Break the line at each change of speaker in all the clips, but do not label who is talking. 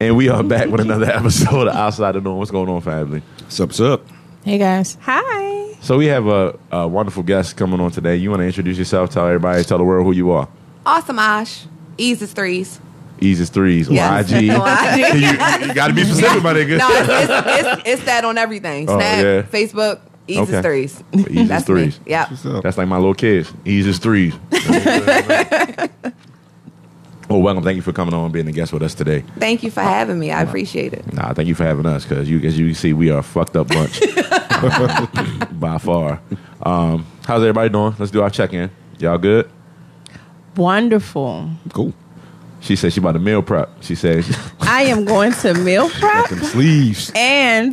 And we are back with another episode of Outside the Norm. What's going on, family?
Sup, up?
Hey guys.
Hi.
So we have a, a wonderful guest coming on today. You want to introduce yourself? Tell everybody, tell the world who you are.
Awesome Ash. Ease is threes.
Easiest threes,
Yes.
YG.
No, I do.
you got to be specific, my nigga.
No, it's, it's, it's, it's that on everything.
Oh,
Snap,
yeah.
Facebook, Ease
Okay.
is threes.
Ease is
That's
threes.
Me. Yep.
That's like my little kids. Easiest threes. well, welcome. Thank you for coming on and being a guest with us today.
Thank you for having me. I appreciate it.
Nah, thank you for having us because you, as you can see, we are a fucked up bunch um, by far. Um, how's everybody doing? Let's do our check in. Y'all good?
Wonderful.
Cool.
She said she about to meal prep. She said,
I am going to meal prep
Them sleeves.
and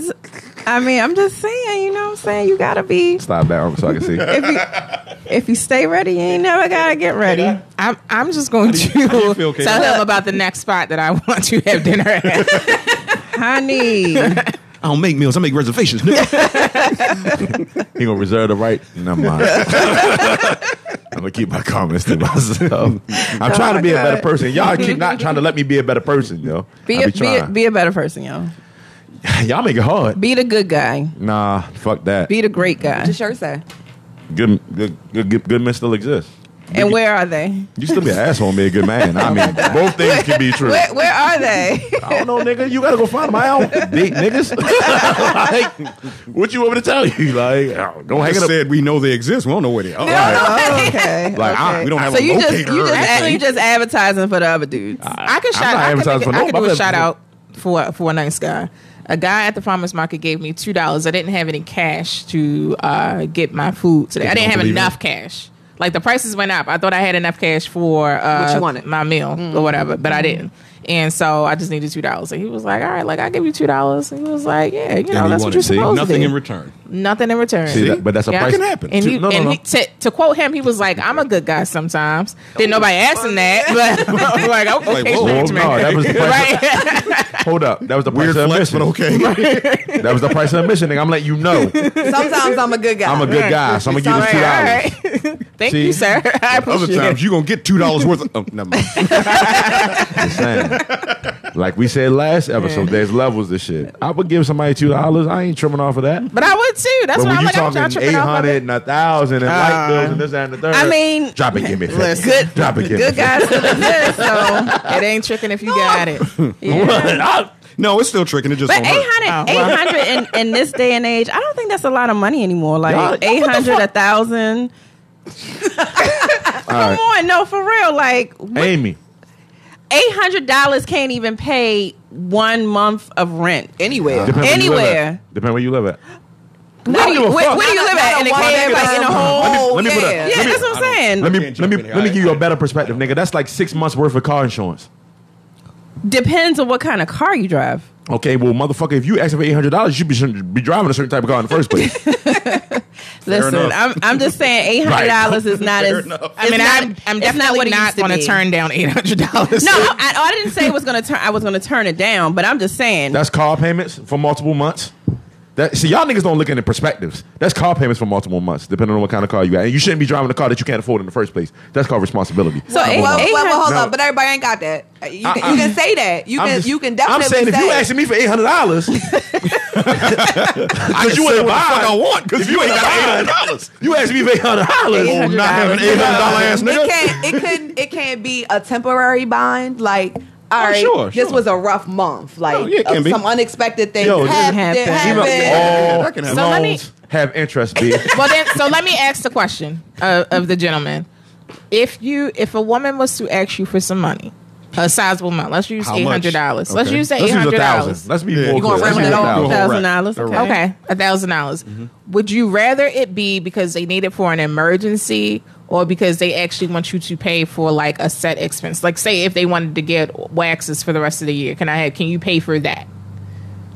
I mean I'm just saying, you know what I'm saying? You gotta be
"Stop down so I can see."
if you if you stay ready, you ain't never gotta get ready.
I'm I'm just going to
feel, Kayla?
tell him about the next spot that I want to have dinner at.
Honey.
I don't make meals. I make reservations. nigga.
He gonna reserve the right. Never mind. I'm gonna keep my comments to
Um,
myself.
Oh
I'm trying to be a better person. Y'all keep not trying to let me be a better person, yo.
Be
I be
a, be, a,
trying.
be a better person, yo.
Y'all make it hard.
Be the good guy.
Nah, fuck that.
Be the great guy.
Just your say.
Good, good, good, good, good men still exist.
And where are they?
You still be an asshole and be a good man. I mean, both things can be true.
Where, where are they?
I don't know, nigga. You gotta go find my own date, niggas. like, what you want me to tell you? Like, go hang
Just
it up.
said we know they exist. We don't know where they are.
Oh, okay.
Like, I-
okay.
we don't have
so
a
you just
locator
you
or
just ad-
anything. Uh,
you just advertising for the other dudes.
I could
I'm
shout.
not
I could,
advertising
make,
for
I could
nobody.
do a shout out for for a nice guy. A guy at the farmer's market gave me two dollars. I didn't have any cash to uh, get my food today. I didn't have
believe
enough cash. Like the prices went up. I thought I had enough cash for uh,
What you wanted.
my meal or whatever, but I didn't. And so I just needed two dollars. And he was like, "All right, like I will give you two dollars." And he was like, "Yeah, you know,
And you want
that's what you're
to see
supposed
nothing
to do.
in return.
nothing in return."
See, that- but that's a
Yeah.
price.
It can happen.
And,
To-
he,
no, no,
and
no.
He, to, to quote him, he was like, "I'm a good guy sometimes." Didn't nobody ask him that, but I'm like, "Oh,
Like,
okay,
whoa,
thanks,
Oh,
man."
no, that was the price.
right?
Hold up, that was the price
Weird
of
flex,
admission.
but okay.
That was the price of admission, nigga. I'm letting you know
Sometimes I'm a good guy.
I'm a good guy, so I'm gonna give you two dollars.
Right, all right. Thank
See?
you, sir. I
Other
appreciate
times
it.
you're gonna get two dollars worth. Of, oh, never mind.
Just saying. like we said last episode, there's levels to shit. I would give somebody two dollars. I ain't trimming off of that.
But I would too. That's
But when
why I'm
you
like, I'm not
talking eight
tripping off of
hundred
it.
and a thousand and light bills and this that, and the third,
I mean,
drop it, give me fifty.
good-
drop it, give
good
me
guys still exist, so
It ain't tricking if you got it.
No, it's still tricking. It just
But
don't hurt.
800, 800 in, in this day and age, I don't think that's a lot of money anymore. Like
Y'all-
800, a 1,000. Come on, no, for real. Like
fifty. Amy,
$800 can't even pay one month of rent.
Anywhere.
depend where you live at.
Anywhere.
depend where you live at.
Where do
give a
you, where,
fuck.
where do you live at? In the cab, like in a whole.
hole.
let me put a-
Yeah, that's what I'm saying.
Let me
can't
let
jump
me
in here.
let me
I-
give you a better perspective, nigga. That's like six months worth of car insurance.
Depends on what kind of car you drive.
Okay, well, motherfucker, if you ask for eight hundred dollars, you be shouldn't be driving a certain type of car in the first place.
Listen,
enough.
I'm, I'm just saying $800 is not
Fair
as.
enough.
it's
I mean,
not-
I'm, I'm
it's
definitely
what it
not
used to
going to
be.
turn down eight hundred dollars.
No, I, I didn't say it was going to turn. I was going to turn it down, but I'm just saying.
That's car payments for multiple months. That see, y'all niggas don't look into perspectives. That's car payments for multiple months, depending on what kind of car you got. And you shouldn't be driving a car that you can't afford in the first place. That's called responsibility.
so
Well,
eight-
well, well, well, hold
800
up, but everybody ain't got that. You, can-
I- I-
you can say that. You
I'm
can.
just-
you can definitely.
I'm saying if
say
you asking me for eight hundred dollars, because you
say what
ain't
the fuck I
buying,
want because you ain't got eight hundred dollars.
you asking me for eight hundred dollars.
Oh, not having
$800.
eight hundred dollar ass
It
nigga.
can't. It can. It can be a temporary bind. Like, all right,
sure,
this
sure.
was a rough month. Like,
yeah, it can
uh,
be.
some unexpected things
Yo, it
happened.
happens.
Even
happened.
all
That can happen.
So let me-
loans have interest. B.
well then so let me ask the question of, of the gentleman if you if a woman was to ask you for some money a sizable amount let's use
How
eight
much?
hundred dollars let's
Okay.
use the
Let's
eight
use a
hundred
thousand.
dollars
Let's be
Yeah.
more
You gonna
clear.
round it
Let's
off?
do a whole rack.
thousand dollars.
All
Okay.
right.
okay a thousand dollars
Mm-hmm.
would you rather it be because they need it for an emergency or because they actually want you to pay for like a set expense like say if they wanted to get waxes for the rest of the year can i have can you pay for that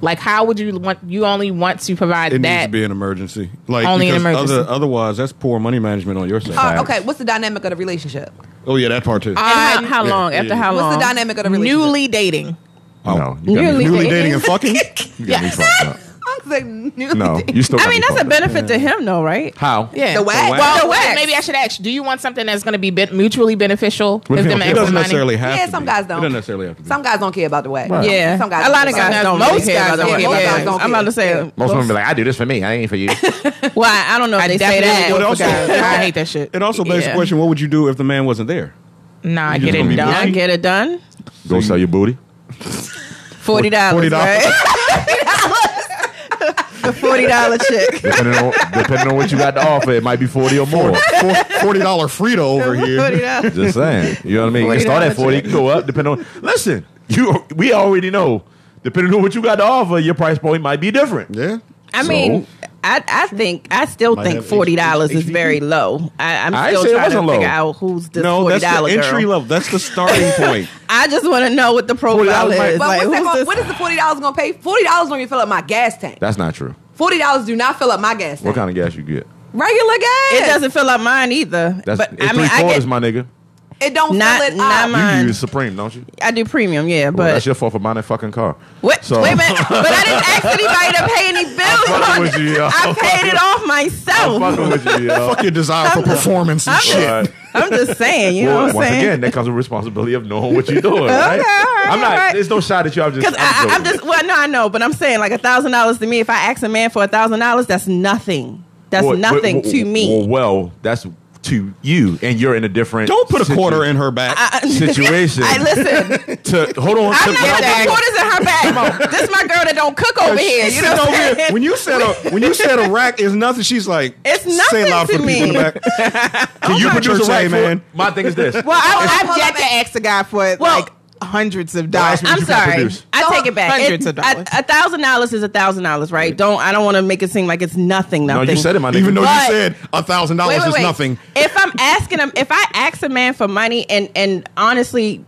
like how would you want you only want to provide
It needs to
that
be an emergency. Like
Only an
because
emergency.
Other, otherwise, that's poor money management on your side.
Uh, okay, what's the dynamic of the relationship?
Oh yeah, that part too.
And how, how long?
Yeah,
After
yeah.
how
What's
long?
the dynamic of the relationship?
newly dating
No, Oh, you got me-
Really?
Newly dating and fucking.
you got me fucked up.
the new.
No,
thing.
you still.
I
got
mean,
me
that's a
fucked up.
benefit to him, though, right?
How?
Yeah.
The wax?
Well,
The
wait,
wax.
maybe I should ask. Do you want something that's going to be ben- mutually beneficial? Give them
It
extra
doesn't
money.
necessarily have
Yeah,
to
some
be.
guys don't.
It doesn't necessarily have to be.
Some guys don't care about the wax.
Yeah,
Some guys
a lot of
don't care
guys
about
don't.
the wax.
Most guys don't. care
Yeah, most
about
guys
that.
don't
I'm
care.
about to say.
Most women be like, I do this for me. I ain't for you.
Well, I I don't know if
I
they say
definitely
that.
do it
Well,
for
also-
guys. I hate that shit.
It also begs
Yeah.
the question: What would you do if the man wasn't there?
Nah, I
You
get
just
it
gonna be
done.
I get it done.
Go sell your booty.
Forty
$40.
dollars, right? the forty dollar chick.
Depending on depending on what you got to offer, it might be forty or more.
Forty dollar Frito over here.
$40.
Just saying. You know what I mean? You can start at forty, you can go up depending on. Listen, you we already know. Depending on what you got to offer, your price point might be different.
Yeah.
I
So?
mean, I I think I still
Might
think
have
forty dollars
H-
is very low. I, I'm
I
still
say it
trying to
wasn't low.
figure out who's this
No,
forty
that's the
dollar
entry
girl.
level. That's the starting point.
I just want to know what the profile
$40 might-
is. Like,
But what's that
who's
gonna,
this-
what is the forty dollars gonna pay? Forty dollars don't even fill up my gas tank.
That's not true.
Forty dollars do not fill up my gas tank.
What kind of gas you get?
Regular gas.
It doesn't fill up mine either.
That's
but
it's
I
three
mean, I,
quarters,
get,
my nigga.
It don't
Not-
fill it
not
up.
my- Mine.
You use Supreme, don't you?
I do premium, yeah.
Well,
But
that's your fault for buying that fucking car.
What?
So-
Wait a minute. But I didn't ask anybody to pay any bills
I'm fucking
on
with
it.
you, yo.
I paid it off
I'm
myself.
fucking with you, yo.
Fuck your desire for performance and shit.
All right.
I'm just saying, you know
Well,
what I'm
once
saying?
again, that comes with responsibility of knowing what you're doing.
Okay,
right?
all right,
I'm
all
not.
right.
There's no shot at you. I'm just.
Because
I'm,
I'm
joking.
just, well, no, I know, but I'm saying like a thousand dollars to me. If I ask a man for a thousand dollars, that's nothing. That's
Well,
nothing
well,
to
Well,
me.
well, that's to you, and you're in a different.
Don't put a
situ-
quarter in her back.
situation.
I listen.
to hold on.
I'm
to
not
that.
putting quarters in her bag. this my girl that don't cook over here. You know
Sit
what
over
I'm
here.
saying?
When you said a when you said a rack is nothing, she's like
It's
Say
nothing
it loud
to
for the people in the
me.
back. Can
you
you
produce
produce
a right
a
man.
man?
My thing is this.
well, I,
I've yet to ask a guy for
Well-
like hundreds of
Well, ask
dollars.
me what
I'm
you can
sorry.
produce.
I
Don't-
take it back.
Hundreds
It-
of dollars.
a- A thousand dollars is a thousand dollars, right? Don't I don't want to make it seem like it's nothing.
No,
Nothing.
you said it, my nigga.
Even though
But-
you said a thousand
Wait,
dollars
wait,
is
wait.
nothing.
If I'm asking him, if I ask a man for money, and and honestly,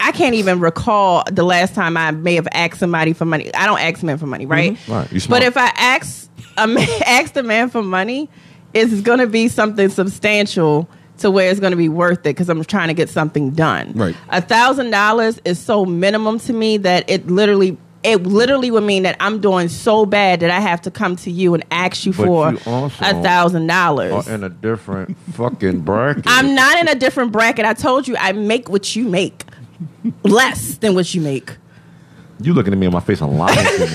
I can't even recall the last time I may have asked somebody for money. I don't ask men for money, right?
Mhm. Right, you smart.
But if I ask a man, ask a man for money, it's going to be something substantial. To where it's going to be worth it because I'm trying to get something done.
Right.
a thousand dollars is so minimum to me that it literally, it literally would mean that I'm doing so bad that I have to come to you and ask you
But
for
you also
a thousand dollars.
in a different fucking bracket.
I'm not in a different bracket. I told you I make what you make. Less than what you make.
You looking at me in my face and lying to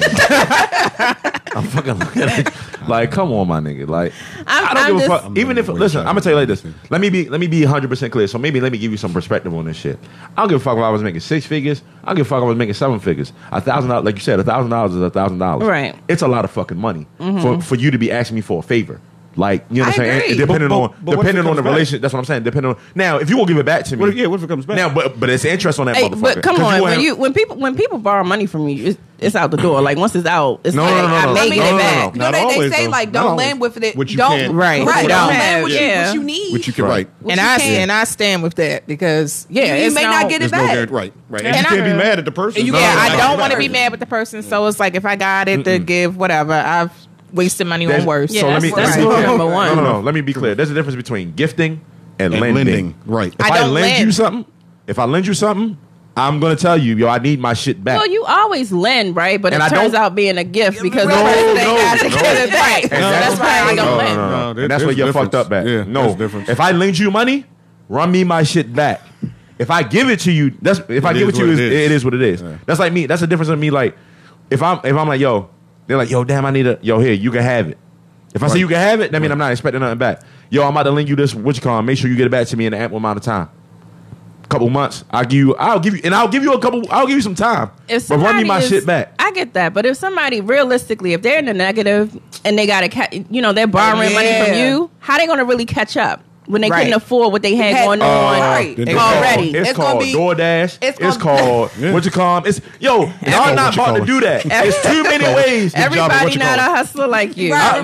me. I'm fucking looking at you. Like, come on, my nigga. Like, I'm, I do not
I'm
give a
just-
fuck. Even if,
I'm
listen, I'm
gonna
gonna tell you like this.
wait.
Let me be, let me be 100 percent clear. So maybe let me give you some perspective on this shit. I don't give a fuck if I was making six figures. I don't give a fuck if I was making seven figures. A thousand dollars, like you said, a thousand dollars is a thousand dollars.
Right. Mm-hmm.
It's a lot of fucking money for for you to be asking me for a favor. Like, you know what I'm
I
saying?
agree.
And depending
But-
on
but- but what if it
depending on the
comes back?
relationship. That's what I'm saying. Depending on now, if you will give it back to me,
What if- yeah, what if it comes back?
Now, but but it's interest on that
Hey,
motherfucker.
but come
'Cause
on, when
ain't-
you when people when people borrow money from you, it's, it's out the door. Like once it's out, it's
No,
like
no, no,
I
no, no,
may get
no,
it
no,
back.
No,
Not
they,
always,
they say
though.
like
Not
don't
always.
land with it.
What you
don't
can't-
Right.
Right.
What
Don't
you don't
land
have.
with
Yeah.
what you need.
Which you can
Right.
write.
What
and
you
I
can.
and I stand with that because yeah,
You
it's
may
no,
not get it
There's no
back.
guarantee. Right. Right. And you
And I-
can't be mad at the person.
You,
No,
yeah,
no,
I
no,
don't
no.
want to be mad with the person. So it's like if I got it to give, whatever. I've wasted money
There's-
on worse.
Yeah,
so let me,
that's
let me-
right.
no,
Number one.
No, no, no. Let me be clear. There's a difference between gifting and,
And
lending.
lending. Right.
If
I
I,
don't
lend,
lend.
you something, if I lend you something, I'm gonna tell you, yo, I need my shit back.
Well, you always lend, right? But
And
it
I
turns
don't-
out being a gift because
No,
the
Oh,
person
no,
ain't got to
no.
give it back. So that's why I
no,
don't
no, no, no,
lend.
no.
No, there-
and that's where
there's
you're
a
fucked
difference.
up at.
Yeah,
no,
there's a difference.
if I lend you money, run me my shit back. If I give it to you, that's if I
It
give it
is
to you,
what it
it
is.
it is what it is.
Yeah.
That's like me. That's the difference of me. Like if I'm if I'm like yo, they're like yo, damn, I need a yo here. You can have it. If I say
Right.
you can have it, that means I'm not expecting nothing back. Yo, I'm about to lend you this. What you call? it? Make sure you get it back to me in the ample amount of time. Couple months, I'll give you. I'll give you, and I'll give you a couple. I'll give you some time.
if
but run me
somebody
my
is-
shit back.
I get that, but if somebody realistically, if they're in the negative and they got to, ca- you know, they're borrowing money from
Yeah.
you, how they going to really catch up when they
Right.
couldn't afford what they had
Had-
going
Oh,
on?
right.
It's
Already.
Called, it's,
It's gonna
called
be-
DoorDash. It's,
it's gonna-
called
Yeah.
what you call 'em. It's yo. Y'all
called
not
what you
about to
call
do that. It's too many ways. to
Every-
jump-
Java, what
Everybody
you
not a
call
hustler like you.
Right.
I-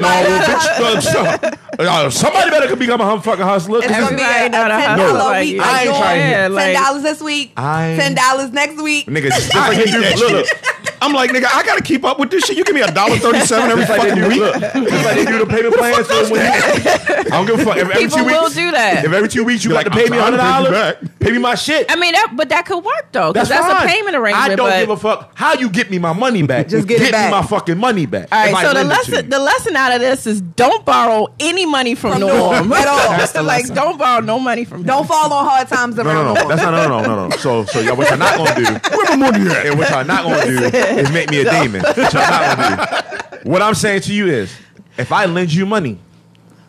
no, bitch, uh, uh, somebody better could become a humfucking hustler.
It's gonna be a,
Everybody
a ten
not a
dollar
hustler.
a week.
No, I ain't
joint.
trying to-
Yeah, like-
ten dollars this week.
I-
Ten dollars next week.
Nigga, just like they do- look, look,
I'm like, nigga, I gotta keep up with this shit. You give me a dollar thirty-seven every
Just like they
fucking
do,
week.
look, just like they do the payment plans for when I don't give a fuck. If every
People
two
will
weeks,
do that.
if every two weeks you
You're
got
like,
to pay
I'm
me
trying
hundred
to pay you
dollars,
back.
Pay me my shit.
I mean, that, but that could work though, because that's,
fine.
a payment arrangement.
I don't
but-
give a fuck how you get me my money back.
Just get it back.
me my fucking money back.
All
if I
right, so
lend it
the
to
lesson
you.
the lesson out of this is don't borrow any money from, Norm at all. like don't borrow no money from
Don't fall on hard times around.
No, no, no.
Norm.
That's not, no, no, no, no, no. So, so y'all, what y'all not gonna do? Where my money at? And what y'all not gonna do is make me a demon. What y'all not gonna do? What I'm saying to you is, if I lend you money,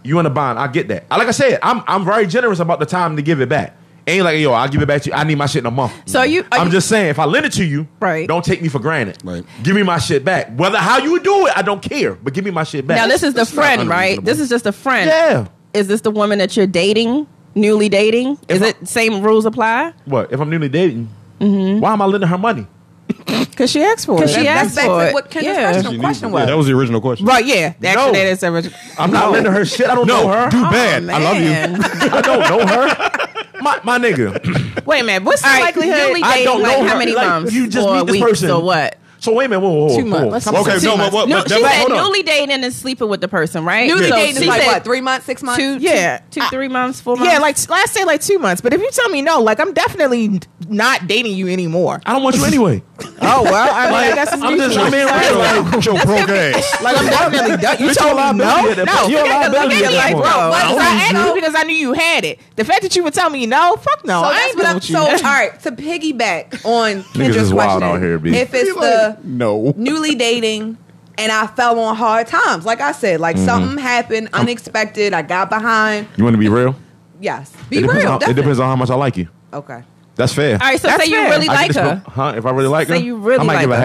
you in a bond. I get that. Like I said, I'm I'm very generous about the time to give it back. Ain't like yo, I'll give it back to you. I need my shit in a month.
So you- are
I'm
you-
just saying, if I lend it to you,
Right.
Don't take me for granted.
Right.
Give me my shit back. Whether how you do it, I don't care. But give me my shit back.
Now this is the
That's not
friend, right?
unreasonable.
This is just a friend.
yeah.
Is this the woman that you're dating, newly dating? Is
I-
it same rules apply?
What if I'm newly dating? Why am I lending her money?
Because she asked for it.
Because she
that's
asked
back
for
to
it.
what Kendra's
yeah.
question- question was.
that was the original question.
Right, yeah. Actually,
No. Uh,
that is a rich-
I'm not lending her shit. I don't know her.
do
Oh,
bad. I love you.
man.
I don't know her. My my nigga.
Wait a minute. What's the
All right,
likelihood?
newly
I
dating,
don't
like,
know
how
her.
many
Like,
months
you just
or
meet this
weeks
person.
or what?
So wait a minute. Whoa, whoa, whoa.
Two months. Let's
whoa.
just
Okay,
Two
no, but
months.
what?
No,
but
she
that-
said
hold on.
newly dating and sleeping with the person, right?
Newly
So
dating
she
is like
said
what? Three months, six months.
Two,
Yeah.
two, two, three months, four months.
yeah, like let's say like two months. But if you tell me no, like I'm definitely not dating you anymore.
I don't want you anyway.
Oh well, I, mean, I guess it's
I'm just-
mutual.
I mean,
Sorry.
real.
Get your broke ass.
Like I'm definitely done. You
Bitch,
told
your
me
liability
no,
at that
no.
point. Your
Look at- look
liability
at
at
me
that
like,
point.
bro,
I
because
don't
I
need
asked
you.
you because I knew you had it. The fact that you would tell me no, fuck no,
So
I
that's
ain't
what
dealing
I'm.
with
So all
you.
right, to piggyback on
Niggas
Kendra's
is wild
question,
out here, B.
if it's the
No.
newly dating and I fell on hard times, like I said, like
Mm-hmm.
something happened unexpected, I got behind.
You want to be real?
Yes,
it
be
depends
real.
on it
definitely.
depends on how much I like you.
Okay.
That's fair.
all right, so
That's
say you
fair.
really
I
like
can
her.
just put- huh? If I really like
Say
her,
you really
I might
like
give her
her.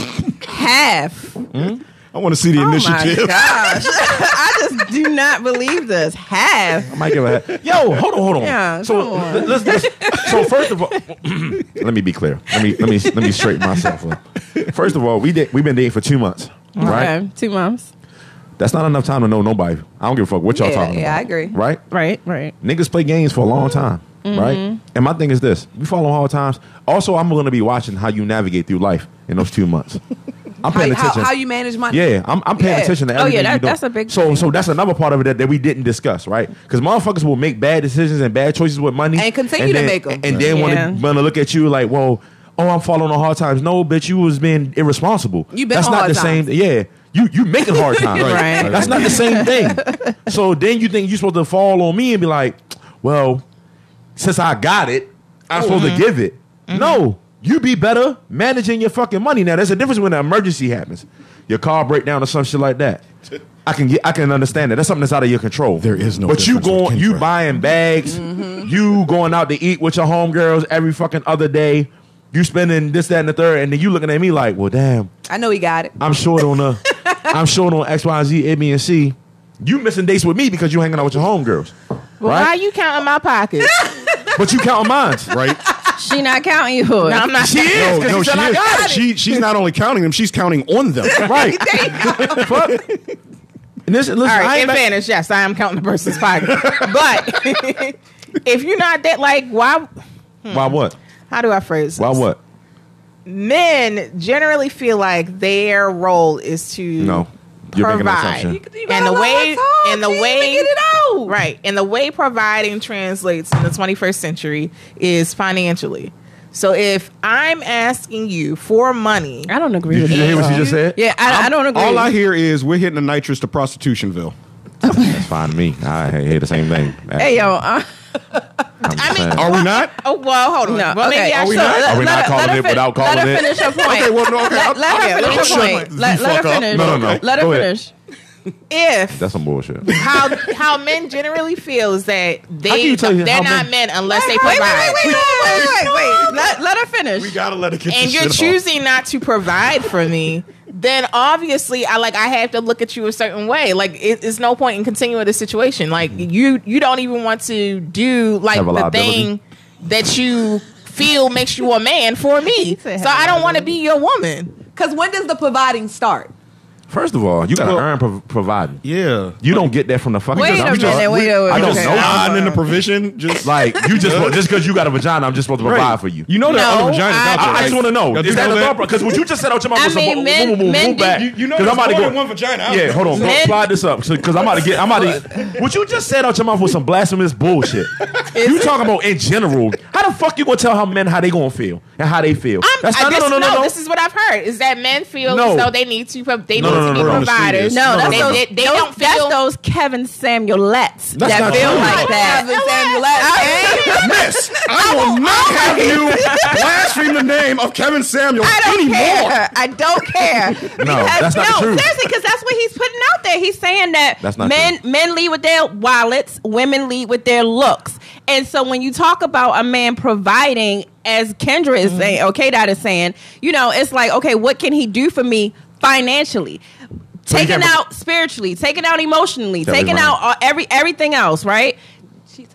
half.
Half.
I want to see the
Oh my
initiative.
gosh. I just do not believe this. Half.
I might give her half. Yo, hold on, hold on.
Yeah,
so
come on.
let- let's, let's- so first of all, let me be clear. Let me let me let me straighten myself up. First of all, we did we've been dating for two months, right?
Okay, two months.
That's not enough time to know nobody. I don't give a fuck what y'all
Yeah,
talking about.
yeah, I agree. Mm-hmm.
Right?
Right, right.
Niggas play games for a long time, right? And my thing is this: you follow hard times. Also, I'm going to be watching how you navigate through life in those two months. I'm paying
How, how,
attention.
how you manage money?
yeah, I'm, I'm paying
Yeah.
attention to
Oh, yeah,
everything.
that-
you do.
that's a big
So,
thing.
so that's another part of it that, that we didn't discuss, right? Because motherfuckers will make bad decisions and bad choices with money,
And continue to
then-
make 'em.
and, and then
Yeah.
want to want to look at you like, well, oh, I'm following on hard times. No, bitch, you was being irresponsible.
You been
that's
on
not
hard
the
times.
same. Yeah, you you making hard times.
Right.
Right.
That's not the same thing. So then you think you're supposed to fall on me and be like, well, since I got it,
Oh,
I'm supposed
mm-hmm.
to give it. No, you be better managing your fucking money. Now there's a difference when an emergency happens, your car breakdown or some shit like that. I can get, I can understand that. That's something that's out of your control.
There is no
But you
difference with Mm-hmm.
going, you
Kendra.
buying bags, you going out to eat with your homegirls every fucking other day. You spending this, that, and the third, and then you looking at me like, well, damn.
I know he got it.
I'm short on uh, I'm short on X, Y, Z, A, B, and C. You missing dates with me because you hanging out with your homegirls,
Well, why are
right?
you counting my pockets?
but you counting mine.
Right?
She not counting you. No,
I'm not.
She is.
No,
'cause
no,
she said
she
I got
is.
it.
She, she's not only counting them, she's counting on them.
right. Fuck. And this, listen,
All
I
right,
ain't
in
back-
fairness, yes, I am counting the person's pocket. but if you're not that, like, why?
Hmm.
Why what?
How do I phrase?
Why
this?
what?
Men generally feel like their role is to
No. You're making an
provide,
assumption.
You gotta
and the
know
way
what's hard,
and the
so you
way
can get it out.
right, and the way providing translates in the 21st century is financially. So if I'm asking you for money,
I don't agree
Did you
with
just
that.
hear what she just said?
Yeah, I, I don't agree.
All I hear is we're hitting the nitrous to prostitutioneville.
That's fine to me. I hear the same thing.
Hey yo, uh,
I mean,
Are we not?
oh well, hold on.
No,
well,
okay.
maybe I
Are we
should.
not?
Are we
let
not
her-
calling
let
it
her
without
fin- let
calling
her
it?
finish her point.
Okay, well, no, okay.
Let, let
okay,
her
let her
finish her
shut
point.
my-
Let,
you
let her
fuck up.
finish.
No, no, no.
Let her
Go ahead.
finish.
If
That's some bullshit.
how how men generally feel is that
How can
they
you tell you
they're
how
not men unless they
Wait, wait,
provide.
wait, wait, wait, wait, wait, wait. Let, let her finish.
gotta let it get
And you're choosing not to provide for me, then obviously I like I have to look at you a certain way. Like it, it's no point in continuing the situation. Like you you don't even want to do like
Have a
the
liability.
thing that you feel makes you a man for me.
said
So
have a
I don't want to be your woman.
Because when does the providing start?
First of all, you gotta
Well-
earn prov- providing.
Yeah.
You don't get that from the fucking.
Wait
job.
a
You just-
minute, wait a
I
minute,
don't
just
okay.
know.
nodding in the provision. Just
Like you just just because you got a vagina, I'm just supposed to
Right.
provide for you.
You know that
No,
other vaginas out there.
Oh, I, I just
right?
want to know.
Y'all do
Is that
know
the thought Because what you just said out your mouth
I
was
mean,
some,
men-
move, move,
men
move
do-
back.
You- you know
'Cause
there's
I'm about to
more
go-
than one vagina out
Yeah,
there.
hold on.
Men-
Slide this up because I'm about to get. I'm about to. What you just said out your mouth was some blasphemous bullshit. you talking about in general? How the fuck you gonna tell how men how they gonna feel and how they feel?
I'm,
That's
I
not, no,
just,
no, no, no, no.
This is what I've heard: is that men feel
No.
as though they need to, pro- they
No,
need
no, no,
to be
no, no.
providers.
No, that's
they,
those,
they, they
those-
don't feel.
that's those Kevin Samuelettes
That's
that
not
feel
true.
Uh-huh.
like that.
Kevin Samuelette, okay?
Miss, I will not have you blaspheme the name of Kevin Samuel
I don't
anymore.
care. I don't care.
No, that's not the
no,
truth.
seriously, because that's what he's putting out there. He's saying that
That's not
men men lead with their wallets, women lead with their looks. And so when you talk about a man providing, as Kendra is
Mm-hmm.
saying, okay, that is saying, you know, it's like, okay, what can he do for me financially?
he
taking
can't-
out spiritually, taking out emotionally,
That was
taking
mine.
out uh, every everything else, right?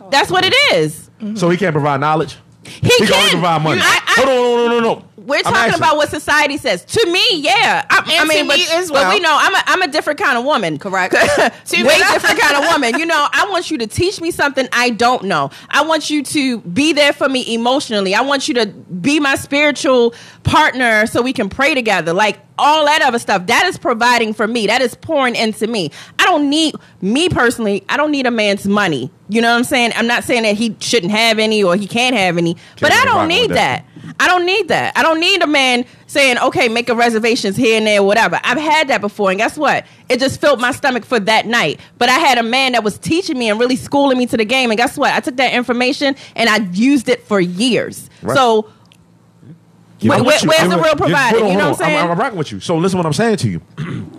That's what it is.
So he can't provide knowledge.
He,
He can
can
only provide money.
I- I-
hold on, no, no, no, no.
we're
I'm
talking
asking.
about what society says. To me, yeah. I, I
And
mean,
to
but,
me as
but
well.
we know I'm a, I'm a different kind of woman. Correct.
me-
Way different kind of woman. You know, I want you to teach me something I don't know. I want you to be there for me emotionally. I want you to be my spiritual partner so we can pray together. Like all that other stuff. That is providing for me. That is pouring into me. I don't need me personally. I don't need a man's money. You know what I'm saying? I'm not saying that he shouldn't have any or he can't have any, but I
I'm
don't
rocking with
need
that.
that. I don't need that. I don't need a man saying, okay, make a reservations here and there, whatever. I've had that before, and guess what? It just filled my stomach for that night. But I had a man that was teaching me and really schooling me to the game, and guess what? I took that information and I used it for years.
Right.
So, where-
I'm
where-
with you.
where's
I'm
the
with-
real
Yeah,
provider?
hold on,
You
hold
know what I'm
on. I'm,
saying?
I'm rocking with you. So listen, what I'm saying to you.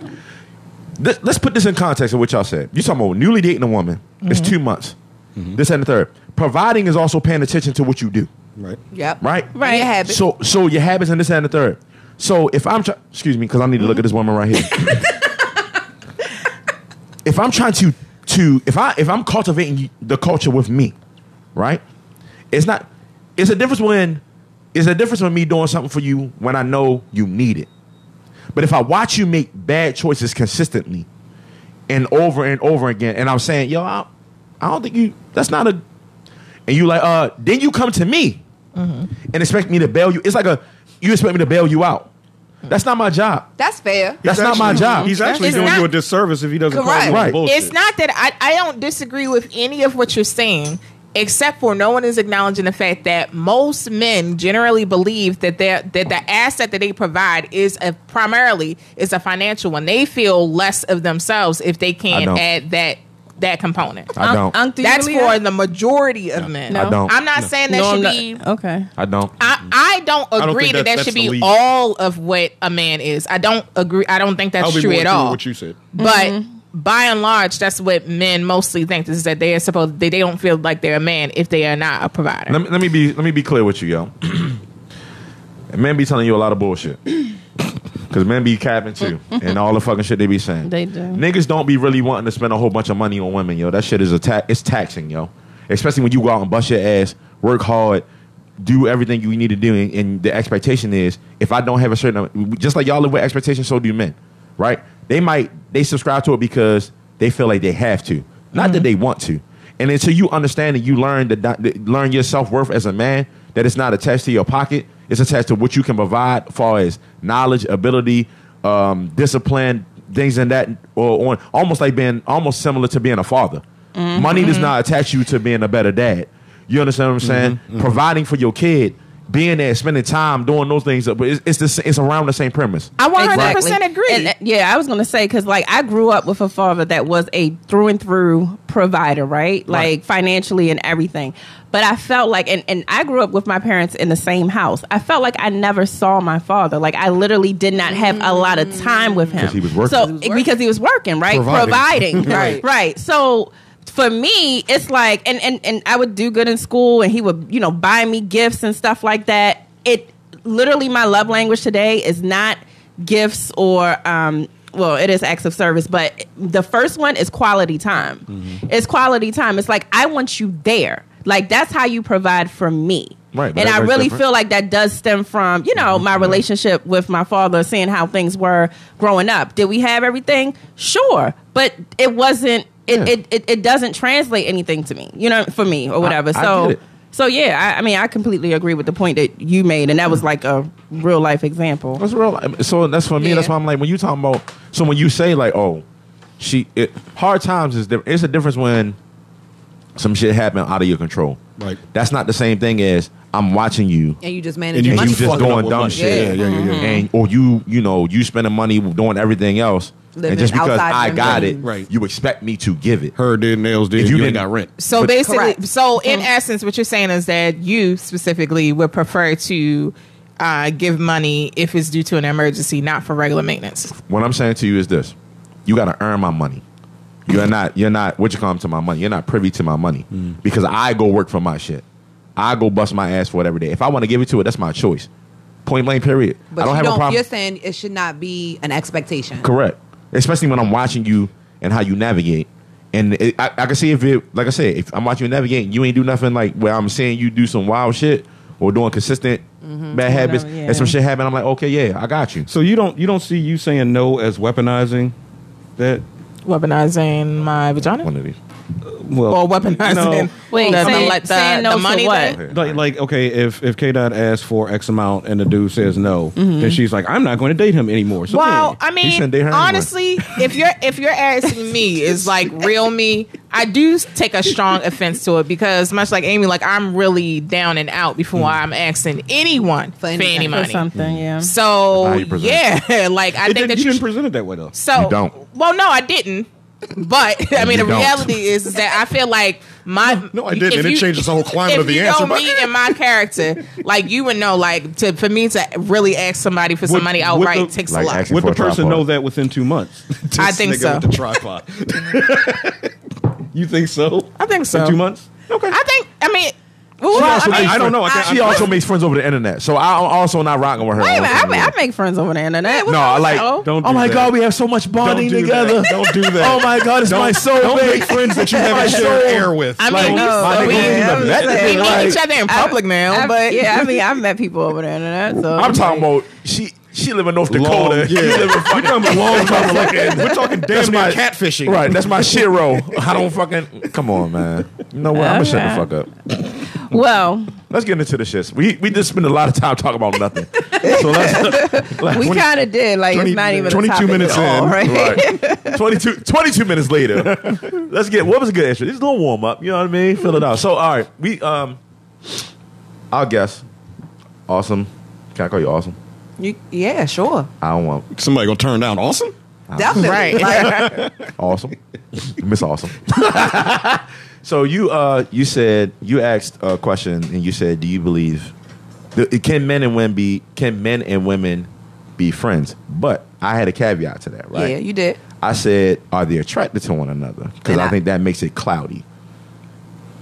Let- Let's put this in context of what y'all said. You talking about newly dating a woman? It's
Mm-hmm.
two months. This and the third. Providing is also paying attention to what you do,
Right.
Yep.
right?
Your habit.
So, so your habits and this and the third. So if I'm, try- excuse me, because I need to look at this woman right here. if I'm trying to, to if I if I'm cultivating the culture with me, right? It's not. It's a difference when. It's a difference when me doing something for you when I know you need it. But if I watch you make bad choices consistently, and over and over again, and I'm saying, yo, I, I don't think you. That's not a. And you like, uh, then you come to me and expect me to bail you. It's like a you expect me to bail you out. That's not my job.
That's fair.
That's
He's
not my
actually-
job.
He's actually
It's
doing
not-
you a disservice if he doesn't call
Correct.
you
Right.
right. bullshit.
It's not that I, I don't disagree with any of what you're saying, except for no one is acknowledging the fact that most men generally believe that their that the asset that they provide is a primarily is a financial one. They feel less of themselves if they can't
don't.
add that that component.
I don't.
Unc- do you
That's
believe
for
that?
the majority of men.
I don't.
I'm not saying that
No, I'm
should
not-
be
okay.
I don't.
I, I don't
don't
agree
think
that
that-
that
that's
should
the
be
lead.
all of what a man is. I don't agree. I don't think that's
I'll be
true
more
at
true with
all.
what you said.
But by
Mm-hmm.
and large, that's what men mostly think is that they are supposed they, they don't feel like they're a man if they are not a provider.
Let me, let me be let me be clear with you, yo. And men be telling you a lot of bullshit. Cause men be capping too, and all the fucking shit they be saying.
They do.
Niggas don't be really wanting to spend a whole bunch of money on women, yo. That shit is a ta- it's taxing, yo. Especially when you go out and bust your ass, work hard, do everything you need to do, and, and the expectation is if I don't have a certain, just like y'all live with expectations, so do men, right? They might they subscribe to it because they feel like they have to, not
Mm-hmm.
that they want to. And until you understand and you learn the, the learn your self worth as a man, that it's not attached to your pocket. It's attached to what you can provide, far as knowledge, ability, um, discipline, things and that, or on almost like being almost similar to being a father. Money does not attach you to being a better dad. You understand what I'm saying? Providing for your kid, being there, spending time, doing those things, but it's it's, the, s- it's around the same premise.
I 100
Exactly.
percent agree.
And, uh, yeah, I was gonna say because like I grew up with a father that was a through and through provider, right? Like financially and everything. But I felt like, and, and I grew up with my parents in the same house. I felt like I never saw my father. Like I literally did not have a lot
Mm.
of time with him.
'Cause he was working.
So
He was
because he was working, right?
Providing.
Providing, right? Right. So. For me, it's like, and, and and I would do good in school, and he would, you know, buy me gifts and stuff like that. It literally my love language today is not gifts or um well it is acts of service but the first one is quality time
Mm-hmm.
it's quality time it's like i want you there like that's how you provide for me
Right, but
And I
everybody's
really
different.
feel like that does stem from, you know,
Mm-hmm.
my relationship with my father, seeing how things were growing up. Did we have everything? Sure. But it wasn't, it,
Yeah.
it, it, it doesn't translate anything to me, you know, for me or whatever.
I
so,
get it.
so yeah, I, I mean, I completely agree with the point that you made. And that
Mm.
was like a real life example.
That's real. I mean, So that's for me. That's
Yeah.
why I'm like when you talking about. So when you say like, oh, she it, hard times is different. It's a difference when some shit happen out of your control.
Right.
That's not the same thing as I'm watching you
and you just
And
manage
you,
your money. Mm-hmm.
just
fucking
doing
up with
dumb
money.
shit.
Yeah, yeah, yeah, yeah.
and or you you know you spending money doing everything else,
Living
and just because
outside
I
your
got
means.
it,
Right.
you expect me to give it.
Her did nails did.
If
You,
you
ain't
didn't-
got rent.
So
But-
basically,
Correct.
so in
Mm-hmm.
essence, what you're saying is that you specifically would prefer to uh, give money if it's due to an emergency, not for regular maintenance.
What I'm saying to you is this: you got to earn my money. You're not. You're not. What you call 'em to my money? You're not privy to my money because I go work for my shit. I go bust my ass for it every day. If I want to give it to it, that's my choice. Point blank. Period.
But
I don't
you
have
don't,
a problem.
You're saying it should not be an expectation.
Correct. Especially when I'm watching you and how you navigate. And it, I, I can see if it, like I said, if I'm watching you navigate, and you ain't do nothing like where I'm seeing you do some wild shit or doing consistent bad habits
Whatever, yeah.
and some shit happen. I'm like, okay, yeah, I got you.
So you don't you don't see you saying no as weaponizing that
Weaponizing my vagina,
One of these.
well
or weaponizing
No.
Wait,
the,
saying-
like the,
saying no
the
to
money
what?
thing?
Like, like okay, if if K Dot asks for X amount and the dude says no, then she's like, I'm not going to date him anymore. So
Mm-hmm. Well,
yeah.
I
shouldn't
mean,
date her anyway.
honestly, if you're if you're asking me, is like real me. I do take a strong offense to it because much like Amy, like I'm really down and out before
Hmm.
I'm asking anyone for,
anything.
any
For
Or
money.
something, yeah.
Mm.
So
How you present
yeah, like I
It didn't- you
think that you,
didn't
should-
present it that way though.
so
You don't.
Well, no, I didn't. But I mean,
You
the
don't.
reality is, is that I feel like my
no, I didn't,
if
and it changes the whole climate
if
of the
you
answer,
Know
but-
me and my character, like you would know, like to for me to really ask somebody for some
Would-
money
would
outright
the-
takes
Like
a lot.
asking
Would
for
the
a
person
tripod.
know that within two months? This
I think
nigga
so.
With the tripod. you think so?
I think so.
In two months. Okay.
I think. I mean, well,
She
I
also
mean,
makes
I don't know. I
friends-
can't-
she
I-
also makes friends over the internet, so I'm also not rocking with her.
Wait a
on
minute, I,
social
ma- I
media.
make friends over the internet.
no, I like.
Oh.
Don't
oh
do
my
that.
god, we have so much bonding
do that.
together.
Don't do that.
Oh my god, it's my soul.
Don't
babe.
make friends that you
My
haven't shared
soul.
air with.
I mean,
Like,
no,
my
so
nigga
we-
ain't even met that
we
nigga,
meet
like-
each other in public now,
I've-
but
yeah, I mean, I've met people over the internet. So
I'm talking about she. She live in North
Long-
Dakota.
yeah.
You live in fucking long time.
We're talking damn near catfishing.
Right, that's my shit roll. I don't fucking. Come on, man. You know what? I'm gonna shut the fuck up.
Well,
Let's get into the shits. We we just spend a lot of time talking about nothing. So let's. like,
we
20
kind of did. Like, it's
20
not even
22
a topic
minutes
at all,
in.
right?
right. 22, 22 minutes later. Let's get what was a good intro. Just a little warm up. You know what I mean? Fill it out. So all right, we um, I'll guess. Awesome. Can I call you awesome?
You, yeah, sure.
I don't want
Somebody gonna turn down awesome.
Oh.
Definitely.
Right.
Like,
awesome. Miss Awesome. so you uh you said you asked a question and you said, do you believe the, can men and women be can men and women be friends? But I had a caveat to that, right?
Yeah, you did.
I said, are they attracted to one another? Because
And
I
I-
think that makes it cloudy.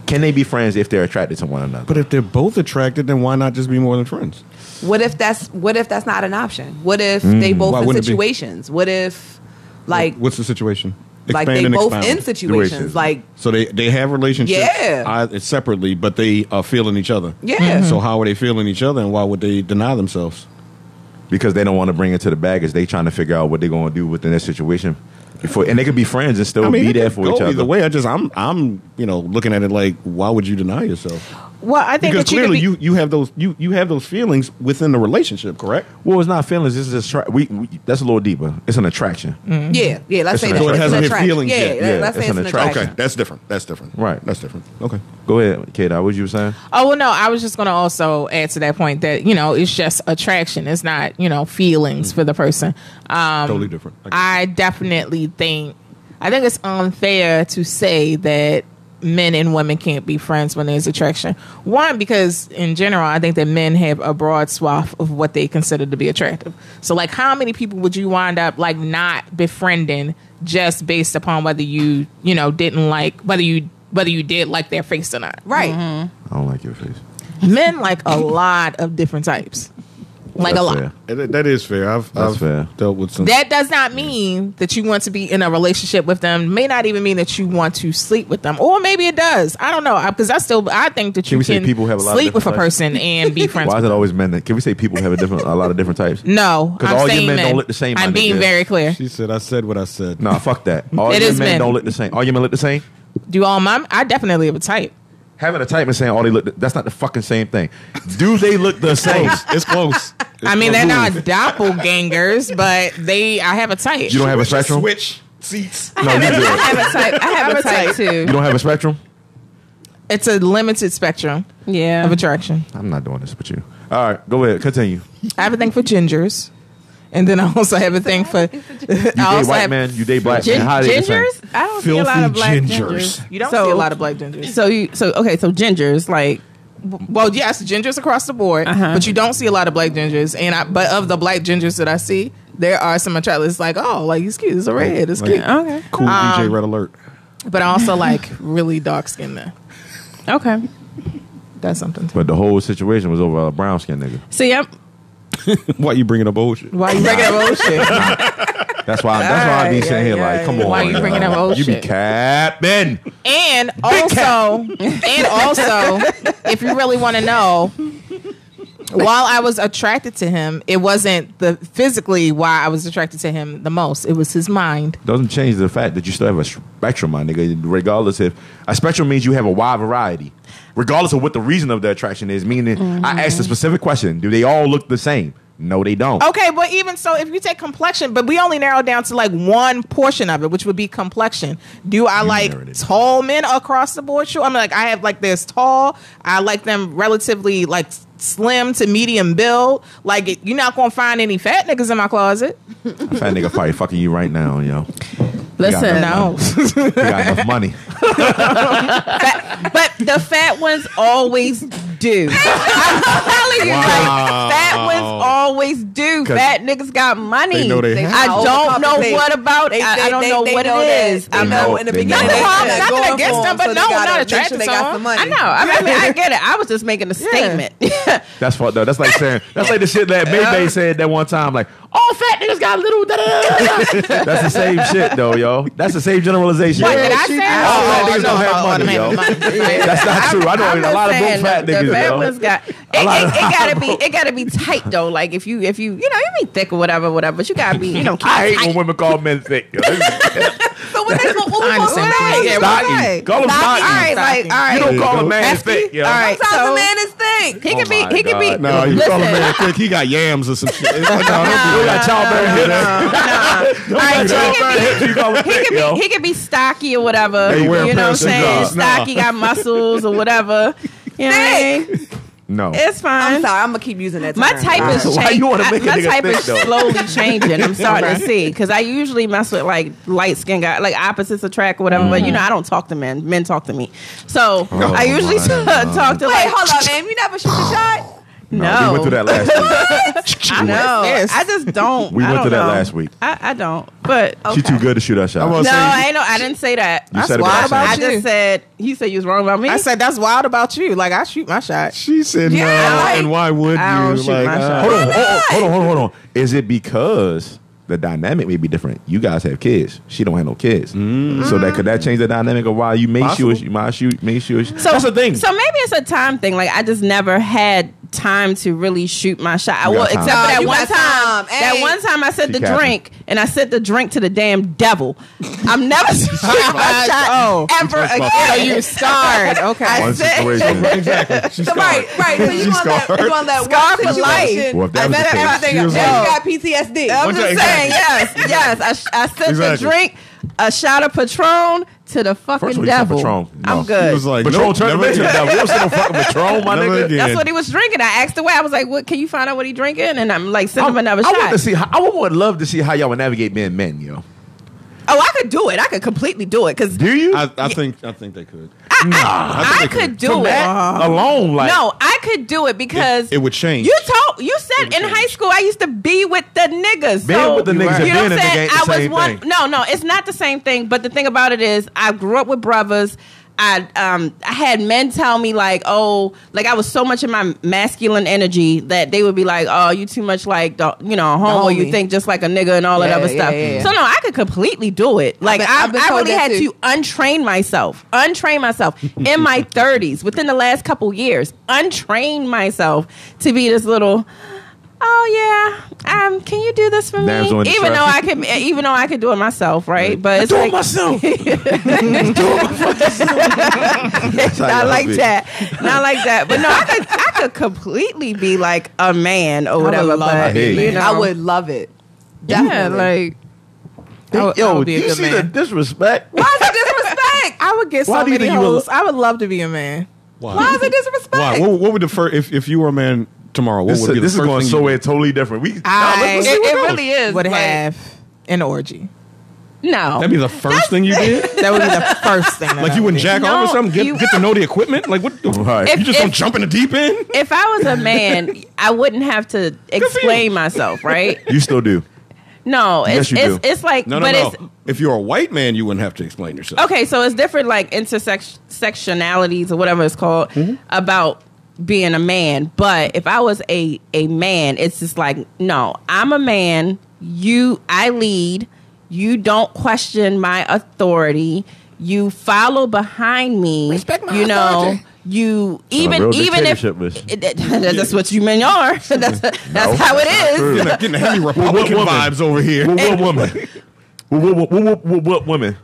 Can they be friends if they're attracted to one another?
But if they're both attracted, then why not just be more than friends?
What if that's what if that's not an option? What if they
Mm.
both
Why
in
wouldn't it be?
situations? What if like
What's the situation?
like they
and
both
expound.
in situations?
Racism.
Like
So they they have relationships,
Yeah.
I, separately, but they are feeling each other.
Yeah. Mhm.
So how are they feeling each other, and why would they deny themselves?
Because they don't want to bring it to the baggage. They trying to figure out what they're going to do within their situation. Before, and they could be friends and still be
it
there
could
for
go
each other.
Either way, I just I'm I'm you know looking at it like, why would you deny yourself?
well, I think
Because
that you could
clearly
be-
you, you have those you you have those feelings within the relationship, correct?
Well, it's not feelings. It's just attra- we, we. That's a little deeper. It's an attraction,
Mm.
yeah, yeah. Let's
It's
say
an attraction.
that.
So it
hasn't
It's an
hit
attraction.
feelings
yeah,
yet.
yeah,
Yeah,
Let's
it's
say it's
an
an
attraction.
attraction.
that's different. That's different.
right?
That's different. Okay.
Go ahead, kid. What you were saying?
Oh well, no. I was just going to also add to that point that you know it's just attraction. It's not you know feelings for the person. Um,
Totally different. I get
I definitely think I think it's unfair to say that men and women can't be friends when there's attraction. One because in general, I think that men have a broad swath of what they consider to be attractive. So like, how many people would you wind up like not befriending just based upon whether you you know didn't like whether you whether you did like their face or not?
Right.
I don't like your face.
men like a lot of different types. Like a
That's
lot.
fair.
That that is fair. I've,
That's
I've
fair.
dealt with some.
That does not mean that you want to be in a relationship with them. May not even mean that you want to sleep with them, or maybe it does. I don't know because I still I think that
Can
you
we say
can
people have a lot of
sleep with a
different types?
person and be friends.
Why
with Mm.
is it always men? That, can we say people have a different, a lot of different types?
No,
'Cause
I'm
all your
saying
men don't look the same, my
I'm being
nigga.
very clear.
She said, I said what I said.
Nah, fuck that. All
It
your
is
men,
men.
don't look the same. All your men look the same.
Do all my? I definitely have a type.
Having a type and saying all they look, that's not the fucking same thing. Do they look the same?
It's close.
I mean, they're not doppelgangers, but they. I have a type.
You don't have a spectrum.
Switch seats.
No, you do.
I have a type. I have a type too.
You don't have a spectrum.
It's a limited spectrum
Yeah.
of attraction.
I'm not doing this with you. All right, go ahead. Continue.
I have a thing for gingers, and then I also have a thing for.
You
I
date
also
white
have.
man. You date black
Gin-
man. How they the same?
gingers? I don't see a lot of black gingers.
You don't
So-
see a lot of black gingers.
So you so okay, so gingers like
Well, yes, gingers across the board,
Uh-huh.
but you don't see a lot of black gingers. And I, but of the black gingers that I see, there are some attractive. It's like, oh, like he's cute. It's a red. It's
Like-
cute.
okay.
Cool DJ Red Alert.
But I also like really dark skin men.
Okay.
That's something. Too.
But the whole situation was over a brown skinned nigga.
See, I'm
Why you bringing up bullshit?
Why you bringing up old shit?
That's why. That's why I be sitting here like, come on.
Why you
man.
bringing up old
You be
shit?
capping.
And also, and also, if you really want to know, while I was attracted to him, it wasn't the physically why I was attracted to him the most. It was his mind.
Doesn't change the fact that you still have a spectrum, my nigga. Regardless if a spectrum means you have a wide variety, regardless of what the reason of the attraction is. Meaning, I asked a specific question: Do they all look the same? No, they don't.
Okay, but even so, if you take complexion, but we only narrowed down to like one portion of it, which would be complexion. Do I
narrowed
like
it.
tall men across the board? Sure. I mean, like I have like this tall. I like them relatively like slim to medium build. Like it- you're not gonna find any fat niggas in my closet.
Fat nigga probably fucking you right now, yo.
listen.
No,
You got enough money.
But the fat ones always do. I'm telling you,
Wow.
like, fat ones always do.
'Cause
Fat niggas got money.
they know they have
I
to.
don't know what about.
They,
I, I
they-
don't
they-
know
they
what
know
it
that.
is.
They
I'm
know
not-
in the
they
beginning.
know.
they
No
problem,
said
nothing
going
against
for
them, but
so they
no,
gotta
not
make sure
attracted
They
to
got
them.
some money.
I know. I mean, I mean, I get it. I was just making a statement.
That's fucked up. That's like saying that's like the shit that Maybay said that one time. Like all fat niggas got little. da-da-da-da-da." that's the same shit though, yo. That's the same generalization.
What
yo.
did I say?
All
Oh,
fat
I
niggas
know
don't have
about all
money,
the men
yo.
with
That's not true. I know
I'm
a lot of
just
broke
saying,
fat
the,
niggas.
The fat
yo.
ones got it,
A lot
it,
of-
it gotta be it gotta be tight though. Like if you if you you know you be thick or whatever whatever, but you gotta be you know. Keep
I hate
tight.
when women call men thick. yo.
So what they what we
I
gonna
understand.
say?
Yeah,
Stocky. Call them
All right,
stocky.
like uh, all
You
right.
don't call a man
Hefty?
thick, yo.
All right,
Sometimes
so
a man is thick.
he could be.
Oh my
He could be.
God.
No, you
listen,
call him man thick. He got yams or some shit. It's like, no, don't do
We got childbearing hips. Don't
Uh, All
got
right, so he
childbearing
could
hips, you call him
He
thick,
could
yo.
be he could be stocky or whatever.
They
You know
wear
what I'm
pants and
saying?
socks.
Stocky got muscles or whatever. You know what I mean?
No.
It's fine.
I'm sorry. I'm gonna keep using that.
My
term.
type is
Why
changing.
you wanna make a
My
nigga
type
thick,
is
though?
slowly changing. I'm starting to see because I usually mess with like light skin guy, like opposites attract or whatever. But
Mm.
you know, I don't talk to men. Men talk to me, so I usually
Oh my God.
talk to
Wait,
like
hold up, man. You never shoot the shot.
No, we went through that last week.
I know.
Yes.
I just don't.
We
I
went
don't
through that
know.
last week.
I, I don't. But
She too good to shoot that shot.
I was-
no,
saying-
I know. I didn't say that.
You said it
I,
about
I
yourself.
just said he said you was wrong about me.
I said that's wild about you. Like I shoot my shot.
She said no,
Yeah, like,
and why would
I don't
you?
shoot my shot.
hold, on, hold on, hold on, hold on, hold on. Is it because the dynamic may be different? You guys have kids. She don't have no kids.
Mm.
So that could that change the dynamic of why you may
Possible.
shoot, you might shoot, may shoot.
So
That's the thing.
So maybe it's a time thing. Like I just never had time to really shoot my shot. I
You got
well,
time.
except for
Nah,
that
you
one time.
got time.
That
Hey.
one time I said
She
the
capping.
drink, and I said the drink to the damn devil. I'm never shooting my shot
Oh.
ever again.
So you scarred. Okay.
I
One
said-
situation.
Exactly. She's
So, right, right. So
She
you want that? You want that
Scar
one
for life.
situation?
Well, if that
and
was the
then
case,
everything
she
else.
was
Now
like-
you got PTSD.
I'm just
Exactly.
saying, yes, yes. I, sh- I sent the
Exactly.
drink, a shot of Patron to the
First
fucking
one you said
devil.
Patron. No.
I'm good.
He was like,
Patron
nope,
turned him
never
into the
again.
devil. You don't see no fucking Patron, my
Never
nigga.
again.
That's what he was drinking. I asked the way. I was like, "What? Can you find out what he drinking?" And I'm like, "Send him another
I
shot."
want to see. How, I would- would love to see how y'all would navigate being men, yo.
oh, I could do it. I could completely do it because
Do you?
I, I think I think they could.
I,
think they
could do
From
it.
that alone, like
no, I could do it because
It- it would change.
You told you said in
change.
high school I used to be with the niggas.
Being
so,
with the niggas and
you know
being in the
what
gang
I'm saying?
ain't the
I was
same
one.
thing.
No, no, it's not the same thing. But the thing about it is, I grew up with brothers. I um I had men tell me like, oh, like I was so much in my masculine energy that they would be like, oh, you too much like the, you know, homeboy. You
homie.
think just like a nigga and all that
Yeah,
other
yeah,
stuff.
yeah, yeah.
So no, I could completely do it. Like
been-
I,
I've been
I
told
really
that
had
too.
to untrain myself, untrain myself in my 30s within the last couple years, untrain myself to be this little. Oh yeah, um, can you do this for
Damsel in
me? Even
distress.
though I can, even though I could do it myself, right? But it's
do
like,
it myself. do
not like that. Not like that. But no, I could I could completely be like a man or whatever.
love
But
to
be
you
that.
know,
I would love it.
Yeah,
Definitely.
like I would, I
Yo,
would
do
be a
you
good
see
man.
the disrespect?
Why is it disrespect?
I would get
Why
so
do you
many
think you would-
hoes. I would love to be a man.
Why is it disrespect?
Why? What, what would the first if, if you were a man tomorrow? What
This,
would be
is-
the
this is
first
going
thing
so
you
way totally different. We
I
it, it really is.
would
like,
have an orgy.
no.
That'd be the first thing you did.
That would be the first thing. that
Like
I
you wouldn't jack off
No,
or something. Get
you-
get to know the equipment. Like what? the-
Right.
You
If-
just don't
if-
jump in the deep end.
if I was a man, I wouldn't have to explain myself, right?
you still do.
No,
Yes,
it's
you
it's,
do.
it's like,
No, no,
but
no.
it's
If you're a white man, you wouldn't have to explain yourself.
okay. So it's different, like intersectionalities or whatever it's called
Mm-hmm.
about being a man. But if I was a a man, it's just like, no, I'm a man. You, I lead. You don't question my authority. You follow behind me.
Respect my
You know.
authority.
You even
real
even if
dictatorship is-
that's what you men are. that's that's how it is.
Getting, the- getting the Henry Republican
woman?
vibes over here.
What, what woman? What, what, what, what, what, what woman?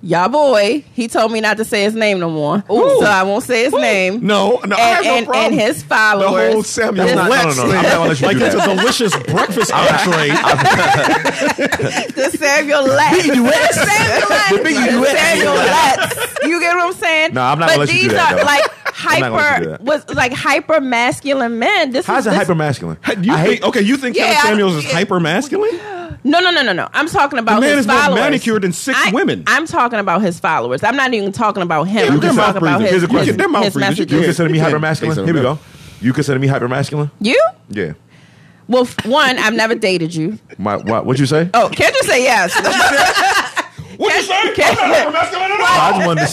y'all boy, he told me not to say his name no more. So I won't say his name.
No, no, I have
And,
no
and,
problem.
and his
the
followers.
whole Samuel
That's not- no, no,
Lex
no, I'm
thing.
not gonna let you
like
do
it's a
that.
delicious breakfast entree.
the Samuel Lex. The Samuel Lex.
The big duets.
Samuel Lex. You get what I'm saying?
No, I'm not
But
gonna let you
these
do that,
are
though.
like
I'm not gonna let you do
hyper
that.
was like hyper masculine men. This
How's
is
it
this-
hyper masculine?
You think, okay, you think
Yeah,
Kevin
I-
Samuels is
yeah.
hyper masculine?
No, no, no, no, no. I'm talking about
The man
his
is more
followers.
manicured than six
I,
women.
I'm talking about his followers. I'm not even talking about him.
Yeah,
I'm
look at
just
their
talking
mouth
about his,
breathing. Look at
his,
their mouth
his
breathing. You
You
Yeah,
messages.
consider me
you can.
hyper masculine?
Face it,
Here we go.
remember.
You consider me hyper masculine?
You?
Yeah.
Well, f- one, I've never dated you.
My what? What'd you say?
Oh, can't you say yes?
What you say?
Ken-
I'm not hyper masculine at all.
I just wanted to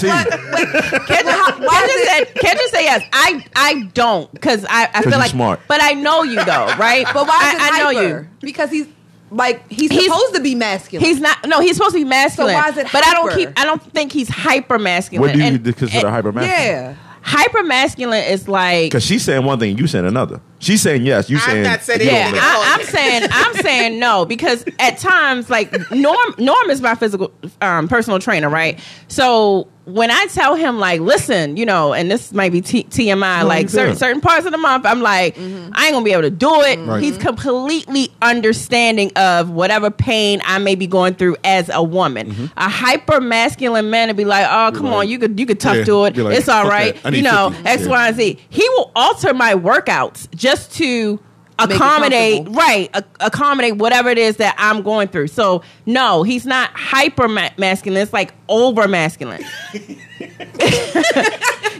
see. you.
Kendra, Kendra said, Kendra said yes. I I don't because I, I
'Cause
feel
you
like
smart.
but I know you though, right?
But why is it
I, I know you.
hyper? Because he's like he's,
He's-
supposed to be masculine.
He's not. No, he's supposed to be masculine.
why is it
but I don't
hyper?
keep. I don't think he's hyper masculine.
What do you consider hyper masculine?
yeah.
Hyper masculine is like.
Because she's saying one thing, you saying another. She's saying yes, you
I'm
saying
not saying
you
it.
don't
Yeah,
know.
I, I'm saying I'm saying no because at times like Norm Norm is my physical um, personal trainer, right? So when I tell him like, listen, you know, and this might be T- TMI,
No,
like
you
certain
good.
certain parts of the month, I'm like, I ain't gonna be able to do it. He's completely understanding of whatever pain I may be going through as a woman. A hyper masculine man would Mm-hmm. be like, oh come on, you could you could tough
Yeah,
do it.
you're like,
it's all
fuck
right,
that. I
you
need
know,
50.
X,
Yeah.
Y, and Z. He will alter my workouts just to
it
accommodate
comfortable.
right a- accommodate whatever it is that i'm going through so no he's not hyper ma- masculine it's like over masculine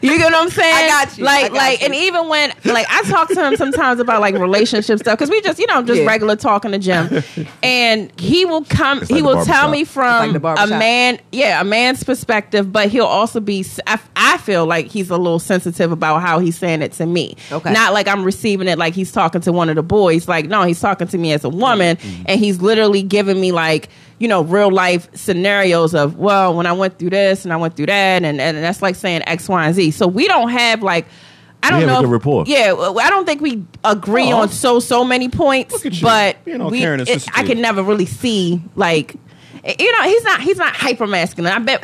you get what i'm saying
I got you. I
like
got
like
you.
and even when like i talk to him sometimes about like relationship stuff because we just you know just
Yeah.
regular talk in the gym and he will come
like
he
the
will tell
barbershop.
me
It's
like
from
the
a
barbershop.
man yeah a man's perspective but he'll also be s- I, I feel like he's a little sensitive about how he's saying it to me
Okay.
not like I'm receiving it like he's talking to one of the boys. Like, no, he's talking to me as a woman, and he's literally giving me like you know real life scenarios of well, when I went through this and I went through that, and and that's like saying X, Y, and Z. So we don't have like. I
We
don't
have a
know.
good rapport.
Yeah, well, I don't think we agree
Aw.
on so so many points,
Look at you,
but
being all
we,
caring and
it- I
sensitive.
can never really see like you know he's not he's not hyper masculine. I bet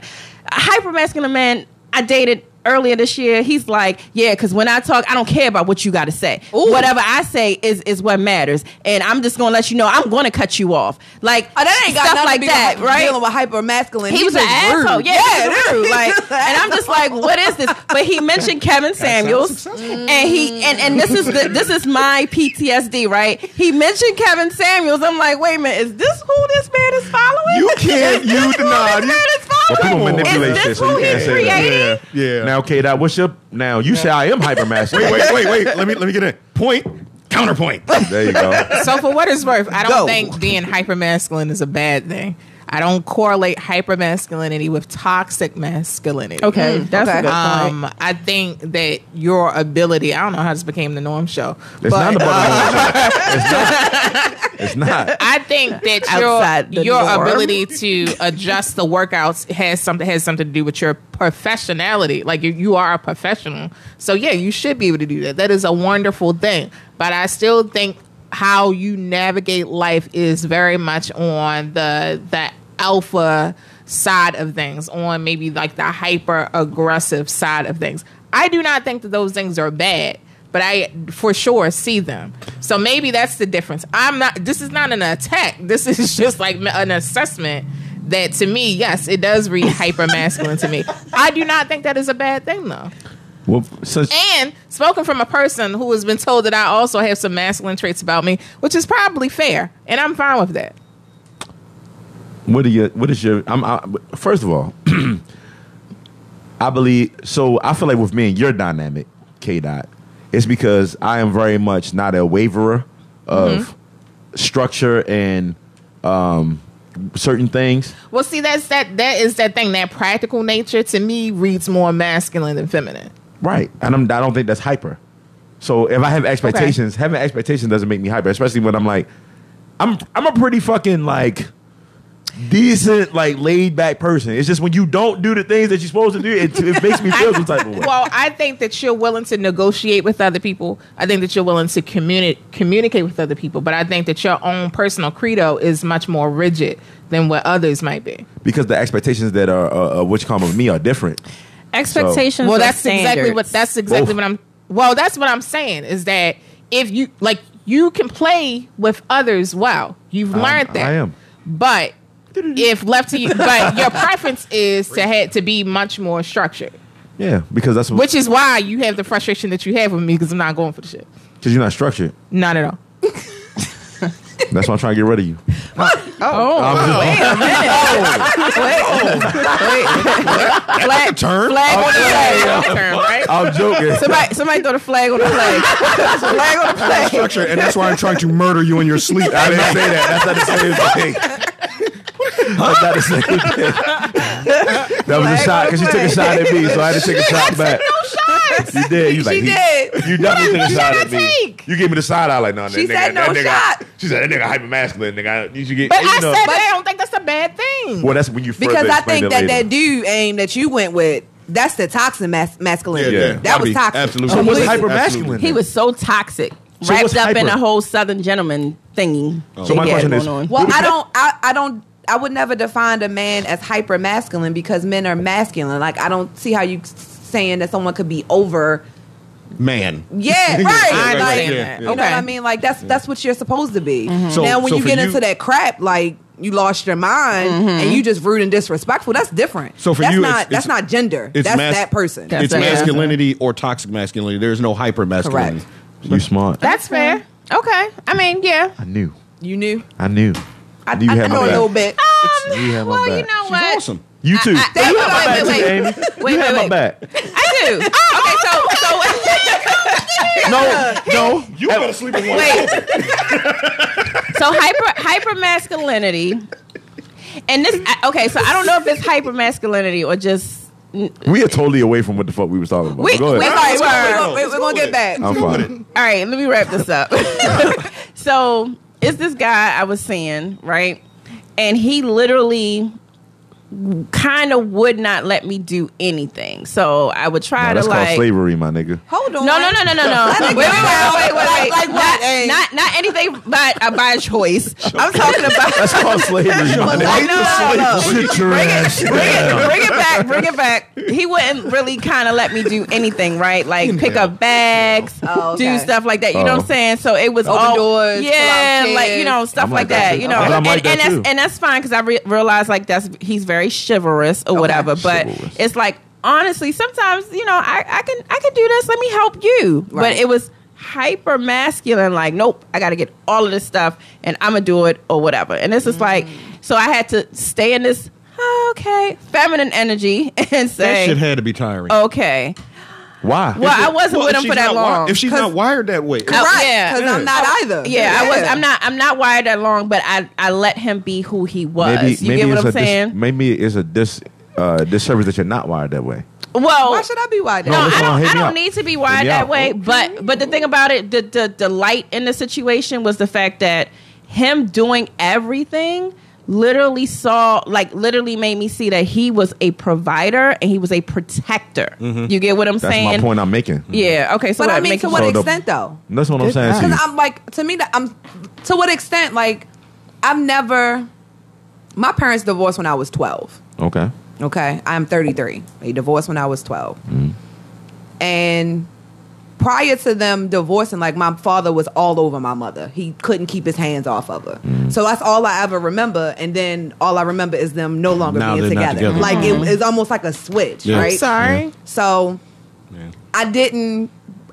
a hyper masculine man I dated earlier this year. He's like yeah, because when I talk, I don't care about what you got to say. Whatever I say is is what matters, and I'm just gonna let you know I'm gonna cut you off. Like
Oh, that ain't got
stuff
nothing
like
to do
that,
with
right?
Dealing with hyper masculine.
he was an asshole. Yeah, he was rude. Like, and I'm just like, what is this? But he mentioned Kevin Samuels, and he and and this is the, this is my PTSD, right? He mentioned Kevin Samuels. I'm like, wait a minute, is this who this man is following?
You can't. You deny.
Who this man
You,
is following?
People
Come on.
manipulate
Is this
shit, so
who
you
he
can't say that.
created?
yeah. Yeah.
Now, K. Dot, what's your now? You say I am hyper masculine.
wait, wait, wait, wait. Let me let me get in. Point. Counterpoint.
There you go.
So for what it's worth, I don't
Go.
think being hyper masculine is a bad thing. I don't correlate hyper masculinity with toxic masculinity.
Okay,
Mm,
that's a
okay.
good point.
Um, I think that your ability, I don't know how this became the norm show,
It's not about the It's not. It's not.
I think that
Outside
your
the
your
norm.
ability to adjust the workouts has something has something to do with your professionality. Like you, you are a professional, so yeah, you should be able to do that. That is a wonderful thing. But I still think how you navigate life is very much on the the alpha side of things, on maybe like the hyper aggressive side of things. I do not think that those things are bad but I for sure see them. So maybe that's the difference. I'm not. This is not an attack. This is just like an assessment that to me, yes, it does read hyper masculine to me. I do not think that is a bad thing though.
Well, since
And spoken from a person who has been told that I also have some masculine traits about me, which is probably fair, and I'm fine with that.
what are your what is your I'm I, first of all I believe so I feel like with me and your dynamic K dot it's because I am very much not a waverer of structure and um certain things
Well, see, that's that. That is that thing. That practical nature to me reads more masculine than feminine.
right and I'm, I don't think that's hyper so if I have expectations having expectations doesn't make me hyper especially when I'm like I'm I'm a pretty fucking like decent like laid back person it's just when you don't do the things that you're supposed to do it, it makes me feel some type of way
well, I think that you're willing to negotiate with other people. I think that you're willing to communi- communicate with other people. But I think that your own personal credo is much more rigid than what others might be.
because the expectations that are uh, uh, which come of me are different.
Expectations.
Well,
are
that's exactly
standards.
what that's exactly
Both.
what I'm. Well, that's what I'm saying is that if you like, you can play with others. Well, you've learned that.
I am.
but if left to you, but your preference is to had to be much more structured,
Yeah, because that's
which is why you have the frustration that you have with me because I'm not going for the shit.
because you're not structured.
Not at all.
That's why I'm trying to get rid of you.
Oh.
Oh,
Um,
Flag,
Turn.
flag
Oh,
on the flag.
Term, right?
I'm joking.
Somebody, somebody throw the flag on the flag. flag on the flag.
structure, and that's why I'm trying to murder you in your sleep.
I didn't say that. That's not the same thing. That's not the same thing. That was a shot because you took a shot at me, so I had to take a shot back. You did. You like,
She
he-
did.
You definitely took a shot at me.
take?
You gave me the side eye like, no, that
She
nigga,
said
that
no
nigga.
shot.
She said that nigga hyper masculine, nigga. You should get.
But
you
I
know.
said that I don't think that's a bad thing.
Well, that's when you further
Because I
explained
think
it
that
later.
that dude aim that you went with, that's the toxic mas- masculinity.
Yeah, yeah.
That was toxic.
Absolutely.
So what's
Completely.
hyper masculine?
He was so toxic,
So
wrapped
what's
up in
hyper?
a whole Southern gentleman thingy.
So my
he had
question is-
going on.
Well, I don't. I, I don't. I would never define a man as hyper masculine because men are masculine. Like I don't see how you s- saying that someone could be over.
Man.
Yeah, right.
right,
like,
right,
You
yeah, Mm-hmm.
know what I mean? Like that's that's what you're supposed to be.
So-
now, when
so
you
for
get
you- Mm-hmm.
into that crap, like you lost your mind and you just rude and disrespectful, that's different.
So for
that's
you,
not
it's-
that's
it's-
not gender.
it's
That's
mas-
that person.
That's
it's
it.
masculinity or toxic masculinity. There's no hyper masculinity.
Correct.
You smart.
that's fair. Okay. I mean, yeah.
I knew.
you knew.
I knew.
I,
knew you
I
had my
know a
back.
little bit.
Oh,
You have my
Um, well, you
back.
know
She's
what?
awesome.
You too.
I- I-
you have my
wait,
back
wait,
too,
wait.
Amy.
Wait,
you
wait,
have my
wait.
back.
I do.
Oh,
okay, so so
No, no. You better sleep in one.
Wait. so hyper hyper masculinity, and this I- okay. So I don't know if it's hyper masculinity or just
We are totally away from what the fuck we was talking about.
We-
Go
we-
ahead.
All right,
Let's
we're,
go.
gonna- we're, we're gonna get back.
I'm fine.
all right, let me wrap this up. so it's this guy I was seeing, right? And he literally kind of would not let me do anything. So I would try
Nah, that's
to
called
like
slavery, my nigga.
Hold on.
No, no, no, no, no, no. wait, wait, wait, wait, wait, wait.
Like- like
not,
what, Aang?
not, not anything by, uh, by choice. I'm talking about.
That's called slavery, my nigga.
I know.
Sit your ass
Bring it,
down.
bring it back, bring it back. He wouldn't really kind of let me do anything, right? Like pick up bags,
Oh, okay.
do stuff like that. You know what
Oh.
I'm saying? So it was all
doors,
yeah,
pull out
like you
chairs.
know stuff
I'm
like
like
that.
that,
you
too.
know,
But I'm
and,
like
and
that,
that's
too.
and that's fine because I re- realized like that's he's very chivalrous or whatever. But
Chivalrous.
it's like honestly, sometimes you know I, I can I can do this. Let me help you. But
Right.
it was hyper masculine. Like nope, I got to get all of this stuff and I'm gonna do it or whatever. And this is like so I had to stay in this okay feminine energy and
That shit
say
had to be tiring.
okay.
Why?
Oh, Well, I wasn't
Well,
with
if
him
she's
for that
not wi-
long.
if she's not wired that way,
I-
Right,
Oh, yeah.
'cause I'm not either.
Oh.
Yeah, I was.
Yeah.
I'm not. I'm not wired that long, but I I let him be who he was. you get what
it's
I'm
a dis-
saying?
maybe it's a dis uh, disservice that you're not wired that way.
well,
Why should I be wired?
No,
No,
that's
I
why I
don't,
hit
I
me
don't
up.
need to be
Hit
wired
me
that
up.
way. But but the thing about it, the, the the light in the situation was the fact that him doing everything literally saw like literally made me see that he was a provider and he was a protector. You get what I'm
Mm-hmm. That's
saying?
my point I'm making.
Yeah. Okay. So
but
what,
I mean,
make
to
it-
what
So the-
extent though?
That's what I'm saying. to
Because
you.
I'm like, to me, that I'm to what extent? Like, I've never. My parents divorced when I was twelve.
okay.
Okay, I'm 33. They divorced when I was 12,
Mm-hmm.
and prior to them divorcing, like my father was all over my mother. He couldn't keep his hands off of her.
Mm-hmm.
So that's all I ever remember. And then all I remember is them no longer
Now
being
they're not
together.
together.
Like it is almost like a switch,
Yeah.
right?
Mm-hmm. I'm sorry.
So I didn't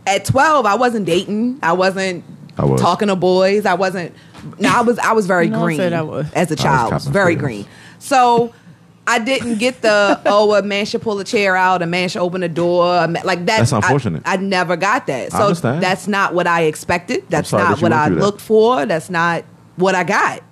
at 12 I wasn't dating. I wasn't
I was.
talking to boys. I wasn't No, I was I was very
No, I
green
said I was.
as a child.
copping
very
feelings.
green. So I didn't get the oh a man should pull a chair out, a man should open a door, a ma- like that.
That's
I-
unfortunate.
I, never got that.
I
So
understand.
that's not what I expected. That's
sorry
not
that you
what
went
I
through that.
looked for. That's not what I got.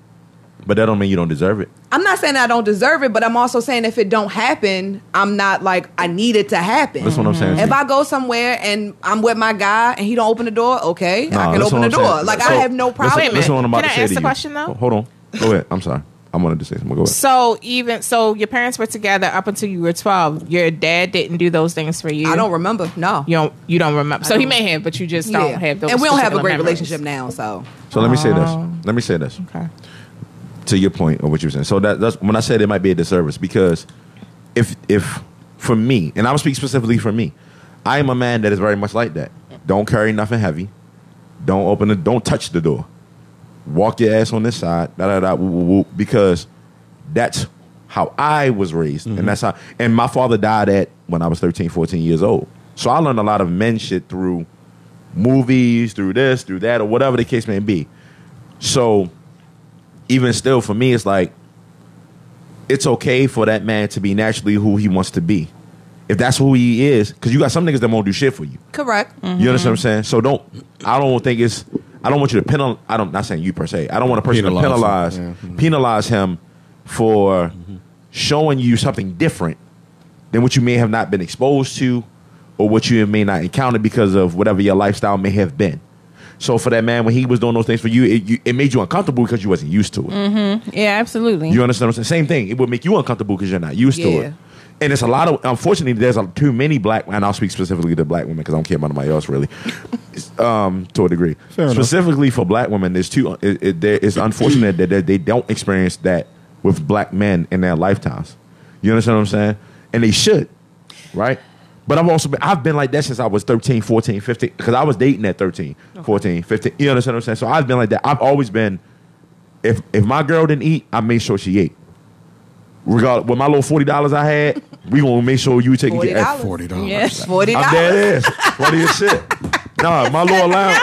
But that don't mean you don't deserve it.
I'm not saying I don't deserve it, but I'm also saying if it don't happen, I'm not like I need it to happen.
That's what I'm saying. to
If
you.
I go somewhere and I'm with my guy and he don't open the door, okay,
Nah,
I can
that's
open
what
the
I'm
door.
saying.
Like I
So,
have no
that's what-
problem.
That's what I'm about
Can
to
I
say
ask
to
the
you.
question, though?
Hold on. Go ahead. I'm sorry. I wanted to say something. Go ahead.
So even so, your parents were together up until you were twelve. Your dad didn't do those things for you.
I don't remember. No.
You don't. You don't remember. So he
don't.
may have, but you just don't have those.
and we don't have a
particular
great
memories.
relationship now, so
So let me say this. Let me say this.
Okay.
to your point of what you were saying. So that, that's when I said it might be a disservice because if if for me, and I will speak specifically for me, I am a man that is very much like that. Don't carry nothing heavy. Don't open it. Don't touch the door. Walk your ass on this side. Da da da. Woo, woo, woo, because that's how I was raised, and that's how. And my father died at when I was 13, 14 years old. So I learned a lot of men shit through movies, through this, through that, or whatever the case may be. So even still for me it's like it's okay for that man to be naturally who he wants to be if that's who he is because you got some niggas that won't do shit for you
correct.
you understand what i'm saying so don't i don't think it's i don't want you to penalize i don't not saying you per se i don't want a person to penalize
Penalize him.
penalize him for showing you something different than what you may have not been exposed to or what you may not encounter because of whatever your lifestyle may have been so for that man when he was doing those things for you it, you, it made you uncomfortable because you wasn't used to it
yeah, absolutely.
you understand what I'm saying? Same thing. It would make you uncomfortable because you're not used to
Yeah.
it. And it's a lot of, unfortunately, there's a, too many black, and I'll speak specifically to black women because I don't care about anybody else really, um, to a degree.
Fair enough.
specifically for black women, there's too, it, it, there, it's unfortunate that, that they don't experience that with black men in their lifetimes. You understand what I'm saying? And they should, right? But I've also been, I've been like that since I was 13, 14, 15, because I was dating at 13, 14, 15. You understand what I'm saying? So I've been like that. I've always been if if my girl didn't eat, I made sure she ate. Regardless, with my little forty dollars I had, we gonna make sure you take
Forty dollars.
forty dollars.
Yes.
Forty
I'm
dollars.
dead ass. Forty as shit. Nah, my little allowance.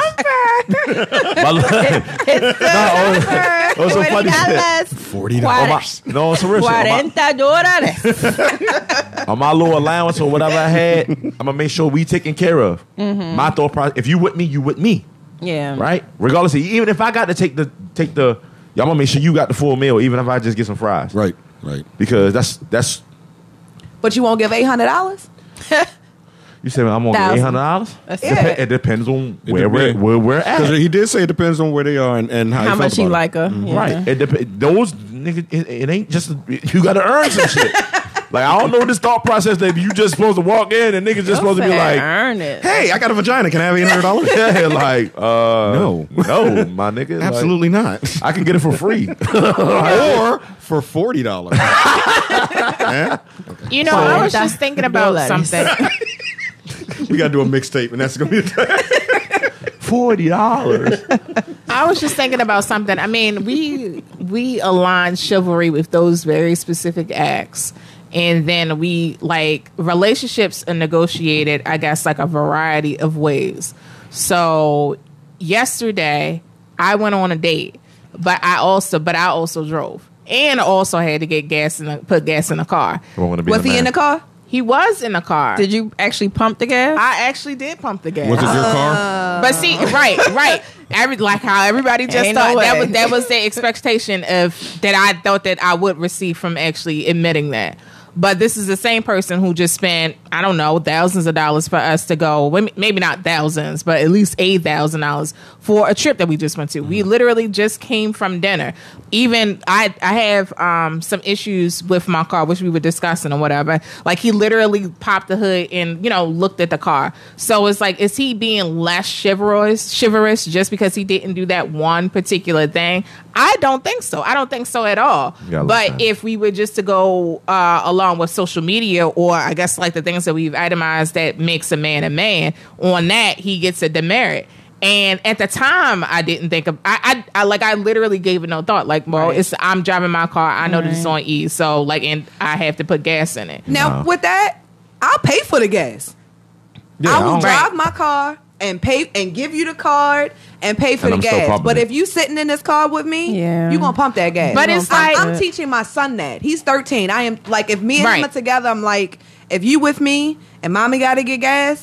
my nah, oh, oh, some funny shit.
Forty
On
dollars.
my, no, it's a real shit. On my-
dólares.
on my little allowance or whatever I had, I'm gonna make sure we taken care of.
Mm-hmm.
My thought process: if you with me, you with me.
Yeah.
right? Regardless, of, even if I got to take the take the, y'all gonna make sure you got the full meal, even if I just get some fries,
Right. Right.
Because that's that's
But you won't give eight hundred dollars?
you said I'm on
Thousand.
eight hundred dollars.
it.
It depends on
It
where we're
depend-
where we're at.
Because he did say it depends on where they are and, and how,
How
you
much
felt
you
about
like her? Yeah.
Right. It dep- those niggas, it, it ain't just you got to earn some shit. Like I don't know this thought process that you just supposed to walk in and niggas just supposed to be like,
earn it.
It. Hey, I got a vagina. Can I have eight hundred dollars?
yeah, like uh,
No.
no, my nigga, like,
Absolutely not.
I can get it for free.
or for forty dollars.
You know, I was
Forty
just thinking about
dollars.
something.
we got to do a mixtape, and that's gonna be. The
Forty dollars.
I was just thinking about something. I mean, we we align chivalry with those very specific acts. And then we like relationships are negotiated, I guess, like a variety of ways. So yesterday I went on a date, but I also but I also drove. And also had to get gas in the, put gas in the car.
I wanna be
Was
the
he
man.
in the car?
He was in the car.
Did you actually pump the gas?
I actually did pump the gas.
Was it your
Uh,
car?
But see, right, right. Every like how everybody just
Ain't no
thought that
way.
was that was the expectation of that I thought that I would receive from actually admitting that. But this is the same person who just spent I don't know thousands of dollars for us to go. well, Maybe not thousands, but at least eight thousand dollars for a trip that we just went to.
Mm.
We literally just came from dinner. Even I I have um, some issues with my car, which we were discussing or whatever. Like he literally popped the hood and you know looked at the car. So it's like, is he being less chivalrous, chivalrous just because he didn't do that one particular thing? I don't think so. I don't think so at all.
Yeah, I love
But
that.
if we were just to go uh, along with social media, or I guess like the things that we've itemized that makes a man a man, on that he gets a demerit. And at the time, I didn't think of I, I, I like I literally gave it no thought. Like, well, it's I'm driving my car. I know that it's on E, so like, and I have to put gas in it.
Now
Wow.
with that, I'll pay for the gas.
Yeah,
I will
I don't-
drive my car and pay and give you the card and pay for
And
the
I'm still
gas.
pumping
But
it.
if you sitting in this car with me,
Yeah.
you gonna pump that gas.
But
You
it's
gonna pump-
like-
I'm teaching my son that he's 13. I am like if me and him
Right.
are together, I'm like if you with me and mommy got to get gas,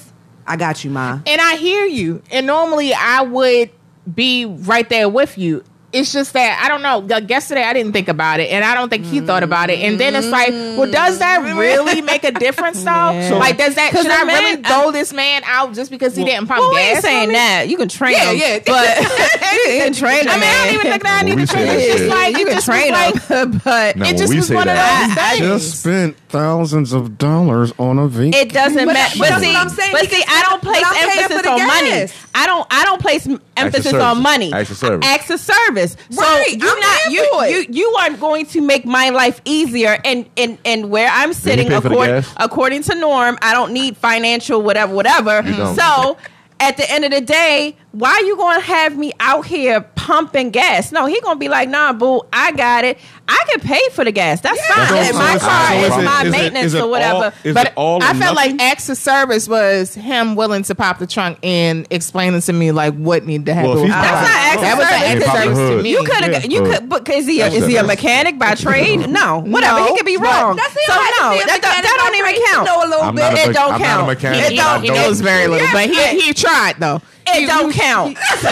I got you, ma.
And I hear you. And normally I would be right there with you. It's just that I don't know. Like yesterday I didn't think about it, and I don't think he thought about it. And then it's like, well, does
Mm.
that really make a difference, though?
So-
Like, does that should
the
I
man-
really go this man out just because he didn't pump
Well, we
gas?
ain't saying
for me?
that. You can train
Yeah,
him.
yeah.
But you can train him.
I mean, I don't even think that I
Well,
need
we
to
said
train.
that
It's just
shit.
like
you
it
can
just was
train
like,
him, but
Now,
it
when
just
we
was
say
one
that-
of those
I- I
things.
Just spent thousands of dollars on a vehicle.
It doesn't
But-
matter.
but
But,
that's
see,
what I'm saying.
but
He
see,
can-
I don't
but
place
I'm paying
emphasis
for the
on money.
gas.
I don't. I don't place m- emphasis on
service.
money.
Acts of service.
Acts of service. So
Right.
you're
I'm
not
paying
you,
for it.
you. You are going to make my life easier. And and and where I'm sitting,
pay for the
according
gas?
according to norm, I don't need financial whatever whatever.
You don't.
So. At the end of the day, why you gonna have me out here pumping gas? No, he gonna be like, nah, boo, I got it. I can pay for the gas. That's
So-
fine. And
so
my
it's-
car
so
is
is it-
my
is it-
maintenance
is it
or
all-
whatever.
is
but
it all
I
or
felt like
nothing?
acts of service was him willing to pop the trunk and explaining to me like what needed to happen.
Well, if
with
he's
my
popping-
car.
That's not acts
that
of
was an
service.
act of
Popping the
service to
hood.
me.
You could have.
Yeah.
You
Well,
could. But is he a,
that's
is he a
different.
mechanic by trade? No, whatever. he could be wrong.
That's
so no, that, don't- that don't even count.
Know a little
I'm
bit.
not a,
It
mech-
don't
I'm
count.
not a mechanic.
It
He,
and I
don't, he knows very little,
Yeah.
but he, he tried though.
it don't count. so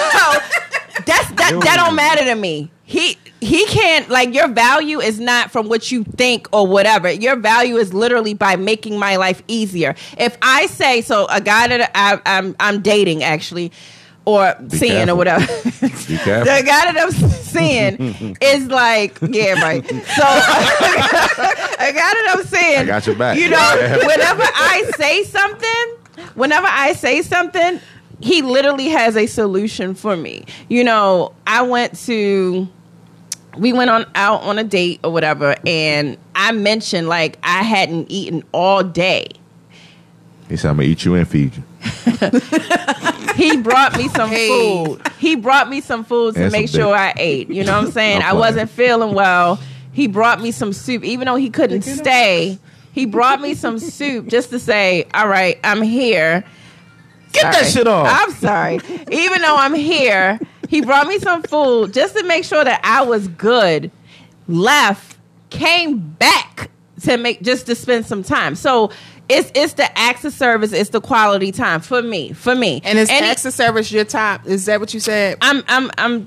that's that. That don't matter to me. He he can't like your value is not from what you think or whatever. Your value is literally by making my life easier. If I say so, a guy that I, I'm I'm dating actually, or seeing or
careful.
whatever.
Be careful.
The guy that I'm seeing is like, yeah, right. So a guy that I'm seeing,
I got your back.
You know, whenever I say something, whenever I say something, he literally has a solution for me. You know, I went to we went on out on a date or whatever, and I mentioned like I hadn't eaten all day.
He said, I'm going to eat you and feed you.
He brought me some food. He brought me some food to
And some
make sure
dick.
I ate. You know what I'm saying?
No
I
plan.
wasn't feeling well. He brought me some soup, even though he couldn't stay. He brought me some soup just to say, "All right, I'm here."
Get that
Sorry.
shit off.
I'm sorry. Even though I'm here, he brought me some food just to make sure that I was good. Left, came back to make just to spend some time. So it's it's the acts of service, it's the quality time for me, for me.
And it's
Any-
acts of service your top. Is that what you said?
I'm I'm I'm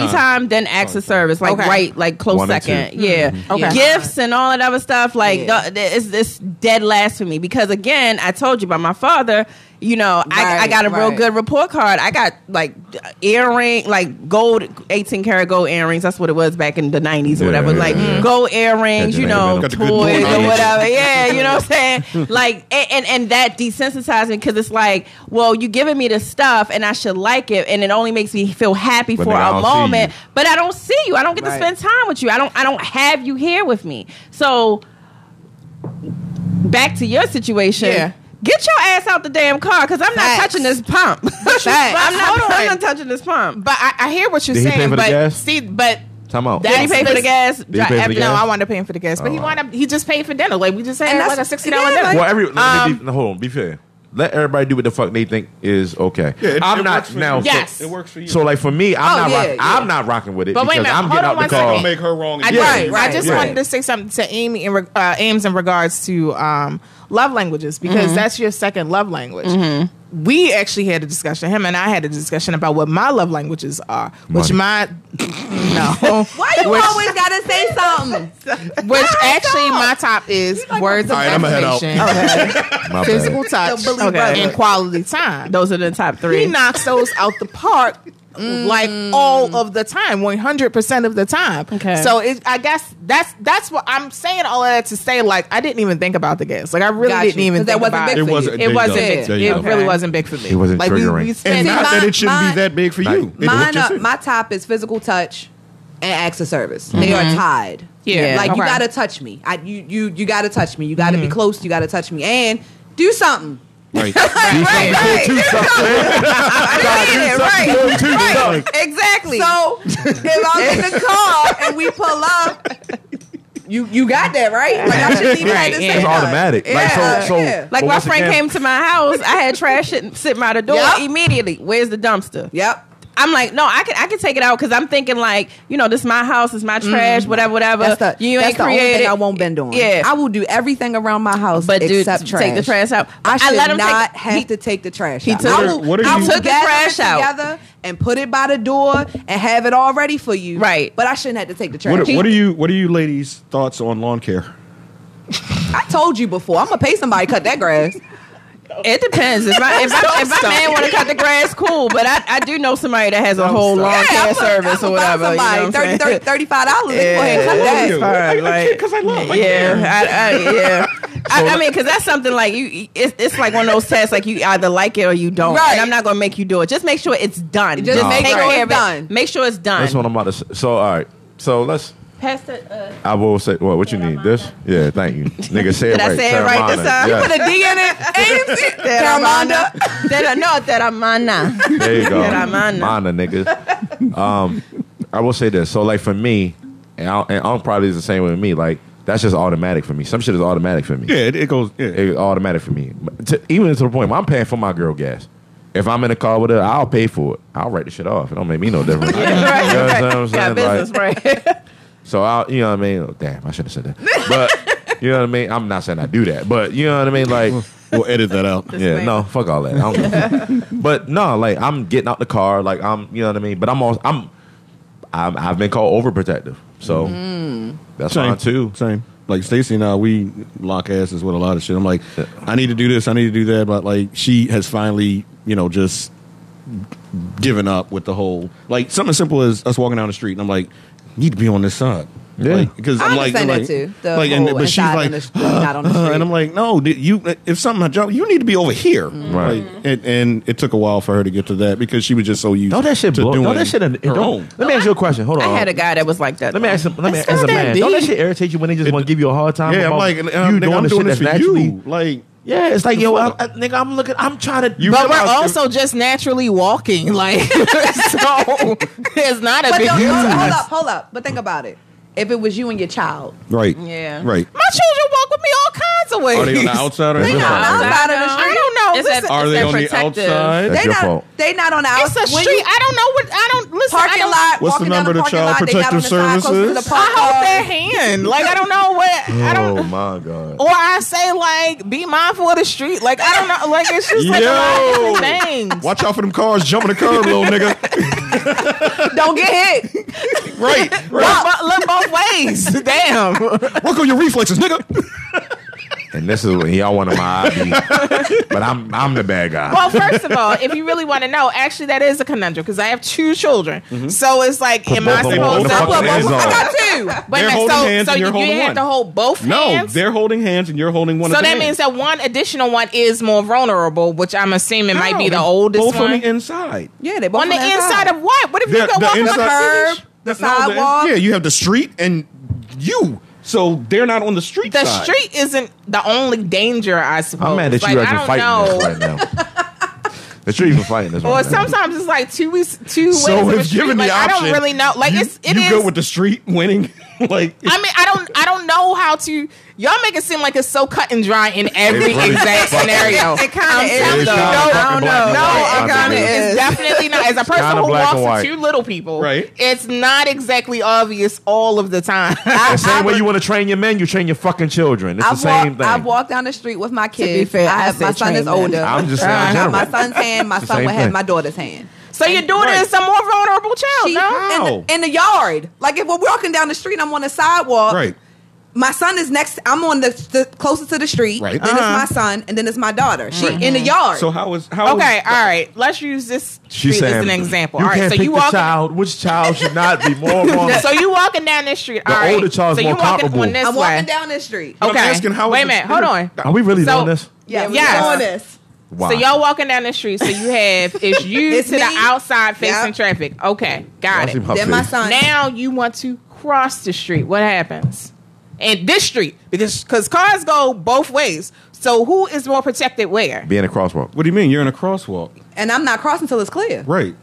Quality
time.
time.
then acts of service like
Okay. Mm-hmm.
right like close
One or two. Mm-hmm.
second yeah
Okay.
gifts and all that other stuff like
Yeah.
the- the- it's, it's dead last for me because again I told you about my father you know I, I
Right,
got a real
right.
good report card I got like earring like gold 18 karat gold earrings that's what it was back in the 90s or
Yeah,
whatever
yeah,
like
yeah.
gold earrings
Got your
you know
name in
toys
them.
or
Got the good boy knowledge.
whatever yeah you know what I'm saying like and and, and that desensitized me because it's like well you giving me the stuff and I should like it and it only makes me feel happy
But
for
nigga, I don't
a
see you.
moment but I don't see you. I don't get to
Right.
spend time with you. I don't I don't have you here with me. So back to your situation.
Yeah.
Get your ass out the damn car because I'm not
Facts.
touching this pump. I'm,
Hold
not,
on.
I'm not touching this pump.
But I, I hear what you're
Did he pay
saying.
for the
but
gas?
see, but
Time out.
Did he
That's
pay for
the-
the gas?
Did he pay for the
no,
gas?
I wound up paying for the gas. But he
Oh,
wound up. He just paid for dinner. Like we just had
And
like a
that's-
sixty dollar
yeah,
dinner.
like-
Well, every, let me be, no, hold on, be fair. let everybody do what the fuck they think is okay.
Yeah, it-
I'm
it works
not
for
now.
you.
so-
Yes.
It works for you.
So like for me, I'm
Oh,
not.
yeah,
rocking, I'm
yeah.
not rocking with it
But wait a
because
minute,
I'm
hold
getting
on
out the
one
car.
second.
make her wrong.
I,
again.
right, I
right,
just
right.
wanted to say something to Amy in, reg- uh, Ames in regards to um, love languages because that's your second love language. We actually had a discussion. Him and I had a discussion about what my love languages are, which my no,
Why you
which,
always gotta say something?
which actually my top is words
All
of
right, I'ma head out.
affirmation,
My
physical
bad.
touch,
The believer. Okay.
and quality time.
Those are the top
he
three.
knocks those out the park like all of the time 100% of the time
Okay.
so it, i guess that's that's what i'm saying all of that to say like i didn't even think about the guest like i really
Got you.
didn't even
'Cause that
think
wasn't
about
big
it
for you.
wasn't
it
big,
wasn't
though.
it
There
you go.
really wasn't big for me
It wasn't
like we,
triggering.
we
And
spent
not-
time-
that it shouldn't be Mine- that
big for
you. It-
Mine, uh, my top is physical touch and acts of service. They
Mm-hmm.
are tied.
Yeah,
like you
okay.
gotta touch me. I you you you gotta touch me. You gotta
Mm-hmm.
be close. You gotta touch me and do something.
Right.
Right, right,
Two something.
right, right.
Two something.
Exactly. So if I'm in the car and we pull up, you you got that right. Like I shouldn't even have
Right,
to
yeah.
say
It's
nothing.
automatic. Like so.
Yeah,
so
yeah.
but
Like my
once
friend
again-
came to my house, I had trash shit sitting by the door
Yup.
immediately. Where's the dumpster?
Yep.
I'm like, no, I can I can take it out because I'm thinking like, you know, this is my house, it's my trash, whatever, whatever.
Mm-hmm. That's the,
you
that's
ain't
the
created.
only thing I won't been doing.
Yeah.
I will do everything around my house
But dude,
except trash.
take the trash out.
I should
let him
not
take-
have
he-
to take the trash
he
out.
took-
I will,
What are
I
you-
will
took the
gather
trash
it
out.
together and put it by the door and have it all ready for you.
Right.
But I shouldn't have to take the trash.
What,
out.
what are you? What are you ladies' thoughts on lawn care?
I told you before. I'm gonna pay somebody to cut that grass.
It depends. If my if, I, if my man want to cut the grass, cool. But I, I do know somebody that has a whole lawn care
I'm gonna-
service
I'm
or
gonna buy
whatever. you know
Somebody,
what I'm
30,
saying?
30, 35 dollars. Go ahead and cut that.
That's fine, like- yeah, I, I, yeah. I, I mean, because that's something like you. It's, it's like one of those tests. Like you either like it or you don't.
Right.
And I'm not gonna make you do it. Just make sure it's done.
Just
make
make
take
sure
care
it's
of it.
done.
Make sure it's done.
That's what I'm about to. Say. So all right. So let's.
Pass the. Uh,
I will say. What? What you need? This? Yeah. Thank you, nigga. Say it
Did I
right.
say it right this
Taramana.
time?
Yes.
Put a D in it.
Taramana.
That no, that I'm not.
There you go.
Yeah, mana.
Mana, nigga. Um, I will say this. So, like, for me, and, I, and I'm probably is the same with me. Like, that's just automatic for me. Some shit is automatic for me.
Yeah, it, it goes. Yeah.
It's automatic for me. To, even to the point, where I'm paying for my girl gas. If I'm in a car with her, I'll pay for it. I'll write the shit off. It don't make me no difference. You know what I'm saying?
Got business,
Like,
right?
so I, you know what I mean. Oh, damn, I should have said that. But you know what I mean. I'm not saying I do that, but you know what I mean. Like,
We'll edit that out.
yeah,
man.
no, fuck all that. I don't give a fuck. but no, like I'm getting out the car, like I'm, you know what I mean. But I'm also, I'm, I'm I've been called overprotective, so
Mm.
that's
Same
fine too.
Same. Like Stacy and I, we lock asses with a lot of shit. I'm like, I need to do this, I need to do that, but like she has finally, you know, just given up with the whole like something as simple as us walking down the street, and I'm like, you need to be on this side.
Yeah.
because
I
I'm like,
understand
like,
that too, the
like, and,
whole
but she's
inside
like,
on the street, not on the
"Uh,"
street.
and I'm like, no, did you if something had jumped, you need to be over here,
Mm-hmm.
Right.
Like, and, and it took a while for her to get to that because she was just so used.
Don't that shit
to
blow?
doing
Don't that shit?
her
Don't,
own.
let me ask you a question. Hold on.
I had a guy that was like that.
let me ask. Him, let me
It's
as a
not that
man. Don't that
deep.
shit irritate you when they just
It-
want to give you a hard time?
Yeah, I'm
about
like, um,
you
nigga,
doing
I'm
the
doing
shit
this
that's
for
naturally.
you, like.
Yeah, it's like yo, I,
fuck
I, nigga, I'm looking. I'm trying to.
You
but we're
realize if-
also just naturally walking like so it's not a
But
big
don't,
deal.
hold, hold
my
up, hold up. But think about it. If it was you and your child,
Right.
Yeah.
Right.
children walk with me all kinds of ways
Are they on the outside or
They
inside?
not on the outside of the
I
street.
don't know.
It's
Listen,
that-
Are
It's
they
their
on the
protective.
outside?
That's
they
your
not
fault.
they not on the
it's a
outside. When
street.
you
I don't know what I don't listen. I
parking
don't-
lot,
What's the
walking
number
down the
to
parking
Child
lot, they
Protective
got on the side, close to the
Services?
park
I hold
car.
their hand. Like I don't know what I don't.
Oh my god.
Or I say like, be mindful of the street. Like I don't know. Like it's just like a lot of different things.
Watch out for them cars jumping the curb, little nigga.
Don't get hit.
right, right.
Look, bo- look both ways. Damn.
Work on your reflexes, nigga.
And this is when y'all wanted my ID, but I'm I'm the bad guy.
Well, first of all, if you really want to know, actually that is a conundrum because I have two children.
Mm-hmm.
So it's like, am
both
I
of them on
supposed
the
to?
fucking
Well, well,
end
well,
zone.
I got two. But
They're
now-
holding
so,
hands
so
and
you,
you're holding
you have
one.
to hold both
No,
hands.
they're holding hands and you're holding one
so
of the
that
hands.
means that one additional one is more vulnerable, which I'm assuming might be
No,
the
they're
oldest
both
one.
on the inside.
Yeah, they both
on the inside of what? What if
They're-
you go
the
walk on the
inside-
curb?
the
No,
sidewalk.
yeah, you have the street and you. So they're not on the street
The
side.
street isn't the only danger, I suppose.
I'm mad that
Like,
you
I
actually
don't
fighting
know.
this right now. that you're even fighting this
Or
right now.
sometimes it's like two weeks, two ways.
So
of a
if
street.
given the
like, I
option,
don't really know. Like
you,
it's it
you
is
go with the street winning.
like,
I mean, I don't, I don't know how to. Y'all make it seem like it's so cut and dry in every
really
exact scenario.
It kind of is.
telling you,
though.
no,
fucking black
I don't know.
and
No,
white. I
it kind of
think it
is.
It's definitely not. As a person
kinda
who
black
walks
and
with
white.
two little people,
Right.
It's not exactly obvious all of the time.
The same way you want to train your men, you train your fucking children. It's the
I've
same
walked,
thing.
I've walked down the street with my
be
kids.
fair,
I
I
have, my
said
son
train
is
men.
older.
I'm just saying
I have
general.
my son's hand. My son
same
would have
thing.
my daughter's hand.
so your daughter
Right.
is some more vulnerable child.
She-
no?
in,
How?
the, in the yard. Like if we're walking down the street, and I'm on the sidewalk.
right.
My son is next. I'm on the, the closest to the street.
Right.
Then it's my son, and then it's my daughter. She in the yard.
So how was how? was-
okay, all right. Let's use this
She's
street as
saying,
an example.
You
all right,
can't
so
pick
you
the
walk.
child. Which child should not be more vulnerable?
So you walking down this street.
The
all right.
older child's
so
more
you walking
comparable.
on this
I'm
way.
walking down the street.
okay.
asking, how was
Wait a
the
minute. Hold on.
Are we really
So-
doing this?
Yeah, we're
Yes.
doing this.
Wow.
So y'all walking down the street. So you have it's you
It's
to the
me.
outside facing
Yep.
traffic. Okay,
Y'all
got
see
it.
my
Then my
face.
son.
Now you want to cross the street. What happens? And this street because because cars go both ways. So who is more protected where?
Being a crosswalk.
What do you mean? You're in a crosswalk.
and I'm not crossing till it's clear.
Right.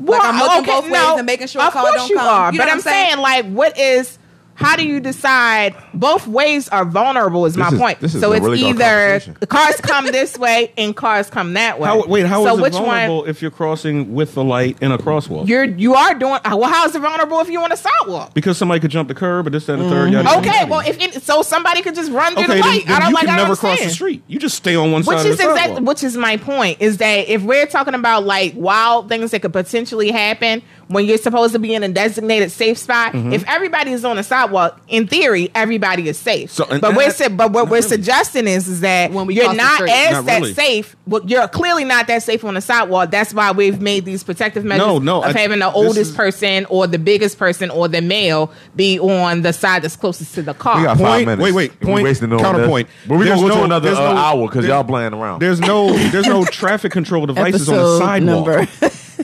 Like, I'm looking both ways
no,
and making sure
of
car
course
don't
you
come.
are.
You know
but
what
I'm
I'm
saying?
saying?
like, what is? How do you decide? Both ways are vulnerable. Is my
This is-
point.
this is
so
a
it's
really good
either
conversation.
cars come this way and cars come that way.
How, wait, how is
so
it
which one?
vulnerable if you're crossing with the light in a crosswalk?
You're you are doing uh, well. How is it vulnerable if you're on a sidewalk?
because somebody could jump the curb or this, that, and the third. yada, yada,
Mm-hmm. Okay,
yada.
well, if it, so, somebody could just run through
okay,
the
then,
light.
then
I don't
you
like.
can
I don't
never
understand.
cross the street. You just stay on one
Which
side of
is
the
exactly
sidewalk.
which is my point is that if we're talking about like wild things that could potentially happen when you're supposed to be in a designated safe spot,
Mm-hmm.
if everybody is on the sidewalk, in theory, everybody is safe.
So, and-
but
and
we're
that-
sa- but what we're suggesting is is that
When we
you're
cross the
not
street.
as
Not
that
really.
safe. Well, you're clearly not that safe on the sidewalk. That's why we've made these protective measures
No, no,
of
I-
having the
this
oldest
is-
person or the biggest person or the male be on the side that's closest to the car.
We got five
Point-
minutes.
wait, wait,
We
point-
wasting it on
counterpoint.
this. But we're going
There's
to go to
no-
another
there's
uh,
no-
hour because
there-
y'all playing around.
There's no there's no traffic control devices on the
Episode
sidewalk.
number.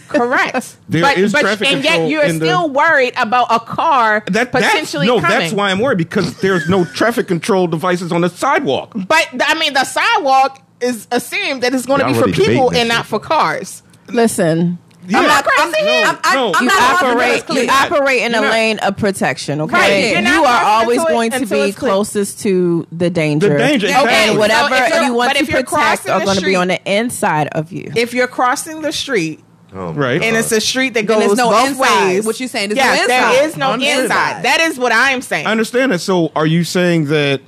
Correct.
There
but,
is
but-
traffic
and yet
control
you're
in the-
still worried about a car
That
potentially
that's, no,
coming.
that's why I'm worried because there's no traffic control devices on the sidewalk.
But th- I mean, the sidewk is assumed that it's going to
Y'all
be for
really debating
people
this
and not
shit.
for cars.
Listen,
Yeah.
I'm not I'm,
crazy.
I'm, I'm,
No,
I'm
you
not crossing till
operate
it's
you
clear.
operate in a
not.
lane of protection. Okay,
Right. You're not
you are
crossing
always
until it-
going to
until
be
it's clear.
closest to the danger.
The danger,
Yeah,
exactly.
And
So
whatever
if you're-
you want
but
to
if you're
protect
crossing
are
the
going to be
street-
on the inside of you.
If you're crossing the street
Oh my
Right.
God.
and it's a street that
Then
goes
there's no
both
inside.
ways,
What you saying, there's no
yes,
inside.
there is no
Understood.
inside. That is what I am saying.
I understand that. So are you saying that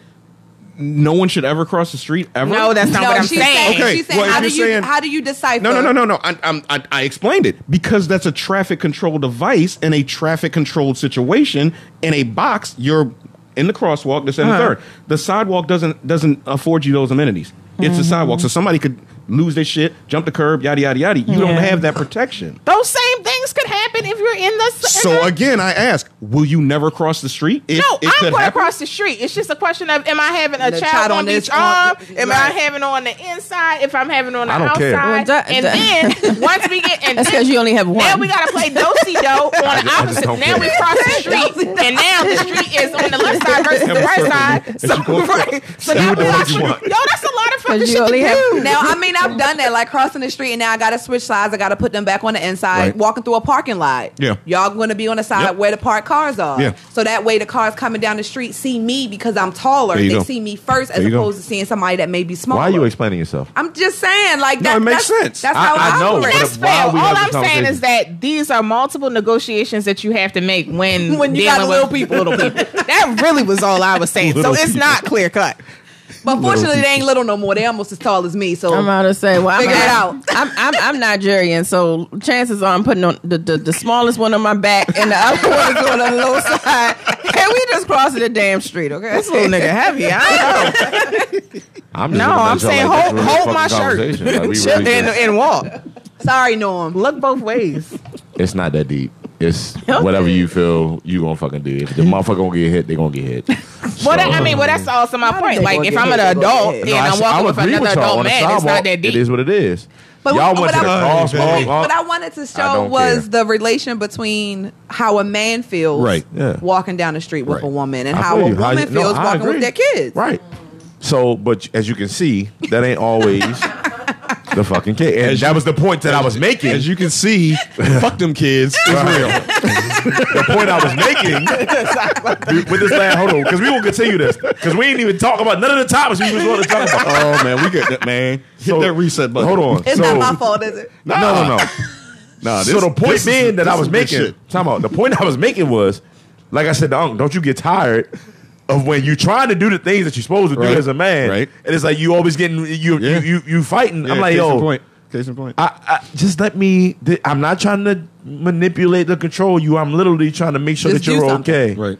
no one should ever cross the street ever?
No, that's not
No,
what I'm
she's
saying.
saying,
Okay,
she's saying,
well, if
how do
you're
you
saying-
how do you decipher?
No, no,
Uh,
no, no, no. I, I'm- I, I explained it because that's a traffic control device in a traffic controlled situation. In a box, you're in the crosswalk. This and
Uh-huh.
the third. The sidewalk doesn't doesn't afford you those amenities. It's a sidewalk,
Mm.
so somebody could lose their shit, jump the curb, yada yada yada. You don't
Yeah.
have that protection.
Those same things could happen if you're in the.
So again, I ask: Will you never cross the street? If
no,
it
I'm
could
going
happen?
across the street. It's just a question of am I having a
The
child,
child
on,
on
each
this
arm?
arm,
Am
right.
I having on the inside? If I'm having on the
I don't
outside?
care.
Well, duh,
and
duh.
then once we get and
That's
then-
because you only have one.
Now we gotta play do si do on the
just- I just
opposite.
don't
Now
care.
we cross the street, and now the street is on the left side versus the right side. So right, so now
what
we
the fuck
got
you want.
yo, that's a lot of fucking
Because you
shit to
only have-
do.
Now, I mean, I've done that, like crossing the street, and now I got to switch sides. I got to put them back on the inside,
Right.
walking through a parking lot.
Yeah.
Y'all going to be on the side
Yep.
where the parked cars are.
Yeah.
So that way the cars coming down the street see me because I'm taller.
There you
They
go.
see me first as
There you go.
opposed to seeing somebody that may be smaller.
Why are you explaining yourself?
I'm just saying, like,
No,
that,
it makes
that's,
sense.
That's
I-
how I,
I know,
operate.
but
That's
why
fair.
are we
All
having
I'm
this
saying
conversation?
is that these are multiple negotiations that you have to make when
When you got
dealing with
little people.
Little people. that really was all I was saying. so
Little
it's not clear cut.
But fortunately, they ain't little no more. They're almost as tall as me. So
I'm about to say, well, I'm,
Figure it out.
I'm, I'm, I'm Nigerian, so chances are I'm putting on the, the, the smallest one on my back and the other one is on the low side. Can we just cross the damn street, okay?
This little nigga heavy. I don't know.
I'm just
No,
looking at
I'm
y'all
saying
like this is
hold-
a
hold
fucking
my shirt.
conversation. Like, we really
and,
just-
and walk.
sorry, Norm.
Look both ways.
It's not that deep. It's whatever you feel you gonna fucking do. If the motherfucker gonna get hit, they gonna get hit.
Well,
So-
that, I mean, well, that's also my point.
they
Like,
gonna
if
get
I'm
hit?
an
They gonna
adult
get
and
hit.
No, I
I'm
s- I
walking with
agree
another
y'all
adult
on the
man, it's
sidewalk.
not that
It
deep.
is what it is.
But
y'all
what-
went to
what
the
I-
crosswalk.
What I wanted to
I
show
don't
was
care.
the relation between how a man feels
Right,
yeah.
walking down the street with
Right.
a woman and
I
how a
feel you.
woman
you- no,
feels
I
walking
agree.
with their kids.
Right. So, but as you can see, that ain't always the fucking case. And that was the point that I was making.
as you can see, fuck them kids. It's real.
the point I was making with this last hold on because we will continue this because we didn't even talk about none of the topics we was going to talk about.
Oh man, we got that man. Hit
So-
that reset button.
Hold on,
It's
So-
not my fault, is it?
No, no, no.
Nah,
so the point
Uh, this is-
being that
this
I
is
was
good
making,
shit.
time out. The point I was making was, like I said to Unc, don't you get tired of when you're trying to do the things that you're supposed to
Right,
do as a man,
right.
and it's like you always getting you you,
Yeah.
you you fighting. I'm
Yeah,
like,
case
yo,
In point. Case in point.
I, I just let me. th- I'm not trying to manipulate the control you. I'm literally trying to make sure
Just
that you're
do something.
okay.
right.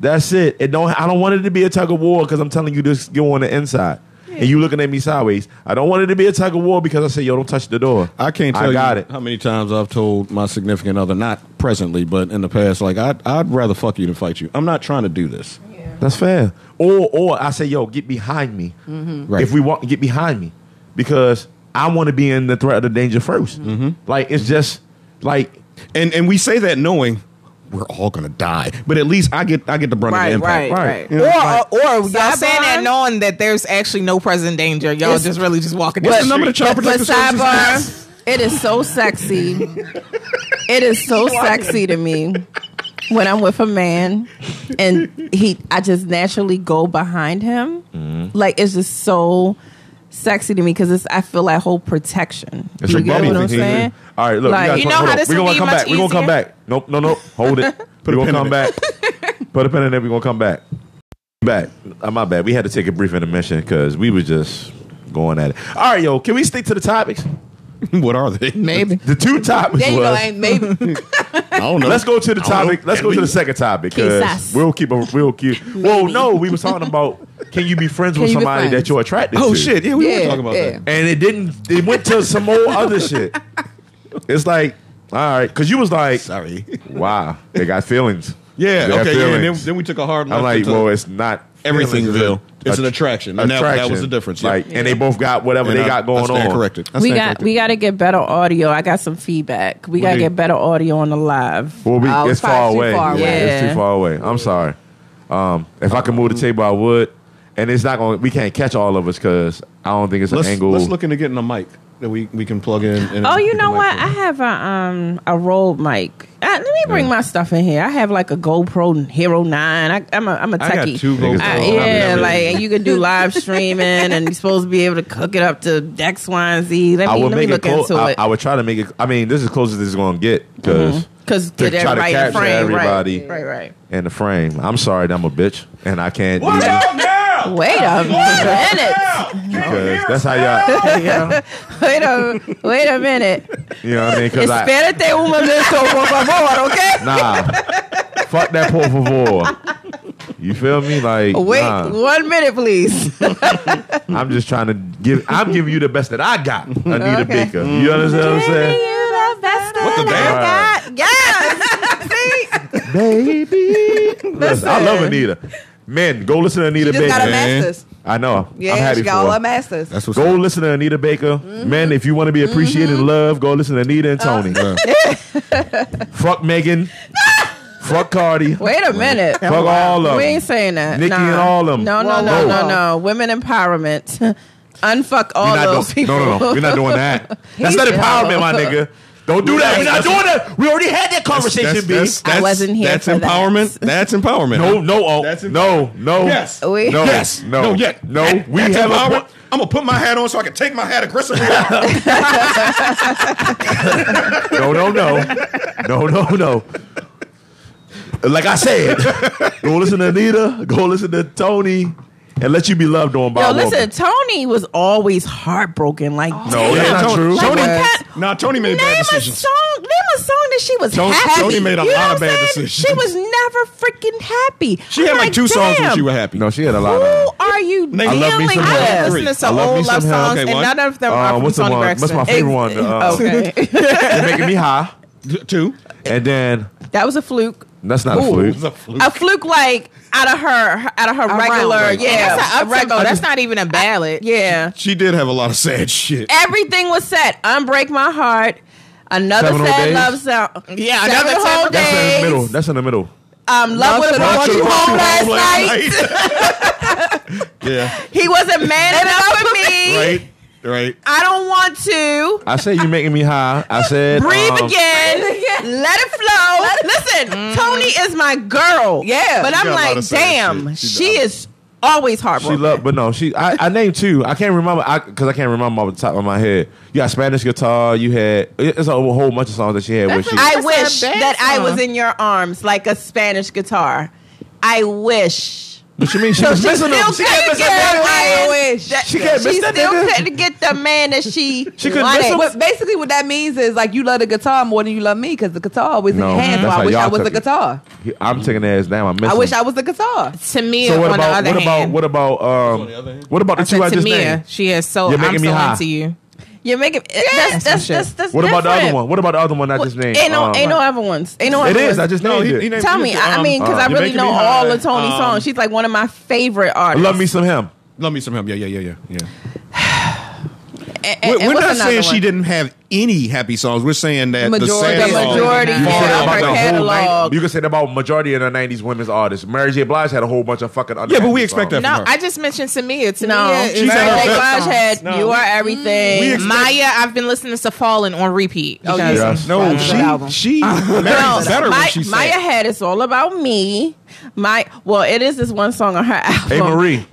That's it. It don't. I don't want it to be a tug of war because I'm telling you this. Go on the inside, and you looking at me sideways. I don't want it to be a tug of war because I say, yo, don't touch the door.
I can't tell
I got
you
it.
how many times I've told my significant other, not presently, but in the past, like I'd, I'd rather fuck you than fight you. I'm not trying to do this.
That's fair. Or or I say, yo, get behind me.
Right.
If we want, get behind me because I want to be in the threat of the danger 1st Like it's just like
And and we say that knowing we're all gonna die, but at least I get I get the brunt of the
Right,
impact.
right,
Right.
right,
You
Or, or y'all saying that
Sidebar?
knowing that there's actually no present danger. Y'all
Yes.
just really just walking.
What's
down
the number of
street.
child
But
protective services?
sidebar, it is so sexy. It is so sexy to me when I'm with a man and he I just naturally go behind him.
Mm-hmm.
Like it's just so sexy to me because it's I feel like whole protection.
It's
you
like
get
mommy
what I'm
things here.
saying?
All right, look.
Like-
we
You know
got,
how
hold on.
this
We're
would
gonna
be
come
much
back. We're gonna come
easier?
back. Nope, no, nope. Hold it. we're gonna
pin in
come
it.
back. Put a pin in it. We're gonna come back. Back. Uh, my bad. We had to take a brief intermission because we was just going at it. All right, yo. Can we stick to the topics?
what are they?
Maybe.
The two topics
There you go.
was-
Ain't maybe.
I don't know.
Let's go to the
I don't know.
topic. Let's
Can
go to the
we-
second topic
Quizás.
because we'll keep a we'll keep. Well, no, we was talking about can you be friends with
you be
somebody that
friends?
you're attracted to?
Oh shit! Yeah, we were
Yeah,
talking about
yeah.
that.
and it didn't. It went to some more other shit. It's like, all right, because you was like,
Sorry.
wow, they got feelings.
Yeah.
They got
okay. Yeah. And then,
feelings.
then we took a hard.
I'm
left
like,
into
well, it's not
everything,
feelings,
Bill.
a-
It's an attraction. And that- that was the difference, yeah.
Like, and they both got whatever
And
they
I-
got going
I stand
on.
Corrected. I
We
stand
got
corrected.
we got to get better audio. I got some feedback. We got to
do you-
get better audio on the live.
Well, we,
Oh,
it's
it's
far
probably too
away.
far
Yeah,
away.
it's too
Yeah.
far away. I'm sorry. Um, if I could move the table, I would. And it's not going. to We can't catch all of us because I don't think it's
Let's,
an angle.
let's look into getting a mic that we, we can plug in. And
Oh,
we
you
can
know
mic
what?
for.
I have a um a Rode mic. Uh, let me bring my stuff in here. I have like a GoPro Hero Nine. I, I'm a I'm a
I
techie.
got two
Niggas
GoPros.
Uh,
Oh,
yeah,
I'm
like and you can do live streaming, and you're supposed to be able to cook it up to X, Y, and Z. Let me,
I would
let me
make it.
look
Clo-
into
I,
it.
I would try to make it. I mean, this is close as it's going to get because
Because
to
get
try to
everybody in
capture
the frame,
everybody.
right? Right, right.
in the frame. I'm sorry, that I'm a bitch and I can't. do it
now?
Wait a minute.
because that's how y'all.
Wait a wait a minute.
You know what I mean? Because I
Espérate un momento, por favor, okay?
nah. Fuck that por favor. You feel me? Like
Wait
nah.
one minute, please.
I'm just trying to give. I'm giving you the best that I got, Anita
Okay.
Baker. You understand what I'm saying?
What
the damn?
Yes. See,
Baby, Listen, I love
Listen.
Anita. Men, go listen to Anita
Just
Baker.
got a
Man.
master's.
I know. I'm
Yeah,
happy
she
for
got all
her.
her masters.
That's what's
Go listen to Anita Baker. Men, if you want to be appreciated and loved, go listen to Anita and Tony. Fuck Megan. Fuck Cardi.
Wait a minute.
Fuck all of them.
We ain't saying that.
Nicki
nah.
and all them.
No, no,
Whoa,
no,
whoa.
no, no. Women empowerment. Unfuck all
We're not
those
doing,
people.
no, no, no. We're not doing that. That's not
said-
empowerment, my nigga. Don't do that. We're not doing that. We already had that conversation, B.
that's, that's,
I wasn't here
That's
for that.
empowerment. That's empowerment.
No, no, oh,
That's
no, no.
Yes.
No,
We-
yes. No,
No,
no,
yeah.
no. We have a
empowerment. I'm gonna put my hat on so I can take my hat aggressively off.
No, no, no. No, no, no. Like I said, go listen to Anita, go listen to Tony, and let you be loved on by
Yo,
a woman.
listen, Tony was always heartbroken. Like, no,
No,
damn.
that's not
Tony-
true.
Like,
Tony-
that-
nah, Tony made bad
name a
decisions.
song. Name a song that she was
Tony-
happy.
Tony made a
You know
lot of
what I'm
bad
saying?
decisions.
She was never freaking happy.
She had
I'm
like two songs when
damn,
she was happy.
No, she had a lot
Who
of.
are you
I
dealing
Love Me Some Hell.
with?
Three.
Listen to some
I love me
old
some
love
hell.
songs,
Okay,
and
one.
none of them
Uh,
are from
what's the
Tony
one? What's
Braxton.
my favorite one? Uh,
Okay,
You're making me high.
Two.
And then
that was a fluke.
that's not a
It's a
fluke.
fluke.
A fluke like out of her, her- out of her regular,
Around.
yeah,
That's,
a
an
regular,
uptempo. that's not even a ballad.
yeah.
She did have a lot of sad shit.
Everything was set. Unbreak my heart. Another
Seven Whole
sad
Days?
love song.
Yeah,
Seven
another
whole
Seven-
That's in the middle.
days.
That's in the middle.
Um, love would have brought you home last night.
yeah.
He wasn't man enough for me.
Right. Right.
I don't want to
I said you're making me high. I said
breathe
um,
again. Let it Mm-hmm. flow. Listen, Tony is my girl.
Yeah.
But
She
got
I'm
a lot
like,
of certain
damn,
shit. She-
she, is always
She
heartbroken.
loved, but no, she. I, I named two. I can't remember because I, can't remember off the top of my head. You got Spanish guitar. You had it- it's a whole bunch of songs that she had where she.
I
That's
wish
not bad
that I was
song.
in your arms like a Spanish guitar. I wish.
What you mean? She was missing them. She kept
couldn't
missing
get
them.
the man
I wish.
that-
She can't miss
she
that
still
nigga.
couldn't get the man that she,
She couldn't miss
wanted.
him.
But basically, what that means is like you love the guitar more than you love me because the guitar always
No,
in your hand. So
that's how
I wish I
y'all
was
took
the
it.
guitar.
I'm taking ass down. I miss.
I
him.
wish I was the guitar.
Tamia,
So what about
on the
what
other
about
hand,
what about um what about the
I said
two I just
Tamia,
named?
she is so
You're making
I'm
me
so
high.
into you.
You're making that's,
Some
that's,
shit.
that's, that's
What about the other
different.
one? What about the other one I just named?
Ain't no,
Um,
ain't no other ones. Ain't no
It
other
is.
ones.
I just
No,
named
he-
it.
he named-
Tell me, I
Um,
mean, because
uh,
I
You're
really
Making
know
Me High,
all of Tony's
um,
songs. She's like one of my favorite artists.
Love me some him.
Love me some help. Yeah, yeah, yeah, yeah. yeah.
And- and-
We're,
and
we're
what's
not
another
saying she
one?
didn't have any happy songs. We're saying that the,
Majority-
sad
the
songs-
majority
You can say that
Yeah,
about
her
the whole
catalog.
nine- You can say that about majority of the '90s women's artists. Mary J. Blige had a whole bunch of fucking.
Yeah, but we expect that
No,
from her.
I just mentioned Tamia. Tamia
No,
is
Mary
one of
J.
the best
Blige
songs.
had "You Are Everything."
we expect-
Maya, I've been listening to Fallen on repeat.
Oh,
because-
yeah.
Yes.
That's
no,
a good album.
she she Mary's better
My-
when she
Maya
sang.
had "It's All About Me." My well, it is this one song on her
Hey
album.
Marie,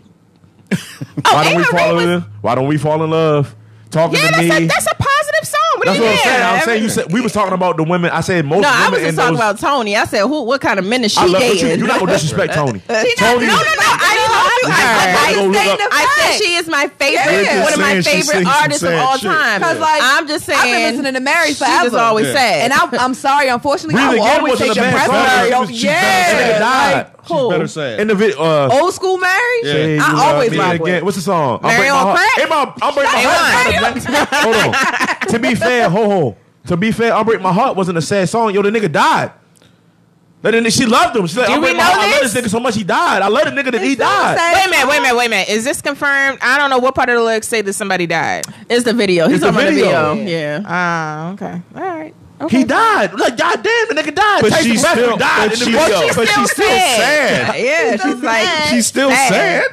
why don't we
Hey, Oh, Marie
fall
was-
in? Why don't we fall in love? Talking
Yeah,
to me.
that's a, that's a positive song. What
That's
do you
what I'm
mean?
saying. I'm saying you said we was talking about the women. I said most
No, I
women
was just
in
talking
those.
about Tony. I said, "Who? What kind of men is
I
she
love you.
dating?"
You're not gonna disrespect Tony.
no,
Tony,
no, no, I love her.
I go look up-
I said she is my favorite,
Yeah.
one of my
Saying she
favorite
sings some
artists of
sad
all
shit.
time.
Because like
I'm just saying,
I've been listening to Mary
she just
forever.
always
Yeah.
sad.
And I'm, I'm sorry, unfortunately,
Breathe
I will
Again
always
wasn't
take
a
the
bad
breath
song.
away.
She
Oh,
was- she
Yeah,
better died.
Like,
She's
cool.
Better sad.
In the video, uh,
Old school Mary.
Yeah.
Say you
I
love
always
me
rock with
again.
it.
What's the song? I'll
Mary
break my
on
heart.
crack?
Hey, Mom, I'll break my heart. Hold on. To be fair, ho ho. To be fair, I'll break my heart wasn't a sad song. Yo, the nigga died. That nigga, she loved him. She said, I'll
we
break my
know
heart. I love
this?
this nigga so much he died. I love the nigga that he
It's so sad.
died.
Wait a minute, wait a minute, wait a minute. Is this confirmed? I don't know what part of the lyrics say that somebody died.
it's the video. He's
It's the
talking about the
video.
video. Yeah.
Oh, okay. All right. Okay.
He died. Like, goddamn, the nigga died.
But
Tyson
she's
Beckford
still-
died
but
in the
she's-
video.
but she's still sad.
Yeah, she's like
She's still sad.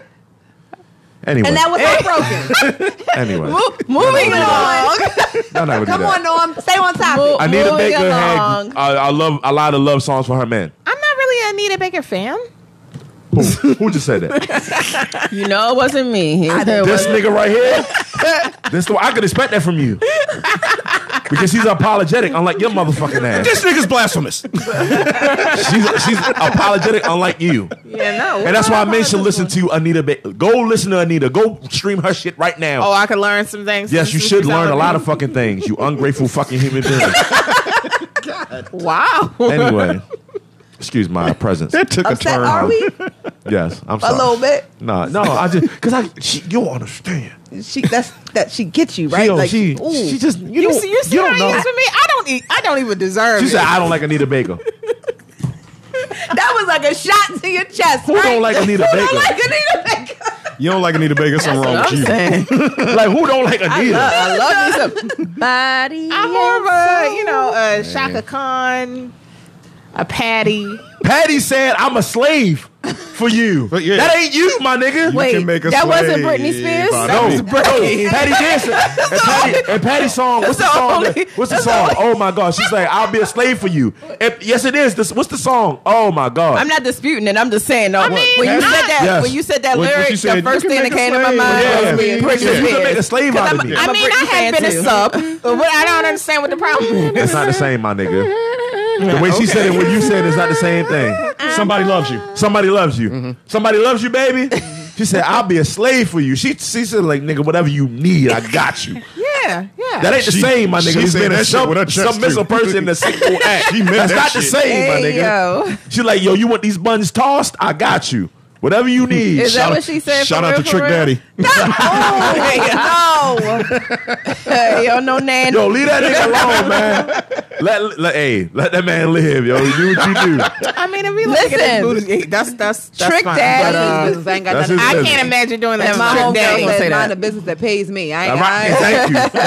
Anyway,
And that was heartbroken.
anyway.
moving
Come
along.
I'm not gonna do
Come
that.
on, Norm. Stay on topic.
I need to
Moving
make her
along.
had. I, I love a lot of love songs for her man.
I'm not really a Anita Baker fan.
Who, who just said that?
You know, it wasn't me.
this nigga right here. this the I could expect that from you. Because she's apologetic, unlike your motherfucking ass.
This nigga's blasphemous.
She's, she's apologetic, unlike you.
Yeah, no.
And that's why men should listen to Anita. Ba- go listen to Anita. Go stream her shit right now.
Oh, I could learn some things.
yes, you should learn a lot of fucking things. You ungrateful fucking human being.
Wow.
Anyway, excuse my presence.
That took a
Upset,
turn.
are we?
Yes, I'm
A
sorry.
little bit.
No, no, I just because I she, you don't understand.
She that's that she gets you right.
She, oh,
like
she,
ooh.
she just you,
You
don't,
see, you see
you
how
don't
he
know.
is with me? I don't. E- I don't even deserve.
She said,
it.
"I don't like Anita Baker."
that was like a shot to your chest.
Who
right?
don't like Anita
Who
Baker?
don't like Anita Baker?
You don't like Anita Baker? Something wrong with you?
like who don't like Anita?
I love you some body.
I'm more of a, you know, a Shaka Khan, a Patty.
Patty said, "I'm a slave for you."
But yeah.
That ain't you, my nigga.
You can make a
that wasn't
slave
Britney Spears?
out
No,
of
no,
me.
Patty dancing and Patty, and Patty's song. What's the
That's the
song?
only-
what's the song? oh my God, she's like, "I'll be a slave for you." If- yes, it is. This, what's the song? Oh my God,
I'm not disputing it. I'm just saying though.
mean,
when you
Yes.
said that,
Yes.
when you said that
What- what
lyric,
she said,
the
you
first
can
thing that
make a
came to my
slave.
mind
Yeah.
was being
Yeah.
Britney
You can make a
Spears.
slave
'Cause
out of
I'm-
me.
I
I'm a
mean, I
Britney
have
fan,
been
too.
a sub, but what, I don't understand what the problem is.
it's not the same, my nigga. The way she said it, when you said it's not the same thing.
uh,
Somebody loves you.
Somebody loves you. Somebody loves you, baby. Mm-hmm. She said, "I'll be a slave for you." She she said, "Like nigga, whatever you need, I got you."
Yeah, yeah.
That ain't the
She-
same, my
she
nigga. She's
said
been a
that shit
sub,
with her chest,
submissive
too.
person in a single act.
She meant
That's
that
not the
shit.
same, my
Hey,
nigga.
yo.
She like, yo, you want these buns tossed? I got you. Whatever you need.
Is that
Shout
what
out-
she said?
Shout
for
out
real,
to
for
Trick
real?
Daddy.
no. yo, no nan.
Yo, leave that nigga alone, man. Let, let hey, let that man live, yo. You do what you do.
I mean, if we look at
Listen.
this booty, that's that's, that's
Trick
fine.
Daddy.
But, uh,
business. I ain't got
That's
nothing.
his
I
I
business.
can't imagine doing that.
and my
to Trick Daddy.
homegirl
Don't
said
say
mind
that.
the business that pays me. I
All
ain't
right,
I,
thank you, thank you.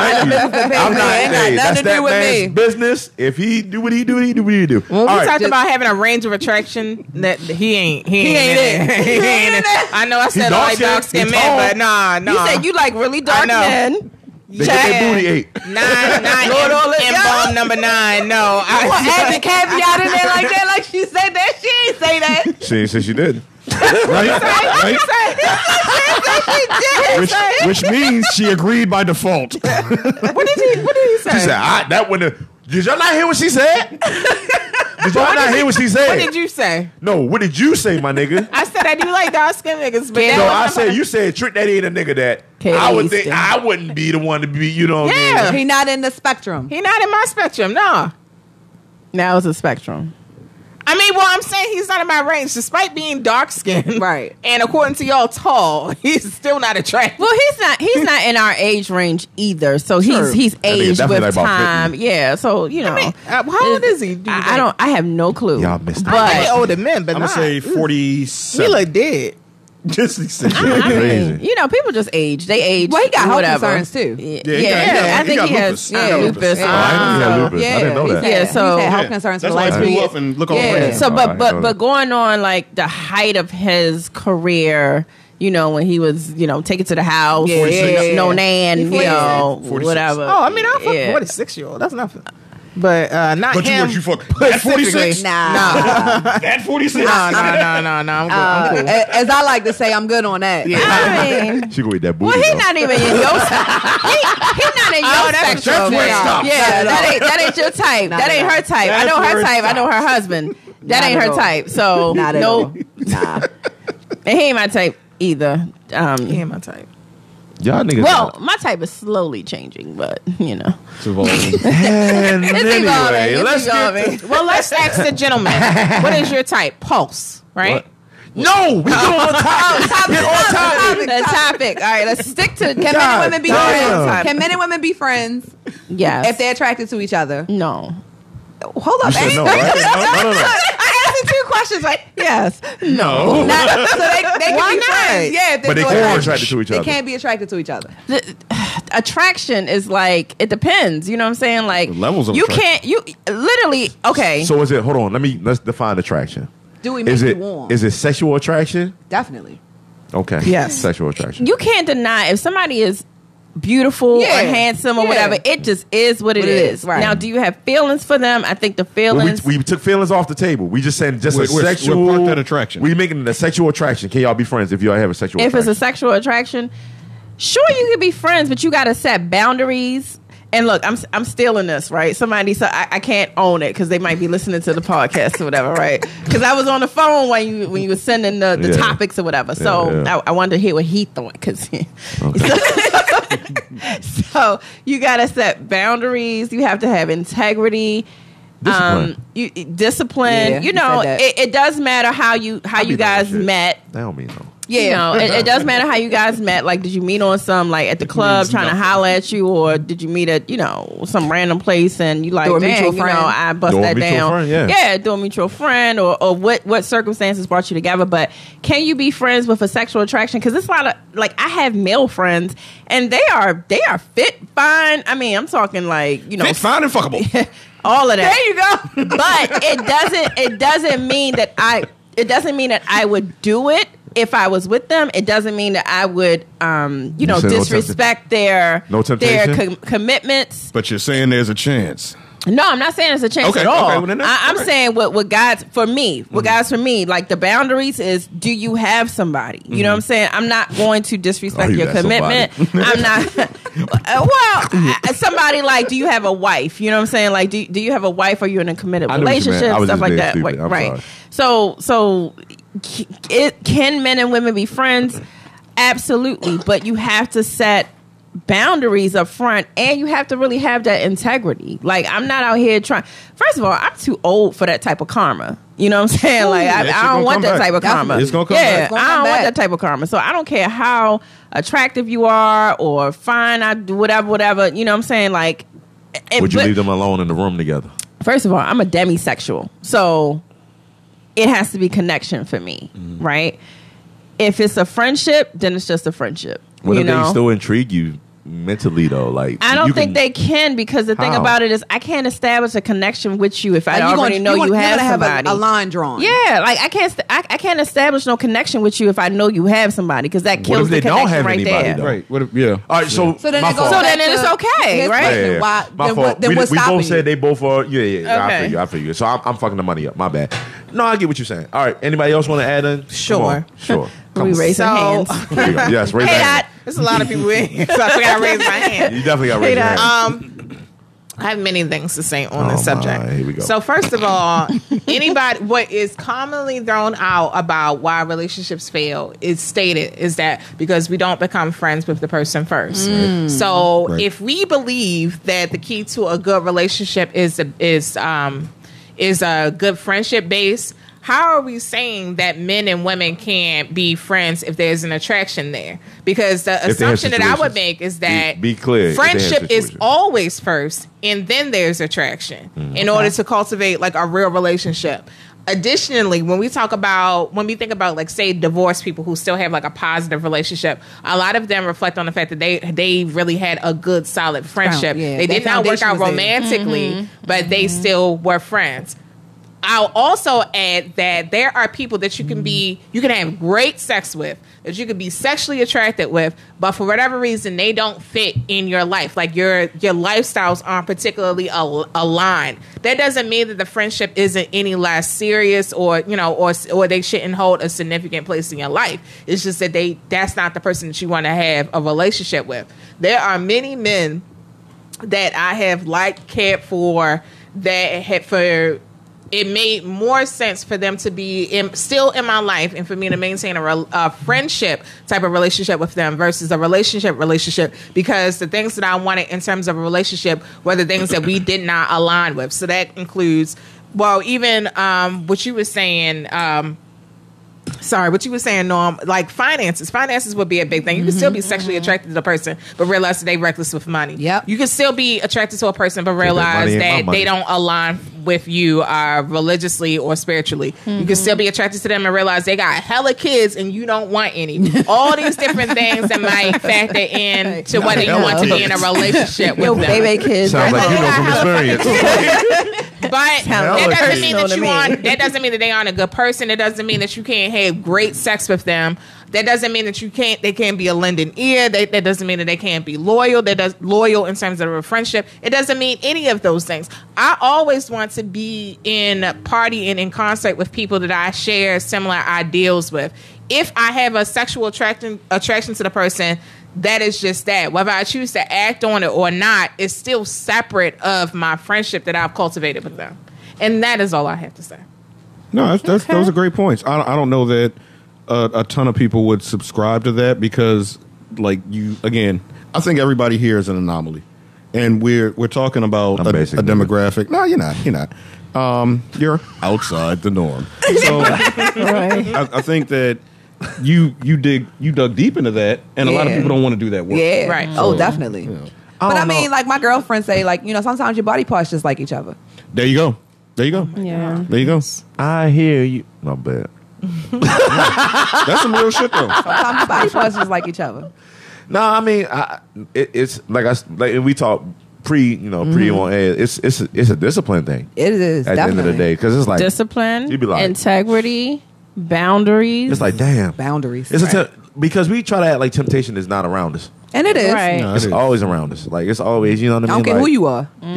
I'm not
Ain't got
hey,
nothing
that's
to do
that
with
man's
me.
business. If he do what he do, he do what he do.
When
All
we
right.
talked
just-
about having a range of attraction, that he ain't, he ain't, in
ain't
it.
it.
he ain't in it. I know I said I
dark
like
skin,
dark skin
he
men,
tall.
but nah, nah.
You said you like really dark
I know.
men.
They get their booty ate.
Nine, nine,
Lord, all
and,
this-
and bomb number nine. No, I
Well, add the caveat in there like that, like she said that. She ain't say that.
She didn't say she did.
right?
which, which means she agreed by default.
what did he? What did he say?
She said, I, that wouldn't. Did y'all not hear what she said? Did y'all not hear what she said?
what did you say?
no, what did you say, my nigga?
I said I do like dark skin niggas, but
No,
that
I
was
said you said trick that ain't a nigga that
Katie
I would think
Easton.
I wouldn't be the one to be. You know what I mean?
Yeah.
He not in the spectrum.
he not in my spectrum. No,
Now it's a spectrum.
I mean, well, I'm saying he's not in my range, despite being dark skinned
Right.
And according to y'all, tall, he's still not attractive.
Well, he's not he's not in our age range either. So
Sure.
he's he's
nigga
aged
definitely like
with
about
time. Yeah. So you know,
mean, uh, how old is he, do you
I, I
think?
don't. I have no clue.
Y'all missed
But
I like older men, but
I'm
not.
gonna say
he
47.
look dead.
Just said
I mean,
Crazy.
you know, people just age. They age.
Well, he got health
whatever.
concerns, too.
Yeah,
Yeah, he got-
yeah,
he got-
I
he
think
got
he
lupus.
has
Yeah,
lupus.
Oh, I didn't know he had lupus. I didn't know that.
he's had-
Yeah, so-
he's had health
Yeah.
concerns
That's
for
why
like
I
three
blew
years.
up and look all
Yeah.
around.
So,
Oh, I
but
didn't know
but
that.
but going on like the height of his career, you know, when he was you know taking to the house,
Yeah.
no, no nan, you know,
46.
whatever.
Oh, I mean, I fuck
Yeah.
forty six year old. That's nothing. But uh, not
But you
him.
would you fuck that 46?
Nah.
That 46?
No, no, no, no, no. I'm good.
Uh,
I'm cool.
a- as I like to say, I'm good on that.
I mean,
She go eat that booty.
Well, he's
though.
not even in your. he, he not in your
that's-
spectrum.
that's where it
yeah,
stops.
yeah, that ain't that ain't your type.
Not
that
at
ain't
all.
her type. I know her type. I know her husband. That
Not
ain't
at
her
all.
type. So
Not at all.
no,
Nah.
and he ain't my type either. Um,
He ain't my type.
Y'all niggas.
well,
not-
my type is slowly changing, but you know,
and anyway, let's get
evolving.
Well, let's ask the gentleman. What is your type? Pulse, right?
no. We go on top. Get on top.
topic,
the topic. All right, let's stick to.
Can men and
God
women be
damn.
friends? Can men and women be friends
Yes.
if they're attracted to each other?
no.
Hold up.
said
eh?
no, right? No, no, no, no.
I answered two questions, right?
Yes.
No,
Not, so they, they can
Why
be
not?
friends. Yeah, if
but they
so
are attracted to each
They
other.
can't be attracted to each other.
the, attraction is like it depends. You know what I'm saying? Like
levels of
you
attraction.
can't you literally okay.
So is it? Hold on. Let me let's define attraction.
Do we make
Is
you
it
warm?
is it sexual attraction?
Definitely.
Okay.
Yes.
Sexual attraction.
you can't deny if somebody is beautiful
Yeah.
or handsome or
Yeah.
whatever. It just is what it
What
is.
it is, right.
Now, do you have feelings for them? I think the
Well,
feelings.
we, we took feelings off the table. We just saying just
We're-
a
we're- we're
sexual
parked at attraction.
We making it a sexual attraction. Can y'all be friends if y'all have a sexual?
if it's
attraction?
a sexual attraction, sure you can be friends, but you got to set boundaries. And look, I'm I'm still in this, right? Somebody, so I, I can't own it because they might be listening to the podcast or whatever, right? Because I was on the phone when you when you were sending the, the
Yeah.
topics or whatever, so
Yeah, yeah.
I, I wanted to hear what he thought because. so you got to set boundaries. You have to have integrity.
Discipline.
Um, you, discipline.
Yeah,
you
you
know,
said
it,
that.
it does matter how you how you
be down with
guys
shit.
met.
that don't mean no.
Yeah, it, it does matter how you guys met. Like, did you meet on some like at the club trying to holler at you, or did you meet at you know some random place and you like,
Through a
man, you
mutual
know,
friend."
I bust
Through a
that
mutual
down.
friend, yeah.
yeah, through a mutual friend, or or what what circumstances brought you together? But can you be friends with a sexual attraction? Because it's a lot of like I have male friends, and they are they are fit, fine. I mean, I'm talking like you know
It's fine and fuckable.
all of that. There you go. but it doesn't it doesn't mean that I it doesn't mean that I would do it if I was with them. It doesn't mean that I would um you know
said no tempt-
disrespect their
No
their
temptation?
com- commitments.
But you're saying there's a chance.
No, I'm not saying it's a chance
Okay,
at all.
okay, well, then that's
I, I'm
all right.
saying what what God's for me, what
Mm-hmm.
God's for me, like the boundaries is do you have somebody? You know what I'm saying? I'm not going to disrespect
Are Mm-hmm. Oh, you
your
that
commitment. I'm not. Uh, well, I- somebody like, do you have a wife? You know what I'm saying? Like, do do you have a wife? Are you in a committed
I knew what you meant.
relationship?
I was
Stuff
just
like
being
that.
stupid.
Right.
I'm
right.
sorry.
So so, c- it, can men and women be friends? Absolutely, but you have to set boundaries up front and you have to really have that integrity. Like I'm not out here trying First of all, I'm too old for that type of karma. You know what I'm saying? Like I,
that shit
I
gonna
don't want
come
that
back.
type of karma.
It's gonna come
yeah,
back.
It's gonna
I don't
come
want
back.
that type of karma. So I don't care how attractive you are or fine I whatever whatever, you know what I'm saying? Like and-
Would you
but-
leave them alone in the room together?
first of all, I'm a demisexual. So it has to be connection for me,
Mm.
right? If it's a friendship, then it's just a friendship.
What
you
if
know?
they still intrigue you? mentally though? Like
I don't
you
think
can-
they can because the thing
How?
about it is I can't establish a connection with you if I
Like, you
already
gonna-
know you,
gonna-
have
you're gonna
somebody.
a, a line drawn.
yeah, like I can't st- I, I can't establish no connection with you if I know you have somebody because that kills
they
the
don't
connection
have
right
anybody,
there.
though?
Right. Uh, What if, yeah.
All right, so
So then
my
it goes
fault.
So
back
then
to
it's okay,
his
right?
Yeah,
question,
yeah, yeah.
Why,
my
then
fault.
what, then
we,
what's
we
stopping
both
you?
said they both are. Yeah, yeah. yeah. I
Okay.
feel you. I feel you. So I'm, I'm fucking the money up. My bad. No, I get what you're saying. All right. Anybody else want to add in? Come
Sure.
on. Sure.
We raise
So-
our hands.
Here you go. yes, raise your hand.
There's a lot of people in here, so I forgot to raise my hand.
You definitely got to raise your hand.
Um, I have many things to say on
Oh,
this subject.
my. Here we go.
So first of all, anybody what is commonly thrown out about why relationships fail is stated is that because we don't become friends with the person first.
Mm.
So
Right.
if we believe that the key to a good relationship is is um is a good friendship base. How are we saying that men and women can't be friends if there's an attraction there? Because the
If they have
assumption that I would
situations.
make is that
Be- be clear, if they have
friendship is
situations.
always first and then there's attraction in order to cultivate like a real relationship additionally when we talk about when we think about like say divorced people who still have like a positive relationship a lot of them reflect on the fact that they they really had a good solid friendship
yeah,
they
their
did not work
foundation
out
was there. Mm-hmm.
romantically but they still were friends I'll also add that there are people that you can be, you can have great sex with, that you can be sexually attracted with, but for whatever reason they don't fit in your life. Like your your lifestyles aren't particularly al- aligned. That doesn't mean that the friendship isn't any less serious, or you know, or or they shouldn't hold a significant place in your life. It's just that they that's not the person that you want to have a relationship with. There are many men that I have liked, cared for, that had for it made more sense for them to be in, still in my life and for me to maintain a, rel a friendship type of relationship with them versus a relationship relationship because the things that I wanted in terms of a relationship were the things that we did not align with. So that includes, well, even um, what you were saying. Um, sorry, what you were saying, Norm, like finances. Finances would be a big thing. You can still be sexually attracted to the person, but realize that they reckless with money.
Yep.
You can still be attracted to a person, but
money
realize
ain't my
that
money.
they don't align with you uh, religiously or spiritually. You
Mm-hmm.
can still be attracted to them and realize they got hella kids and you don't want any. All these different things that might factor in to whether you
hella
want to be in a
kids.
relationship
Yo,
with them
baby kids.
Sounds like you know from experience.
but that
Hella
doesn't
crazy.
mean
Know what
that
I
you
mean?
aren't. That doesn't mean that they aren't a good person. It doesn't mean that you can't have great sex with them. That doesn't mean that you can't. They can't be a lending ear. They, that doesn't mean that they can't be loyal. That does loyal in terms of a friendship. It doesn't mean any of those things. I always want to be in a party and in concert with people that I share similar ideals with. If I have a sexual attraction attraction to the person, that is just that. Whether I choose to act on it or not, it's still separate of my friendship that I've cultivated with them. And that is all I have to say.
No, that's, that's, those are great points. I, don't- I don't know that uh, a ton of people would subscribe to that because, like you, again, I think everybody here is an anomaly, and we're we're talking about
I'm
a,
basic,
a
dude.
demographic. No, you're not. You're not. Um, you're outside the norm. So I, I think that you you dig you dug deep into that, and a lot of
Yeah.
people don't want to do that work.
Yeah.
Right.
Oh, definitely. But I mean, like my girlfriends say, like you know, sometimes your body parts just like each other.
There you go. There you go.
Yeah.
There you go.
I hear you. My bad.
That's some real shit though.
Sometimes your body parts just like each other.
No, I mean, I, it, it's like I s- like and we talk pre, you know,
Mm-hmm.
pre on air. It's it's a, it's a discipline thing
It is
at
definitely
the end of the day because it's like
Discipline,
You be like-
integrity, boundaries.
it's like damn.
boundaries.
It's a temp- because we try to act like temptation is not around us.
and it is.
right.
No,
It's
it is.
always around us. Like it's always, you know what I
I
mean.
don't care
Like,
who you are.
Mm-hmm.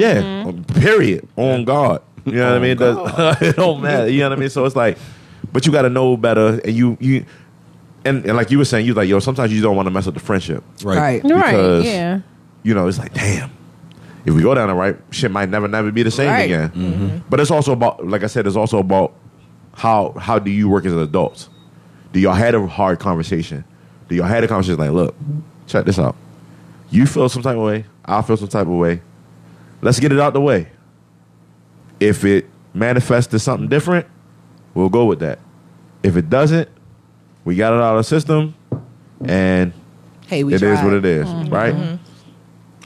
Yeah. Period. On God. You know what I mean? It, does, it don't matter. You know what I mean? So it's like, but you got to know better, and you you, and, and like you were saying, you like yo. Sometimes you don't want to mess up the friendship.
Right.
Right.
Because-
Yeah.
you know, it's like, damn, if we go down the right, shit might never, never be the same
Right.
again. But it's also about, like I said, it's also about how how do you work as adults? Do y'all had a hard conversation? Do y'all had a conversation like, look, check this out. You feel some type of way. I feel some type of way. Let's get it out the way. If it manifests to something different, we'll go with that. If it doesn't, we got it out of the system, and
Hey, we
it is
tried.
what it is,
Mm-hmm.
right?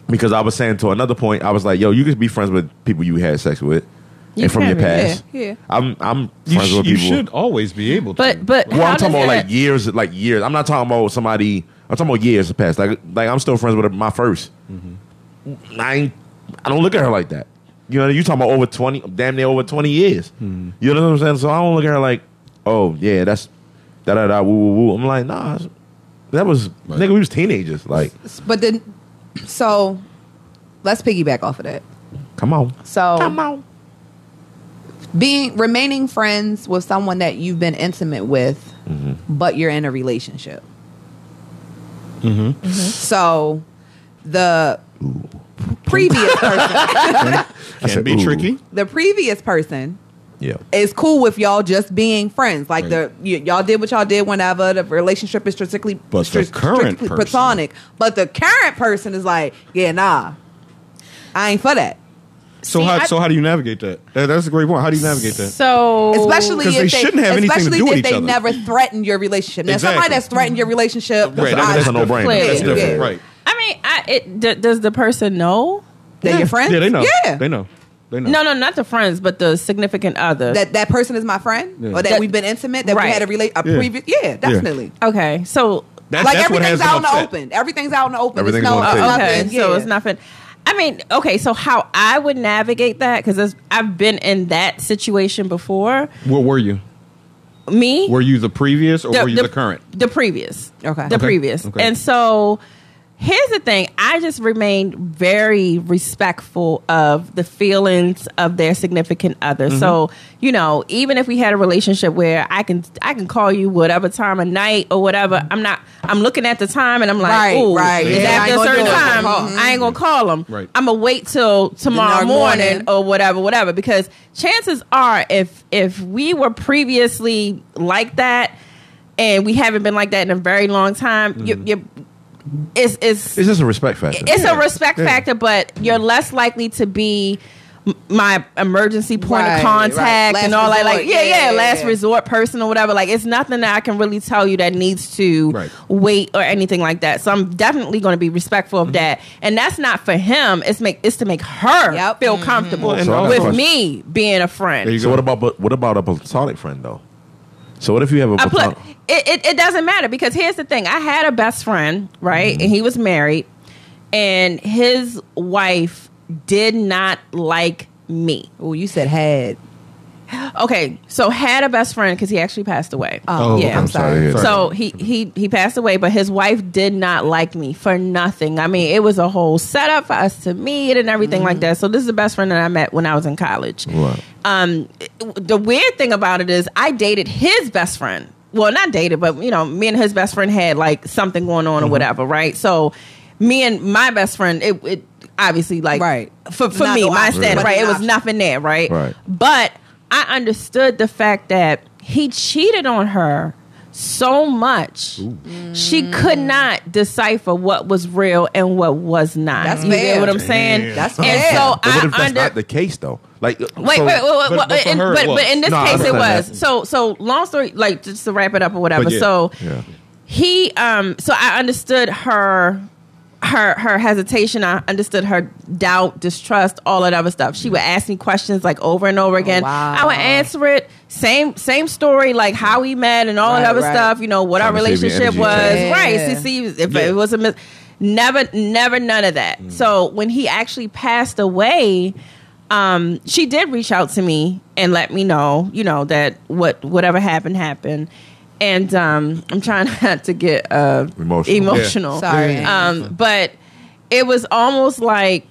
Because I was saying to another point, I was like, yo, you could be friends with people you had sex with. and from your
can, yeah,
past.
yeah.
I'm I'm
You,
friends
sh-
with
you
people.
should always be able to.
But but
Well,
how
I'm talking
does
about
that-
like years, like years. I'm not talking about somebody. I'm talking about years past. Like like I'm still friends with my 1st
Mm-hmm.
I ain't, I don't look at her like that. You know, you talking about over twenty, damn near over twenty years.
Mm-hmm.
You know what I'm saying? So I don't look at her like, oh yeah, that's da da da woo woo woo. I'm like, nah, that was nigga. We was teenagers. Like,
But then, so let's piggyback off of that.
come on,
So
come on.
being remaining friends with someone that you've been intimate with,
Mm-hmm.
but you're in a relationship.
Mm-hmm.
So the previous person,
I
can
said,
be
ooh.
tricky.
the previous person
Yeah.
is cool with y'all just being friends. Like the y- y'all did what y'all did whenever the relationship is strictly
But the current
strictly
person-
platonic. But the current person is like, yeah, nah, I ain't for that.
So
See,
how
I-
so how do you navigate that? that? That's a great point. How do you navigate that?
So
Oh,
Especially
'Cause
if
they shouldn't have anything to
especially
do with
if
each
they
other.
never threaten your relationship. Now, somebody
Exactly.
that's threatened your relationship,
Right,
I-
that-
That's a no brainer.
Yeah,
That's
yeah.
different, right?
I mean, I, it, d- does the person know?
they're your friends.
Yeah, they know.
Yeah.
they know. They know.
No, no, not the friends, but the significant other.
that that person is my friend, or that,
That-
we've been intimate, that we
Right.
had a relate a
Yeah.
previous. Yeah, definitely.
okay, so
That-
like
that's what has
everything's
them
out in the
upset.
open. Everything's out in the open. It's
Everything's
no,
on the
uh,
table.
okay,
nothing.
so
Yeah.
it's nothing. I mean, okay, so how I would navigate that because I've been in that situation before.
What were you?
Me,
Were you the previous or were you the, current?
The previous.
Okay.
The
Okay.
previous.
Okay.
And so here's the thing I just remained very respectful of the feelings of their significant other.
Mm-hmm.
So, you know, even if we had a relationship where I can I can call you whatever time of night or whatever, I'm not I'm looking at the time and I'm like,
Right,
ooh,
right.
it's
Yeah, I
after
ain't
a
gonna
certain
do it.
time.
Mhm.
I ain't gonna call them.
Right.
I'm gonna wait till tomorrow
Tomorrow morning.
morning or whatever, whatever. Because chances are, if if we were previously like that, and we haven't been like that in a very long time, you, you, it's it's
Mm. It's just a respect factor.
it's a respect factor, but you're less likely to be m- my emergency point
Right,
of
right.
contact
Last
and all that. Like,
resort.
yeah,
Yeah,
yeah,
yeah,
last
yeah.
resort person or whatever. Like, it's nothing that I can really tell you that needs to
Right.
wait or anything like that. So I'm definitely going to be respectful
Mm-hmm.
of that. And that's not for him. It's make it's to make her
Yep. Mm-hmm.
feel comfortable
and also-
with me being a friend.
so what about but what about a platonic friend though? So what if you have a
I put
platonic?
it, it, it doesn't matter because here's the thing. I had a best friend, right?
Mm-hmm.
And he was married and his wife did not like me.
Oh, you said had.
Okay, so had a best friend because he actually passed away.
Oh,
yeah.
I'm sorry.
So he, he he passed away, but his wife did not like me for nothing. I mean, it was a whole setup for us to meet and everything
Mm-hmm.
like that. So this is the best friend that I met when I was in college.
Right.
Um, it- the weird thing about it is I dated his best friend. Well, not dated, but you know, me and his best friend had like something going on
Mm-hmm.
or whatever, right? So me and my best friend, it, it obviously like
Right.
for, for
Not
me,
no
my
option,
standard,
but
right?
an
It was
option.
nothing there, right?
Right.
But I understood the fact that he cheated on her so much she could not decipher what was real and what was not.
That's
you get
fair.
what I'm saying?
That's
And
fair.
so
But what if
I
that's
under
not the case though? Like, uh, wait,
Wait, wait, wait, wait,
but-
wait,
but for
and-
her it
but, but
was.
in this
No, I
case it
understand
was.
that.
So so long story like just to wrap it up or whatever.
But yeah.
So
Yeah.
he um so I understood her her her hesitation, I understood her doubt, distrust, all of that other stuff. She would ask me questions like over and over again.
Oh, wow.
I would answer it, same same story, like how we met and all
Right,
that other
right.
stuff, you know, what our
Trying to save your
relationship
energy.
was.
Yeah.
Right. See, see if it was a mis- never never none of that.
Mm.
So when he actually passed away, um, she did reach out to me and let me know, you know, that what whatever happened happened. And um, I'm trying not to get uh,
Emotional.
emotional.
Sorry.
Um, but it was almost like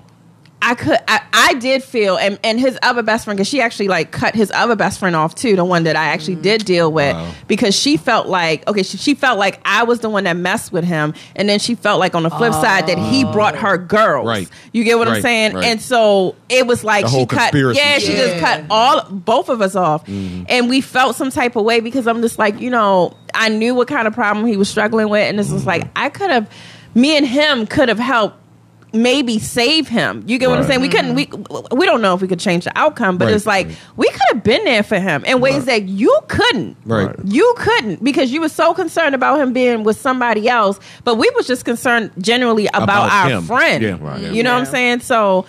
I could, I, I did feel, and, and his other best friend, because she actually like cut his other best friend off too, the one that I actually
Mm.
did deal with, because she felt like, okay, she, she felt like I was the one that messed with him. And then she felt like on the flip side that he brought her girls.
Oh. Right.
You get what I'm
Right,
saying?
right.
And so it was like
The
she
whole
cut,
conspiracy
yeah, she
shit.
just cut all, both of us off.
Mm-hmm.
And we felt some type of way because I'm just like, you know, I knew what kind of problem he was struggling with. And this was
Mm-hmm.
like, I could have, me and him could have helped maybe save him. You get what I'm
Right.
saying? We couldn't. We we don't know if we could change the outcome, but
Mm-hmm. Right.
it's like we could have been there for him in ways that you couldn't.
Right.
You couldn't because you were so concerned about him being with somebody else, but we was just concerned generally about,
About
our
him.
friend.
Yeah, right.
You know what I'm
Yeah.
saying? So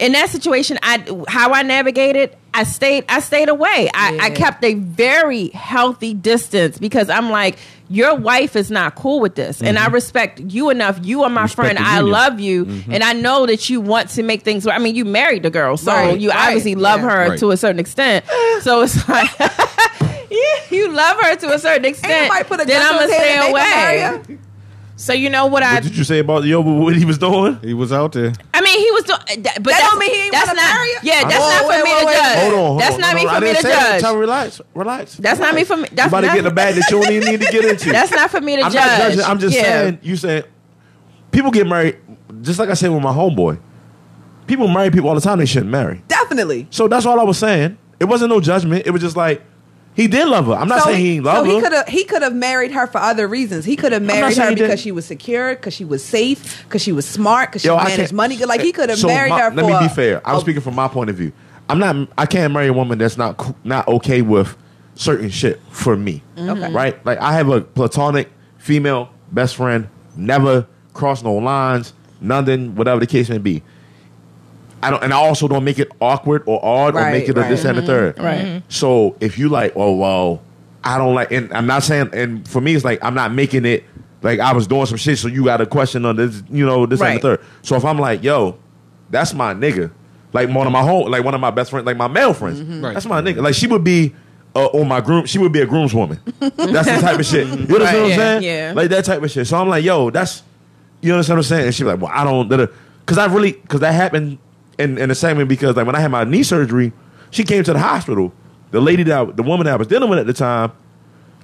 in that situation, I how I navigated, I stayed I stayed away. I, I
Yeah.
kept a very healthy distance because I'm like, your wife is not cool with this. And
Mm-hmm.
I respect you enough. You are my friend.
the
I
union.
love you. And I know that you want to make things work. I mean, you married the girl, so
Right,
you
right.
obviously love
Yeah.
her
Right.
to a certain extent. so it's like Yeah, you love her to a certain extent.
nobody put a
then
gun
I'm
to
gonna
his head
stay
and make him marry
away.
her.
So you know what I
What did you say about yo what he was doing?
He was out there.
I mean, he was doing, but that that's,
don't mean he ain't
that's
wanna
not.
marry her?
Yeah, that's
Hold
not
on,
for
wait,
me
wait,
to
wait.
judge.
Hold on, hold
that's
on,
not
hold on.
me for
I
me
didn't
to
say that.
judge.
Tell me, relax, relax.
That's not me for me.
You
That's
about to
not,
get in a bag that you don't even need to get into.
that's not for me to
I'm
judge.
not judging. I'm just
Yeah.
saying. You said people get married, just like I said with my homeboy. People marry people all the time. They shouldn't marry.
Definitely.
So that's all I was saying. It wasn't no judgment. It was just like he did love her. I'm not saying he didn't love
so he
her.
could have he could have married her for other reasons. He could have married
saying
her
he didn't.
because she was secure, because she was safe, because she was smart, because she
Yo, I
managed
can't-
money. Like he could have
So
married
my-
her.
Let
for
me
a-
be fair. I'm
a-
speaking from my point of view. I'm not. I can't marry a woman that's not co- not okay with certain shit for me.
Mm-hmm. Okay.
Right. Like I have a platonic female best friend. Never cross no lines. Nothing. Whatever the case may be. I don't, and I also don't make it awkward or odd or make
Right,
it a this
right.
and a third.
Right.
Mm-hmm.
Mhm.
So if you like, oh well, I don't like, and I'm not saying, and for me, it's like I'm not making it like I was doing some shit. So you got a question on this, you know, this and
Right.
the third. So if I'm like, yo, that's my nigga, like one of my home, like one of my best friends, like my male friends,
Right.
that's my nigga. Like she would be. Uh, on my groom, she would be a groomswoman. That's the type of shit. You understand what I'm
yeah,
saying?
yeah.
Like that type of shit. So I'm like, yo, that's you understand what I'm saying? And she like, well, I don't, because I really, because that happened in, in the same way because like when I had my knee surgery, she came to the hospital. The lady that, I- the woman that I was dealing with at the time,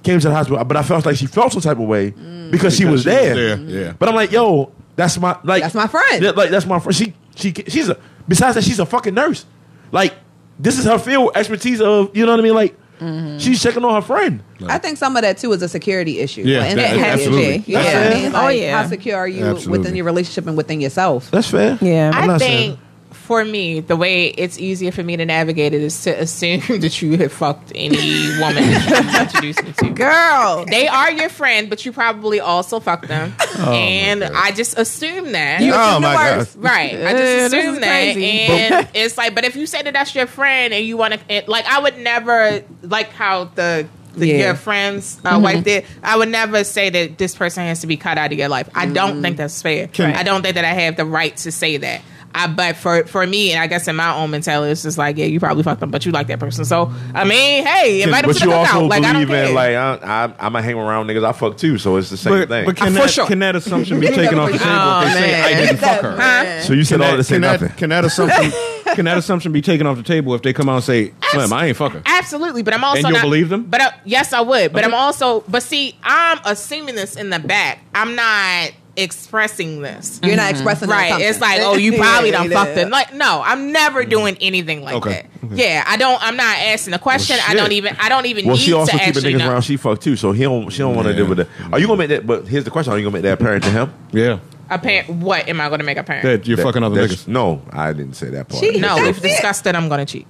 came to the hospital, but I felt like she felt some type of way because she was
she was
there.
there, yeah.
But I'm like, yo, that's my like,
That's my friend.
Yeah, like that's my friend. She she she's a. Besides that, she's a fucking nurse. Like this is her field expertise of you know what I mean. Like
Mm-hmm.
she's checking on her friend.
I think some of that too is a security issue.
Yeah,
and
that-
it has
absolutely.
to be. Yeah,
That's
I
fair.
mean,
Oh,
like,
yeah.
How secure are you
Absolutely.
within your relationship and within yourself?
That's fair.
Yeah.
I'm
I
not
think
saying-
for me, the way it's easier for me to navigate it is to assume that you have fucked any woman that you introduced me to.
Girl,
They are your friend, but you probably also fucked them.
Oh
and I just assume that.
you
Oh,
assume the
my God.
worst.
Right, I
Uh,
just
this
assume
is
that,
crazy.
and it's like, but if you say that that's your friend and you want to, like, I would never like how the, the
Yeah.
your friend's uh, wife did. I would never say that this person has to be cut out of your life. I don't think that's fair. I don't think that I have the right to say that. I, but for for me, and I guess in my own mentality, it's just like, yeah, you probably fucked them, but you like that person. So I mean, hey, invite them
But
to the
you also
cookout. Like I don't
believe
care.
in like I, I, I'm a hang around niggas I fuck too, so it's the same
But,
thing.
but can,
Uh, for
that,
sure.
can that assumption be
Yeah,
taken
for
off the
sure.
table if they say I didn't fuck her?
so you said
Can
all
that-
that to say
can that-
nothing.
Can that assumption can that assumption be taken off the table if they come out and say, "Slim, I ain't fucking"?
Absolutely, but I'm also
And you'll
not,
believe them?
But uh, yes, I would. But I'm also, but see, I'm assuming this in the back. I'm not expressing this.
You're not expressing an
Right, it's
assumption.
like, oh, you probably
Yeah,
done
yeah.
fucked it. Like, no, I'm
Mm-hmm.
never doing anything like
Okay.
that. Yeah, I don't. I'm not asking a question. I don't
shit.
even. I don't even
Well,
need
she also
to
keeping
actually
niggas
know.
around. She fuck too, so he don't. She don't want to
Yeah.
deal with that. Are you gonna make that? But here's the question: Are you gonna make that apparent to him?
Yeah,
A parent. What am I going to make a parent?
that you're
That-
fucking other
that's-
niggas.
No, I didn't say that part.
She-
No,
That's
we've
it.
discussed that I'm going to cheat.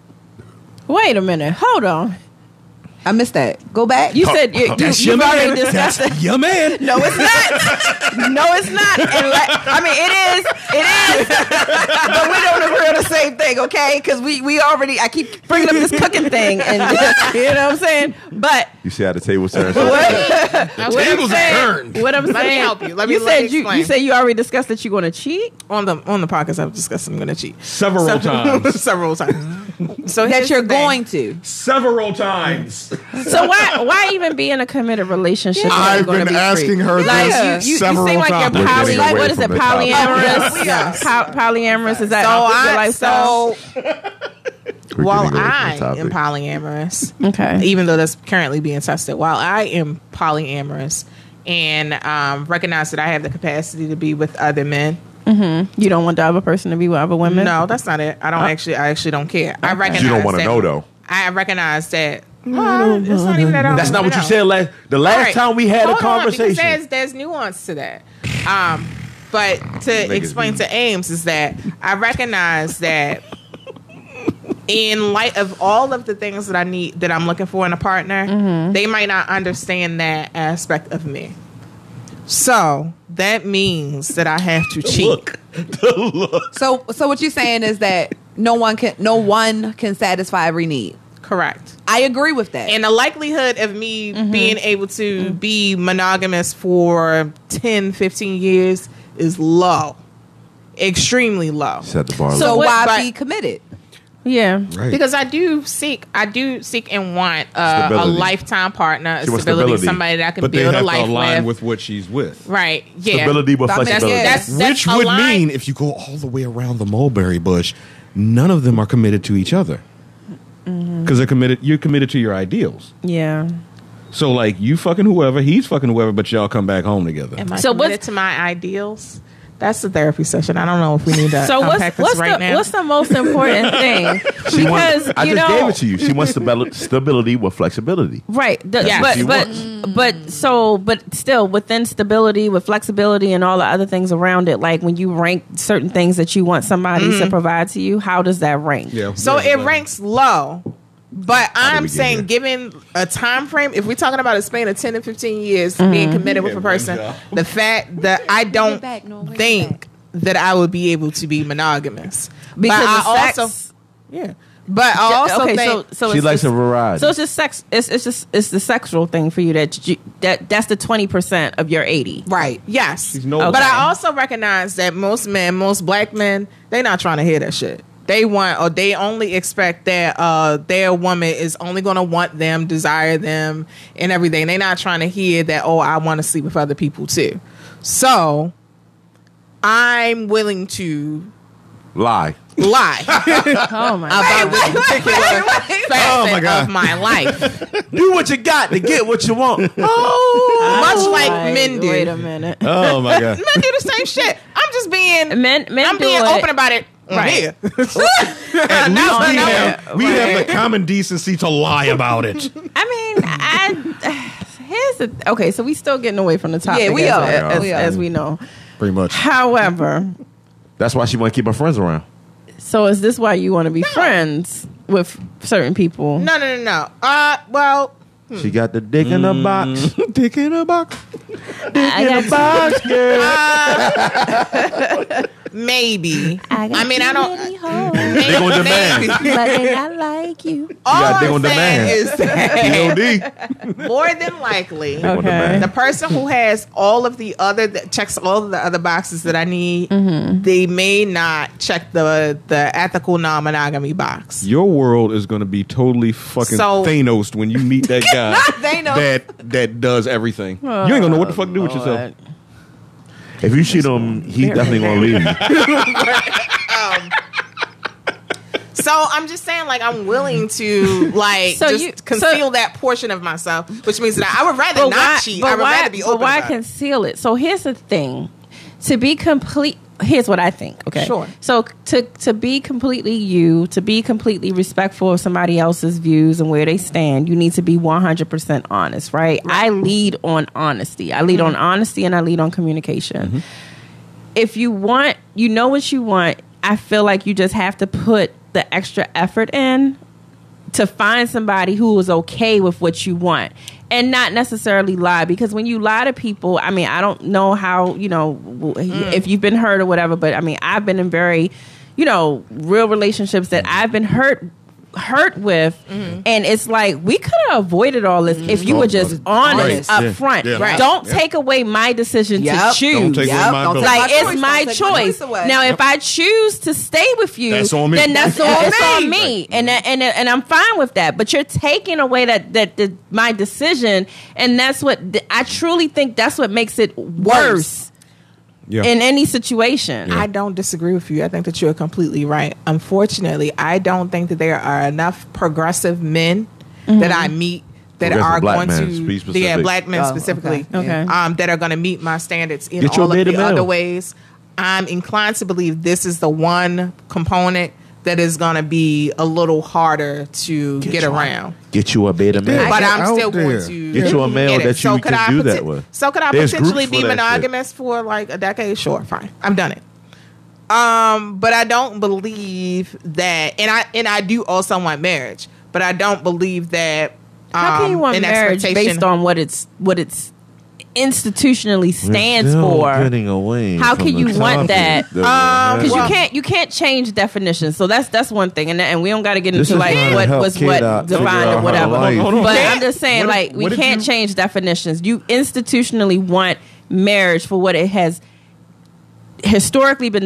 Wait a minute. Hold on.
I missed that. Go back.
You said you, you,
your
you've already
man.
discussed it.
Your man.
No, it's not. no, it's not. And la- I mean, it is. It is. but we don't agree on the same thing, okay? Because we we already. I keep bringing up this cooking thing, and you know what I'm saying. But
You see how the table turns.
What I'm saying-
What I'm saying.
Let me help you. Let me.
you
let me
said you, you
explain.
said you already discussed that you're going to cheat.
on the on the podcast I've discussed I'm going to cheat
Several
So-
times.
several times. So
that
here's
you're
the thing.
going to.
Several times.
So why why even be in a committed relationship?
I've been asking her
Like
this
you, you, you seem
several
like
times.
you're
We're
poly.
getting
Like,
away
what is it?
from the topic.
Polyamorous.
Yes, yes.
Po- polyamorous is that
So
all your
I
lifestyle?
so while I am polyamorous,
okay.
even though that's currently being tested, while I am polyamorous and um, recognize that I have the capacity to be with other men.
You don't want the other person to be with other women.
No, that's not it. I don't actually. I actually don't care. I recognize
You don't wanna
that-
know, though.
I recognize that. Well, it's not even that I don't
That's not
wanna
what you
know.
said last. The last
All right.
time we had
Hold
a
on, because
conversation.
there's, there's nuance to that. Um, but to explain to Ames is that I recognize that in light of all of the things that I need that I'm looking for in a partner, they might not understand that aspect of me. So that means that I have to cheat.
So, so what you're saying is that no one can no one can satisfy every need.
Correct.
I agree with that.
And the likelihood of me
Mm-hmm.
being able to be monogamous for 10, 15 years is low. Extremely low.
Set the bar. low.
so
what-
why
but-
be committed?
Yeah.
Because I do seek, I do seek and want uh, a
Stability.
lifetime partner, a
She
stability,
wants stability.
somebody that I can
But they
build
have
a
to
life
align
with.
with what she's with.
Right? Yeah.
Stability with
That makes-
flexibility.
That's, that's
Which would
align-
mean if you go all the way around the mulberry bush, none of them are committed to each other. Because
Mm-hmm.
they're committed, you're committed to your ideals.
Yeah.
So like you fucking whoever, he's fucking whoever, but y'all come back home together.
Am I
So
so
what's-
committed to my ideals? That's the therapy session. I don't know if we need to
So what's
unpack this
what's
right
the
now.
what's the most important thing?
She wants-
because
I
you
just
know,
gave it to you. She wants stabil- stability with flexibility.
Right. The-
Yes.
But
She
but but so but still within stability with flexibility and all the other things around it, like when you rank certain things that you want somebody
Mm-hmm.
to provide to you, how does that rank?
so it ranks low. But
did
I'm
we get here?
saying, given a time frame, if we're talking about a span of ten to fifteen years being committed with a person, the fact that I don't
back, no, way
think that I would be able to be monogamous
Because
but
of
I
sex?
also, yeah. But I also
okay,
think
so so
she
it's
likes
just,
a variety.
So it's just sex. It's it's just it's the sexual thing for you that you, that that's the twenty percent of your eighty.
right, yes.
noble.
But
Okay.
I also recognize that most men, most black men, they not trying to hear that shit. They want, or they only expect that uh, their woman is only going to want them, desire them, and everything. They not trying to hear that. Oh, I want to sleep with other people too. So I'm willing to
Lie.
lie
Oh my
about this particular facet of my life,
Do what you got to get what you want.
Oh
much like men do.
Wait a minute.
Oh my god.
Men do the same shit. I'm just being.
Men men
I'm
do
being
it.
open about it. Right.
At least
no,
we
no.
have, we have the common decency to lie about it.
I mean, I here's the okay. So we still getting away from the topic.
Yeah, we
as-
are.
as,
We are.
as we know.
Pretty much.
However,
That's why she want to keep her friends around.
so is this why you want to be friends with certain people?
No, no, no, no. Uh, well,
She got the dick in
Mm.
a box.
Dick in a box.
I
box,
got
girl.
maybe.
I, got
I mean, I
you
don't-
many hoes,
They
gonna demand.
but they not like you.
All
gotta dig
I'm
on demand.
saying is that
P.O.D.
more than likely,
on
Okay.
the
demand.
person who has all of the other that checks all of the other boxes that I need,
Mm-hmm.
they may not check the the ethical non monogamy box.
Your world is going to be totally fucking
So-
Thanos when you meet that guy
Thanos.
that that does everything. you ain't gonna know what the fuck to do with yourself.
If you shoot him, he definitely gonna leave you.
So I'm just saying, like, I'm willing to like
So
just
you- so-
conceal that portion of myself, which means that I would rather
but
not
why,
cheat.
but
I would
why,
rather be
but
open.
why
about it.
conceal it? So here's the thing: to be complete. Here's what I think. Okay,
Sure.
So to to be completely you, to be completely respectful of somebody else's views and where they stand, you need to be one hundred percent honest, right? I lead on honesty. I lead on
Mm-hmm.
honesty, and I lead on communication. If you want, you know what you want. I feel like you just have to put the extra effort in to find somebody who is okay with what you want and not necessarily lie because when you lie to people i mean i don't know how you know w-
Mm.
if you've been hurt or whatever but i mean i've been in very you know real relationships that i've been hurt hurt with
Mm-hmm.
and it's like we could have avoided all this if you were just honest
Right.
up
Yeah.
front
Yeah.
Right.
don't take away my decision
Yep.
to choose
Don't take away
Yep.
my
Don't
ability.
take
like
my
it's
choice.
my
Don't take
choice.
my choice away.
now, if I choose to stay with you,
That's on me.
then that's on
That's
it's
on me.
on me, and that- and uh, and I'm fine with that. But you're taking away that that, that my decision, and that's what I truly think. That's what makes it worse
Yeah.
in any situation.
I don't disagree with you. I think that you're completely right. Unfortunately, I don't think that there are enough progressive men that I meet that
Mm-hmm. Progressive
are
black
going
men,
to
be specific.
yeah black men
Oh,
specifically
okay. Okay.
Um, that are going to meet my standards in
Get your
all of
beta
the
male.
other ways. I'm inclined to believe this is the one component that is going to be a little harder to get,
your-
around.
Get you a beta man.
But
Get
I'm
out
still
there.
going to
Get you a male
get it.
that you
could
can
I
do that
poten-
with.
So could I
There's groups
potentially
for
be
that shit.
monogamous for like a decade? Sure, fine. I've done it. Um, but I don't believe that, and I and I do also want marriage, but I don't believe that. Um,
How can you want
an
marriage
expectation-
based on what it's what it's institutionally stands
Still
for.
Getting away.
How
from
can
the
you
topic
want that?
we
because
had.
you can't you can't change definitions. So that's that's one thing, and and we don't got to get
This
into
is
like
trying to
what
help
was
kid
what
out figure
divine
out
or
her
whatever.
life. Hold on.
But
That-
I'm just saying,
what-
like we
what if
can't
you-
change definitions. You institutionally want marriage for what it has historically been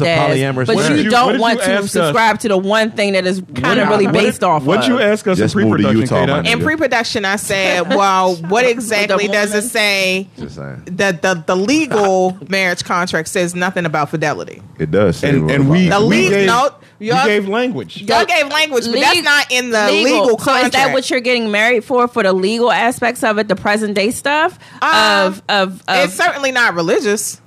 wants a
as,
polyamorous
but
marriage. What
you,
you- what
don't
if
want
you
to
ask us-
subscribe to the one thing that is kind of
if-
really
what
based off.
What
of.
you ask us
Just
in
move to
pre-production,
Utah,
K-Dot?
my
In pre-production, I said, "Well, what exactly does it say
Just saying.
that the the legal marriage contract says nothing about fidelity?"
It does. say
and
what
and
about
we
that.
The
we
lead
gave,
note,
we
y'all-
gave language.
Y'all
The
gave language, but that's
leg-
not in the legal, contract.
So is that what you're getting married for? For the legal aspects of it, the present day stuff
Um,
of of,
It's
of
certainly not religious.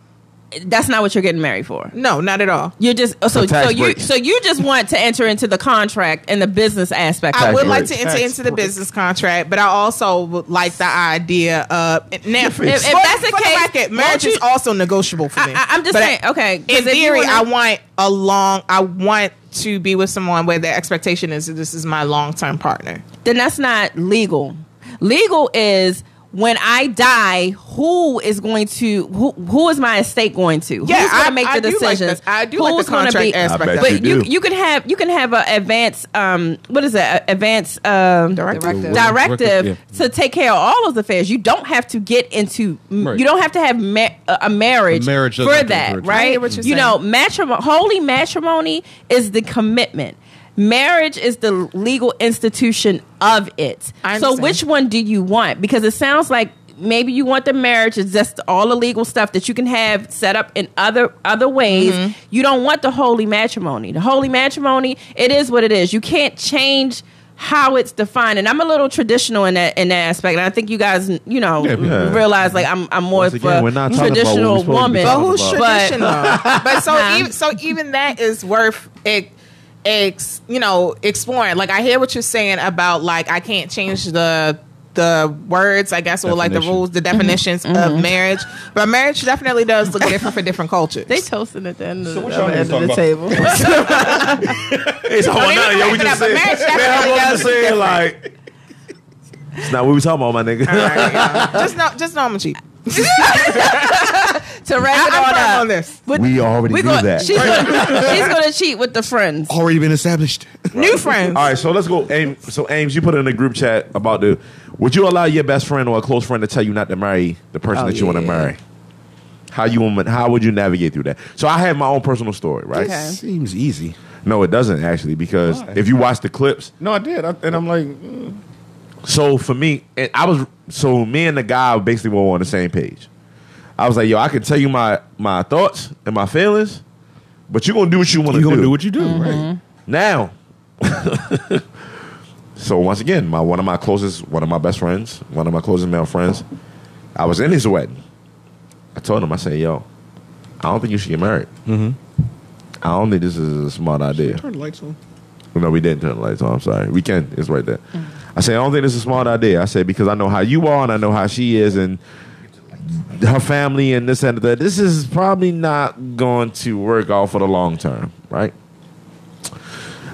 that's not what you're getting married for.
No, not at all.
You're just so
tax
so you
breaks.
so you just want to enter into the contract and the business aspect.
I
of
would
it.
like to enter
Tax
into the business contract, but I also would like the idea of now.
If-
If,
if that's the case, won't
marriage is
you-
also negotiable for me.
I, I, am just
But I-
saying. Okay, 'cause
in
if you
theory,
wanna-
I want a long. I want to be with someone where the expectation is that this is my long term partner.
then that's not legal. Legal is when I die, who is going to who who is my estate going to?
Yeah,
Who's going
I-
to make
I
the
do like
decisions?
the- I do like the
Who's gonna
contract aspect
I bet
of
you
it.
But you,
do.
you can have you can have an advance um what is it A- advance um
Directive.
directive
Directive,
to take care of all those affairs. You don't have to get into
Right.
you don't have to have ma- a a marriage,
A marriage
for
doesn't have to
that
encourage it.
right.
I hear what you're
you know matrimony holy matrimony is the commitment. Marriage is the legal institution of it.
I
So
understand.
which one do you want? Because it sounds like maybe you want the marriage is just all the legal stuff that you can have set up in other other ways.
Mm-hmm.
You don't want the holy matrimony. The holy matrimony, it is what it is. You can't change how it's defined. And I'm a little traditional in that in that aspect. And I think you guys, you know,
yeah.
realize like I'm I'm more
Once
of
again, we're
a
not talking about what we're
traditional
supposed to be
woman.
talking
But who's
about.
traditional? but so
Huh?
even so even that is worth it. Ex, you know, exploring. Like I hear what you're saying about like I can't change the the words, I guess, or like the
Definition.
rules, the definitions of marriage. But marriage definitely does look different for different cultures.
They toasting at the end of,
what
the-
y'all
of
niggas
the end of the table.
It's a whole
even
nother-
crack
yeah, we
it
just
up, but
said.
marriage
Man,
definitely
I'm
does
just saying like. It's not what we talking about, my nigga.
All right, yeah. just know, just know I'm cheap.
to wrap it
I'm
all
firm
up.
on this.
But
We already
we
knew
gonna-
that. Oh.
She's gonna, she's gonna cheat with the friends.
Already been established.
New friends.
All right, so let's go. Aim, so Ames, you put in the group chat about the. Would you allow your best friend or a close friend to tell you not to marry the person that you
Oh,
want to marry? How you woman? How would you navigate through that? So I have my own personal story, right?
Seems easy.
No, it doesn't actually, because
Why?
if you watch the clips,
No, I did, I, and I'm like,
so for me, and I was so me and the guy basically were on the same page. I was like, yo, I can tell you my my thoughts and my feelings, but you're gonna do what you want to
You gonna do what you do, right?
Now, so once again, my one of my closest, one of my best friends, one of my closest male friends, I was in his wedding. I told him, I said, "Yo, I don't think you should get married. Mm-hmm. I don't think this is a smart idea."
Turn the lights on.
No, we didn't turn the lights on. I'm sorry. We can. It's right there. I say I don't think this is a smart idea. I say because I know how you are and I know how she is and her family and this and that. This is probably not going to work out for the long term, right?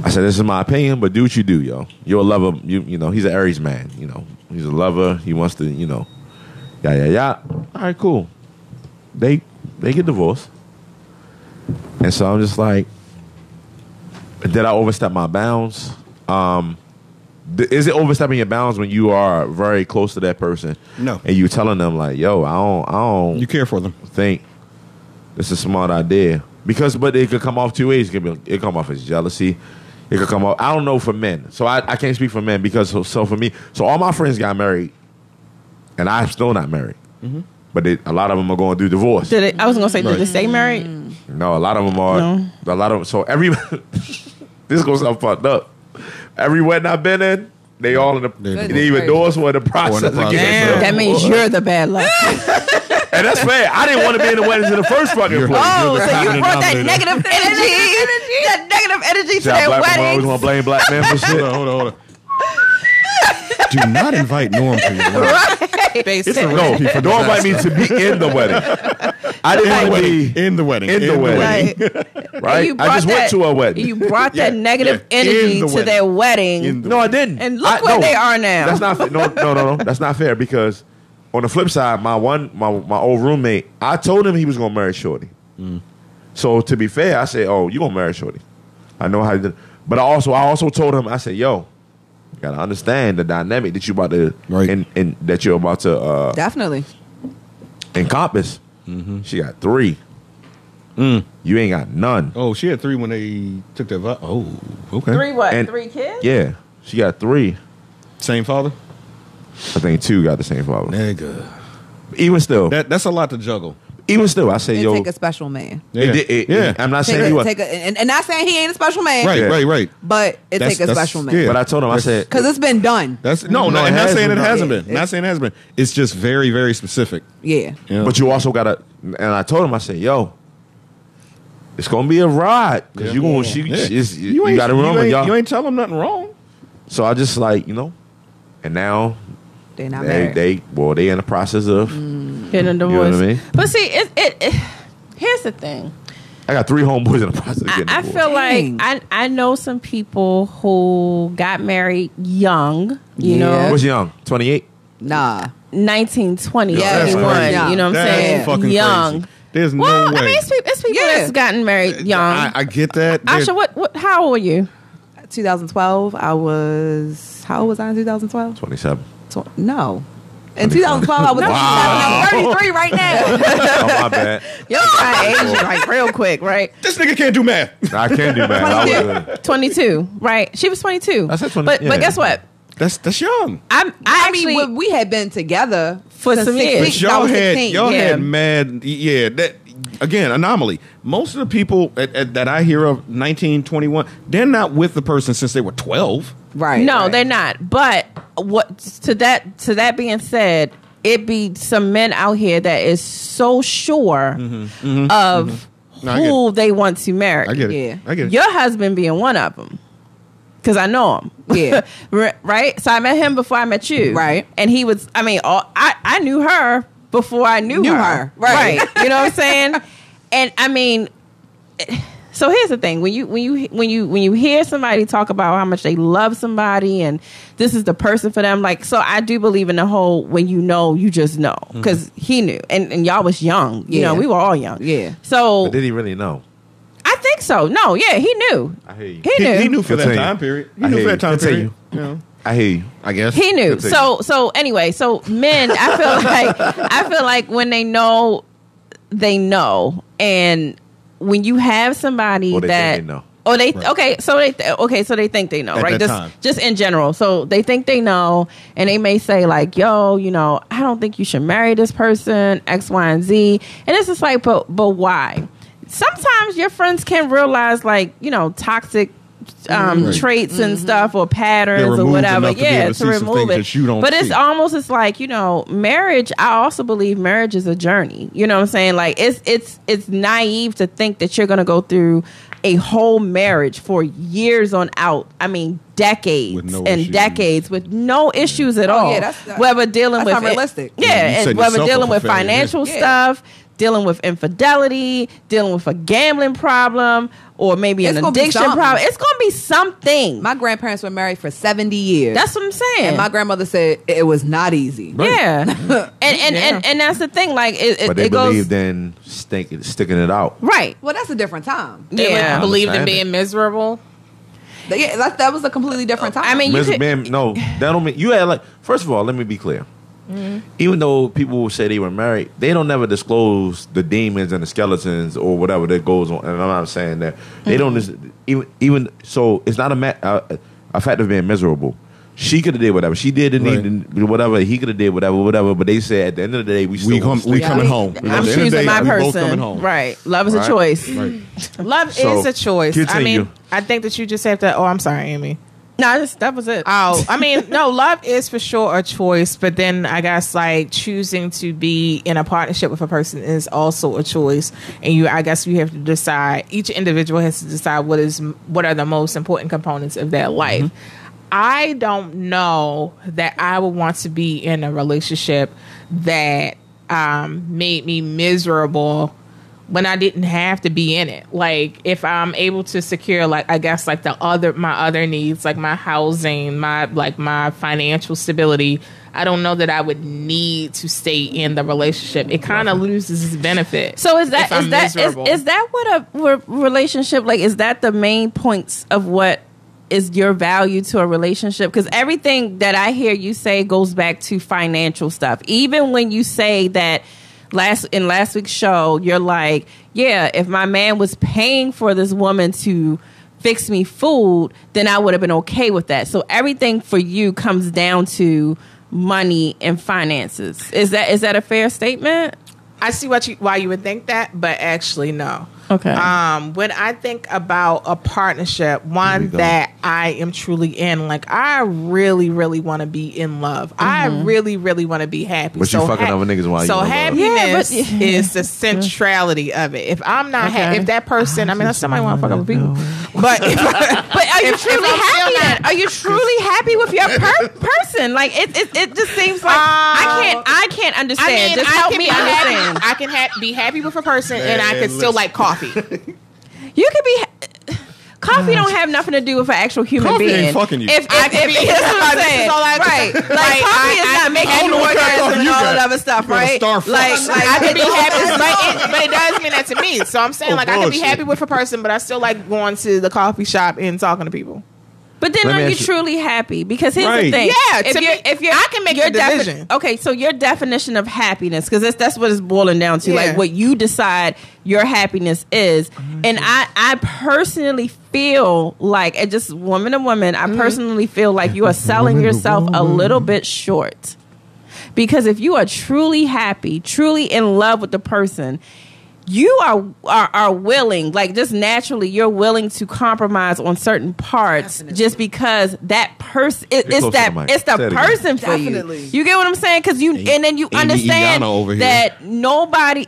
I said this is my opinion, but do what you do, yo. You're a lover. You you know he's an Aries man. You know he's a lover. He wants to you know, yeah yeah yeah. All right, cool. They they get divorced, and so I'm just like, did I overstep my bounds? Um, th- is it overstepping your bounds when you are very close to that person?
No.
and you telling them like, "Yo, I don't, I don't
You care for them.
think it's a smart idea." Because, but it could come off two ways. It could be, it could come off as jealousy. It could come off. I don't know for men, so I, I can't speak for men because so, so for me, so all my friends got married, and I'm still not married. But it, a lot of them are going through divorce.
Did it, I was gonna say, did they stay married?
No, a lot of them are. A lot of so every this goes sound fucked up. Every wedding I've been in, they all in the
They're
they even doors were in the process. of
process.
getting
Damn.
married.
That means
uh,
you're the bad luck.
and that's fair. I didn't want to be in the weddings in the first fucking place.
Oh, so you
Common
brought that
denominator.
negative energy, that negative energy to
Shout out
that
black women, I always
wedding.
want to blame black men for
Hold
shit.
on, hold on, hold on. Do not invite Norm to your wedding.
Basically.
No, don't invite me to be in the wedding. I didn't want to be
In the wedding.
in the wedding.
And
Right?
you
I just went
brought that-
to a wedding.
You brought that
Yeah,
negative
yeah. In the
energy to
wedding.
their wedding.
In
Mm-hmm.
the-
No, I didn't.
And look
I-
where
no,
they are now.
That's not fair. No, no, no, no. That's not fair because on the flip side, my one my my old roommate, I told him he was gonna marry Shorty.
Mm.
So to be fair, I said, "Oh, you gonna marry Shorty? I know how." You did. But I also I also told him I said, "Yo, you gotta understand the dynamic that you about to
Right.
and, and that you're about to uh,
Definitely.
encompass."
Mm-hmm.
She got three.
Mm.
You ain't got none.
Oh, she had three when they took that. Vi- oh, okay.
Three what?
And-
three kids?
Yeah, she got three.
Same father.
I think two got the same problem.
Nigga,
Even still,
that that's a lot to juggle.
even still, I say,
It
yo,
take a special man.
it
Yeah.
did- it-
Yeah.
I'm not
Take
saying you
a,
are,
take a, and, and not saying he ain't a special man,
Right,
Yeah.
right, right.
but it
That's-
take a
that's-
special
yeah.
man.
but I told him, I said,
Because it's been done.
That's no,
No,
no.
it
I'm not
has
saying it
been.
hasn't
Yeah.
been. Not saying it has been. It's just very, very specific.
Yeah.
You know?
But you also gotta. And I told him, I said, "Yo, it's gonna be a ride because you gonna she,
Yeah.
she- it's- you, gotta remember,
ain't,
y'all."
You ain't tell them nothing wrong.
so I just like you know, and now
They're not
they,
married. Mm.
they well they in the process of.
Getting a
You know what I
divorce.
mean?
But see, it, it, it here's the thing.
I got three homeboys in the process. Of
I,
getting
I
divorced.
feel
Dang.
like I I know some people who got married young, you
Yeah.
know,
What's young? Twenty eight.
nah.
1920,
Yeah, that's
21,
crazy.
you know what I'm
That's
saying?
fucking
young.
crazy. There's no
Well,
way. Uh,
I mean, it's people, it's people
Yeah.
that's gotten married young.
I, I get that. There-
Asha, what, what? How old were you?
2012, I was. How old was I in 2012?
Twenty seven.
Tw- no. In 2012, I was 37. I'm 33 right now.
Oh my bad.
Yo, I aged like real quick, right?
this nigga can't do math.
I can do bad. I was,
22, right? She was 22.
I said 20,
But
yeah.
but guess what?
That's that's young.
I'm, I
I
actually
mean, we- we had been together
For
since
some years.
16
But y'all
I was
had
16.
y'all
yeah.
had mad yeah that again anomaly. Most of the people at, at, that I hear of 19, 21, they're not with the person since they were twelve.
Right.
no,
right.
they're not. But what to that to that being said, it be some men out here that is so sure
Mm-hmm,
of
I get
who they want to marry.
I get it.
Yeah.
I get it.
Your husband being one of them. Cause I know him,
Yeah.
R- right? So I met him before I met you,
Right.
And he was, I mean, all, I I knew her before I knew,
Knew
her,
her, right.
You know what I'm saying? And I mean, eh, so here's the thing when you when you when you when you hear somebody talk about how much they love somebody and this is the person for them like so i do believe in the whole when you know you just know because he knew and, and y'all was young you know
Mm-hmm. Yeah.
we were all young
Yeah.
so
but did he really know?
i think so no yeah he knew
I hear you.
he knew
He, he knew for that
Continue.
time period. He
I
knew
hear
for
you.
that time
Continue.
period. You know,
I hear you.
I guess
He knew.
Continue.
So so anyway, so men, I feel like I feel like when they know, they know, and when you have somebody
Or they think
that
they know.
or they okay, so they th- okay, so they think they know,
At
right?
that
just
time.
just in general, so they think they know, and they may say like, "Yo, you know, I don't think you should marry this person, X, Y, and Z," and it's just like, but but why? Sometimes your friends can realize like you know toxic. Um,
Right.
traits and stuff or patterns
They're
or
removed
whatever.
enough to be
Yeah,
able to
to
see some
remove
things
it.
that you don't
but it's
see.
almost it's like you know, marriage. I also believe marriage is a journey. You know what I'm saying? Like it's it's it's naive to think that you're gonna go through a whole marriage for years on out. I mean, decades
With no
and
issues.
decades with no issues at
Oh,
all.
yeah, that's not-
whether dealing
that's
with
not realistic.
Yeah,
Yeah, you
and
setting
whether
yourself
dealing
up for
with
failure, yeah.
financial
Yeah.
stuff, dealing with infidelity, dealing with a gambling problem, or maybe
It's
an
gonna be
addiction
something.
problem. It's gonna be something.
My grandparents were married for 70 years.
That's what I'm saying.
and my grandmother said it was not easy.
Yeah, and and, and and that's the thing. Like it, it,
But they
it goes
believed in stinking, sticking it out.
right.
Well, that's a different time.
They
Yeah.
would believe in
Understand it.
being miserable.
Th- Yeah, that, that was a completely different time.
I mean, you
Miss
could,
Bam, no, that don't mean you had like. First of all, let me be clear.
Mm-hmm.
Even though people will say they were married, they don't never disclose the demons and the skeletons or whatever that goes on. And I'm not saying that they don't
Mm-hmm.
dis- even even so. It's not a ma- uh, a fact of being miserable. She could have did whatever she did, didn't need to- whatever he could have did, whatever, whatever. But they said at the end of the day, we still
we
gonna
come, we
stick-
coming
we-
home.
I'm
At the end of the
choosing
day,
my
we both
person.
coming home.
Right, love is
Right.
a choice.
Right.
Love
So,
is a choice. I
continue.
mean, I think that you just have to. Oh, I'm sorry, Amy.
No, I just, that was it.
Oh, I mean, no, love is for sure a choice, but then I guess like choosing to be in a partnership with a person is also a choice, and you, I guess, you have to decide. Each individual has to decide what is what are the most important components of their life. I don't know that I would want to be in a relationship that um, made me miserable when I didn't have to be in it. Like if I'm able to secure like I guess like the other my other needs, like my housing, my like my financial stability, I don't know that I would need to stay in the relationship. It kind of loses its benefit.
So is that
if I'm
is that is,
miserable.
is that what a re- relationship like? Is that the main points of what is your value to a relationship? Because everything that I hear you say goes back to financial stuff. Even when you say that last in last week's show, you're like, yeah, if my man was paying for this woman to fix me food, then I would have been okay with that. So everything for you comes down to money and finances. Is that is that a fair statement?
I see what you why you would think that, but actually no.
Okay.
Um, when I think about a partnership, one that I am truly in, like I really, really want to be in love. I
Mm-hmm.
really, really want to be happy.
But you fucking other niggas while you
So
in love.
happiness
Yeah, but-
is the centrality of it. If I'm not, ha-
Okay.
if that person, I mean, somebody want to fuck other people, but if,
But are you
If- if
truly
I'm
happy?
still
then? Are you truly happy with your per- person? Like it, it, it just seems like
Oh.
I can't. I can't understand. just help me
be
understand.
happy. I can ha- be happy with a person, and I can still like coffee.
You could be. ha- Coffee don't have nothing to do with an actual human
Mm. Coffee
being.
ain't fucking you.
If, if,
I can
if-
be-
that's what I'm
this is
saying.
all I-
right. Like,
Like,
coffee
I-
is
I-
not making you
what kind of
orgasm
coffee
and
you
all
got.
that other stuff,
got a
right?
star fuck.
Like, like
I can be happy, but it, but it does mean that to me. So I'm saying,
Oh,
like, I can be
bullshit.
happy with a person, but I still like going to the coffee shop and talking to people.
But then
Let me
are you
ask you-
truly happy? Because here's the
Right.
thing.
Yeah,
if
to
you're,
me-
if you're,
I can make
your
the
defi-
decision.
okay, so your definition of happiness, because that's that's what it's boiling down to,
Yeah.
like what you decide your happiness is.
Mm-hmm.
And I, I personally feel like, and just woman to woman,
Mm-hmm.
I personally feel like you are selling yourself a little bit short. Because if you are truly happy, truly in love with the person, you are, are are willing, like just naturally, you're willing to compromise on certain parts just because that person it,
Get
it's
closer
that
to the mic.
it's the
Say it again.
person for
Definitely.
you. You get what I'm saying? Because you and then you
Amy
understand
Iyana over here.
that nobody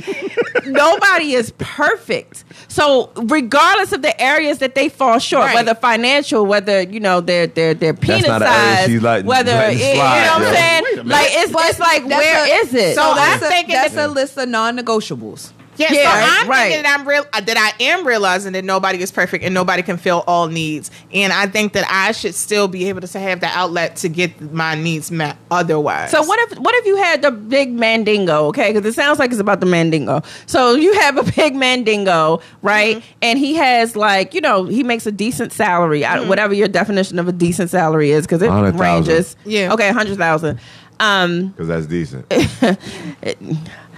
nobody is perfect. So regardless of the areas that they fall short,
Right.
whether financial, whether you know their their their penis
not an area
size,
she's letting-
whether
letting
it- you know
slide,
what
yo.
I'm saying?
Wait a minute.
Like it's it's like
That's
where
a-
is it?
So that's
that's a,
thinking
that's
that-
a list of non-negotiables.
Yeah,
Yeah,
so I'm
right.
thinking that I'm real uh, that I am realizing that nobody is perfect and nobody can fill all needs, and I think that I should still be able to have the outlet to get my needs met. Otherwise,
So what if what if you had the big mandingo? Okay, because it sounds like it's about the mandingo. So you have a big mandingo, right?
Mm-hmm.
And he has like you know he makes a decent salary, I-
Mm-hmm.
whatever your definition of a decent salary is, because it
100,000.
ranges.
Yeah.
Okay, hundred thousand. Um,
because that's decent.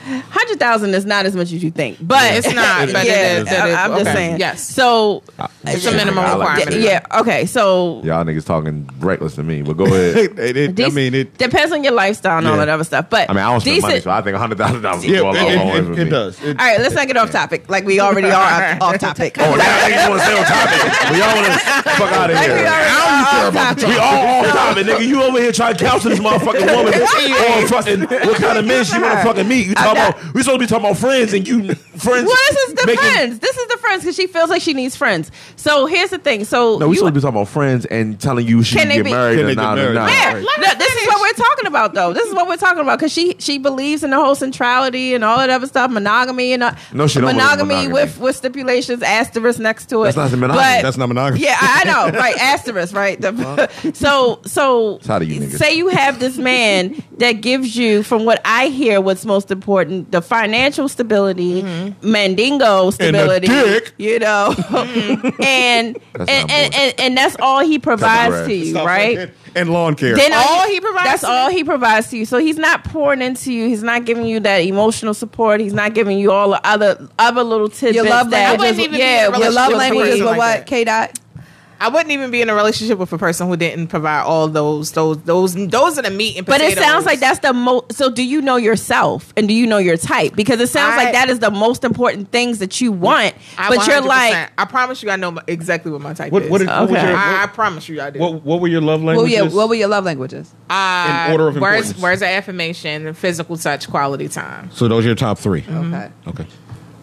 hundred thousand is not as much as you think, but
It's not, but it is, it
I-
is.
I'm just
Okay.
saying.
Yes.
So
It's a minimum
I like
requirement.
that.
yeah. Okay. So
Y'all niggas talking reckless to me, but go ahead.
It- it- I
dec-
mean, it.
depends on your lifestyle and all
Yeah.
that other stuff. But
I mean, I don't spend money,
decent-
so I think hundred thousand dollars would
Yeah,
go a long
it,
way
it,
for
it,
me.
does. It-
all right, let's not get off topic. Like we already are off, off topic.
Oh, now niggas want to stay on topic. We all want to fuck out of
Like,
here.
we already
I don't care about the topic. We all off topic, nigga. You over here trying to counsel this motherfucking woman on fucking what kind of men she want to fucking meet. You talking about? We supposed to be talking about friends and you friends.
Well, this is the
making-
friends. This is the friends because she feels like she needs friends. So here's the thing. So
No, we
you,
supposed to be talking about friends and telling you she
Can
can
they
get
be-
married
Can
or
they get
not or
married?
not.
yeah,
Right.
no, this is what we're talking about, though. This is what we're talking about because she she believes in the whole centrality and all that other stuff, monogamy and all,
No, she don't believe in
monogamy,
monogamy.
with with stipulations, asterisk next to it.
That's not monogamy.
But-
That's not monogamy.
Yeah, I, I know, right? Asterisk, right? The- so, so
Tired of you niggas.
say you have this man that gives you, from what I hear, what's most important: the financial stability,
Mm-hmm.
mandingo stability,
dick.
you know,
Mm-hmm. That's not
and and, and, and
important.
and that's all he provides to
grass.
you,
Stuff like
right?
that. And lawn care.
Then
All
are
he provides
That's
to
all he provides to you. So he's not pouring into you. He's not giving you that emotional support. He's not giving you all the other other little tidbits.
love
that,
language
I wouldn't even be in a
yeah,
Your
relationship
your
love
with a
language is
person
what? what
like that.
K dot.
I wouldn't even be in a relationship with a person who didn't provide all those those those those are the meat and
But
potatoes.
it sounds like that's the most. So, do you know yourself and do you know your type? Because it sounds
I-
like that is the most important things that you want.
I
but you're
100%
like,
I promise you, I know my- exactly what my type
What-
is.
what did- what
was Okay. your-
I, I promise you, I do.
What, what were your love
Well,
languages?
yeah. What were your love languages?
uh,
in order of
words,
importance?
words of affirmation, and physical touch, quality time.
so those are your top three.
Okay.
Okay.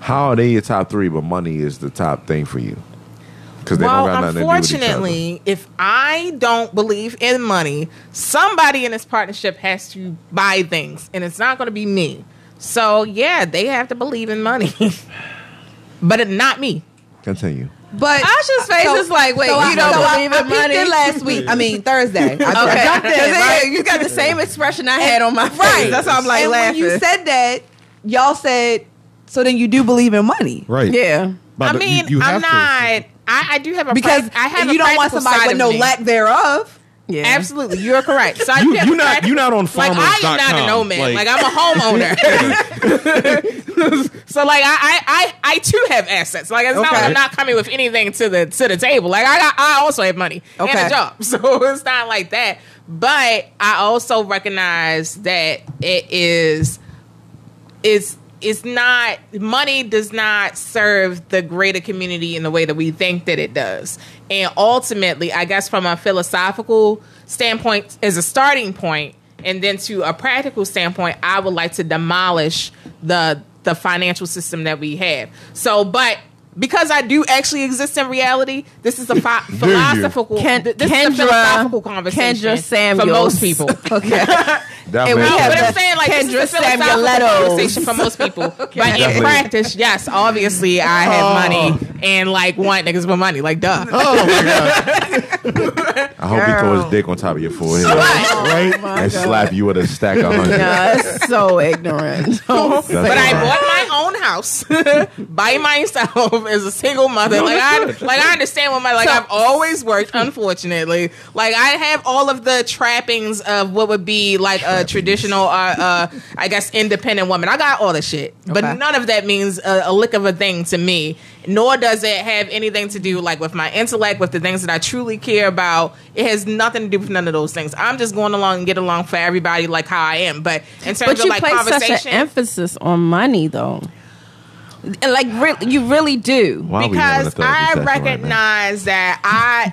How are they your top three, but money is the top thing for you? Because they
well,
don't got nothing to do with each other.
unfortunately, if I don't believe in money, somebody in this partnership has to buy things, and it's not going to be me. So yeah, they have to believe in money, but it, not me.
Continue.
But
Asha's face
so-
is like, wait,
so I-
you don't
so I-
believe
I,
in
peeped
money.
it last week. I mean Thursday. I, I
Okay,
jumped in,
Because
right?
it- you got the same expression I had on my face. That's why I'm like
and
laughing.
When you said that, y'all said, so then you do believe in money.
Right.
yeah,
But
I
you-
mean,
you
I'm
have to.
not. I, I do have a
Because
prac- I have
you
a
don't want
practical
somebody
side
with
of
no
me.
lack thereof.
yeah,
Absolutely, you're correct. So I
You-
do have
you
a
not-
practical-
you not on
like I am not
farmers.com,
an old man.
like-
Like, I'm a homeowner. so like I, I I I too have assets. Like it's not like
Okay.
I'm not coming with anything to the to the table. Like I got, I also have money and
Okay.
a job. So it's not like that. But I also recognize that it is is it's not money does not serve the greater community in the way that we think that it does and ultimately i guess from a philosophical standpoint as a starting point and then to a practical standpoint i would like to demolish the the financial system that we have so but because I do actually exist in reality, this is a phi- philosophical,
Ken-
th- this is
Kendra-
a philosophical conversation
Kendra
for
Samuels.
most people.
That
And we
man
No,
have
but
said-
I'm saying like
Kendra
this is a philosophical
Samuelettos.
conversation for most people. But
Definitely.
in practice, yes, obviously I have money and like want niggas with money, like duh.
I hope he throw his dick on top of your forehead
Oh
and slap you with a stack of hundred.
That's so ignorant.
That's
But I
fine.
bought my own house by myself as a single mother. like I, like I understand what my like. I've always worked. Unfortunately, like I have all of the trappings of what would be like a traditional, uh, uh, I guess, independent woman. I got all the shit,
Okay.
but none of that means a, a lick of a thing to me. Nor does it have anything to do like with my intellect, with the things that I truly care about. It has nothing to do with none of those things. I'm just going along and get along for everybody, like how I am. But in terms
but
of
you
like
place
conversation,
such an emphasis on money, though. And like, really, you really do.
Why we having a
because
therapy
I
session right now?
recognize that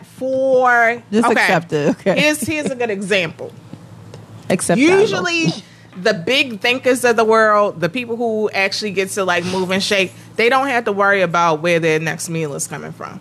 I for
Just accept it, okay.
Here's here's a good example.
Except
Usually, the big thinkers of the world, the people who actually get to like move and shake, they don't have to worry about where their next meal is coming from.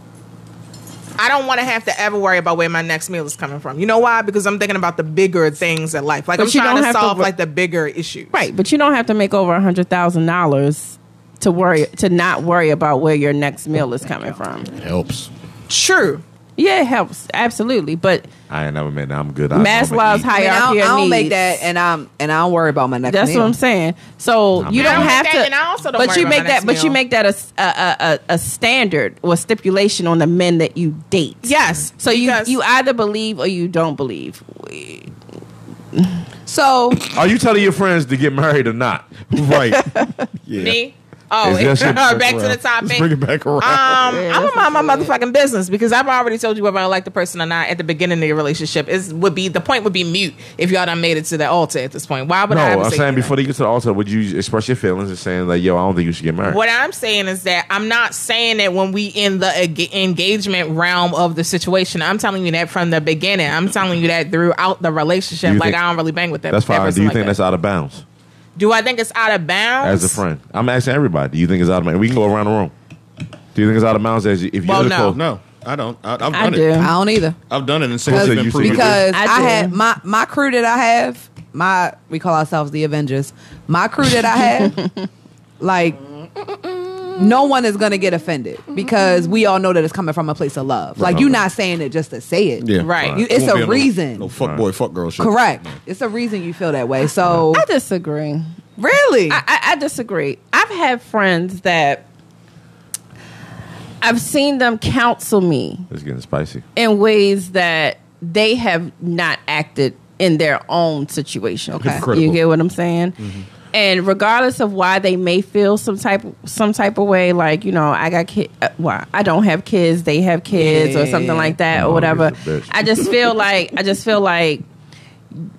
I don't want to have to ever worry about where my next meal is coming from. You know why? Because I'm thinking about the bigger things in life. Like
But
I'm
you don't
trying to
have to
solve
wor-
like the bigger issues.
right, but you don't have to make over a hundred thousand dollars to worry to not worry about where your next meal is coming from.
helps.
True.
Yeah, it helps absolutely, but
I ain't never meant that I'm good. I
Maslow's
I,
hierarchy
mean, I don't, I
of
don't
needs.
make that, and I'm and I don't worry about my next.
That's
meal.
what I'm saying. So you don't
I don't
have
make
to.
that, and I also don't
but
worry
you
about
make
my
that.
next
But you
meal.
make that a, s- a- a- a- a standard or stipulation on the men that you date.
Yes.
So you
because-
you either believe or you don't believe.
So
Are you telling your friends to get married or not?
Right. yeah.
Me? Oh,
It's just-
back to the
Let's
topic.
bring it back around.
Um, I'm gonna mind my motherfucking business because I've already told you whether I like the person or not at the beginning of your relationship. Is would be the point would be mute if y'all done made it to the altar at this point. Why would I?
no,
ever
I'm
say
saying
that?
before they get to the altar, would you express your feelings and saying like, "Yo, I don't think you should get married."
What I'm saying is that I'm not saying that when we in the eng- engagement realm of the situation. I'm telling you that from the beginning. I'm telling you that throughout the relationship.
Do you
Like
think-
I don't really bang with that.
That's
that
fine. Do
person
you
like
think
that.
that's out of bounds
Do I think it's out of bounds
as a friend? I'm asking everybody. Do you think it's out of bounds? We can go around the room. Do you think it's out of bounds as you, if
Well,
you're
no.
close?
Oh, no, I don't. I, I've done
I
it.
do.
I don't either.
I've done it and
Because-
since it's
So
been
you see-
proven.
because
I
I,
do.
had my my crew that I have my we call ourselves the Avengers. My crew that I have, like no one is gonna get offended because we all know that it's coming from a place of love. Like you're not saying it just to say it.
Yeah.
Right.
You- it's
Won't be
a
no-
reason.
No, fuck boy, fuck girl shit.
Correct. It's a reason you feel that way. So
I disagree.
really,
I, I, I disagree. I've had friends that I've seen them counsel me
It's getting spicy.
in ways that they have not acted in their own situation.
Hypocritical.
You get what I'm saying? And regardless of why they may feel some type some type of way, like you know, I got kid, uh, why I don't have kids, they have kids, or something like that, or
Oh,
whatever.
he's a bitch.
I just feel like I just feel like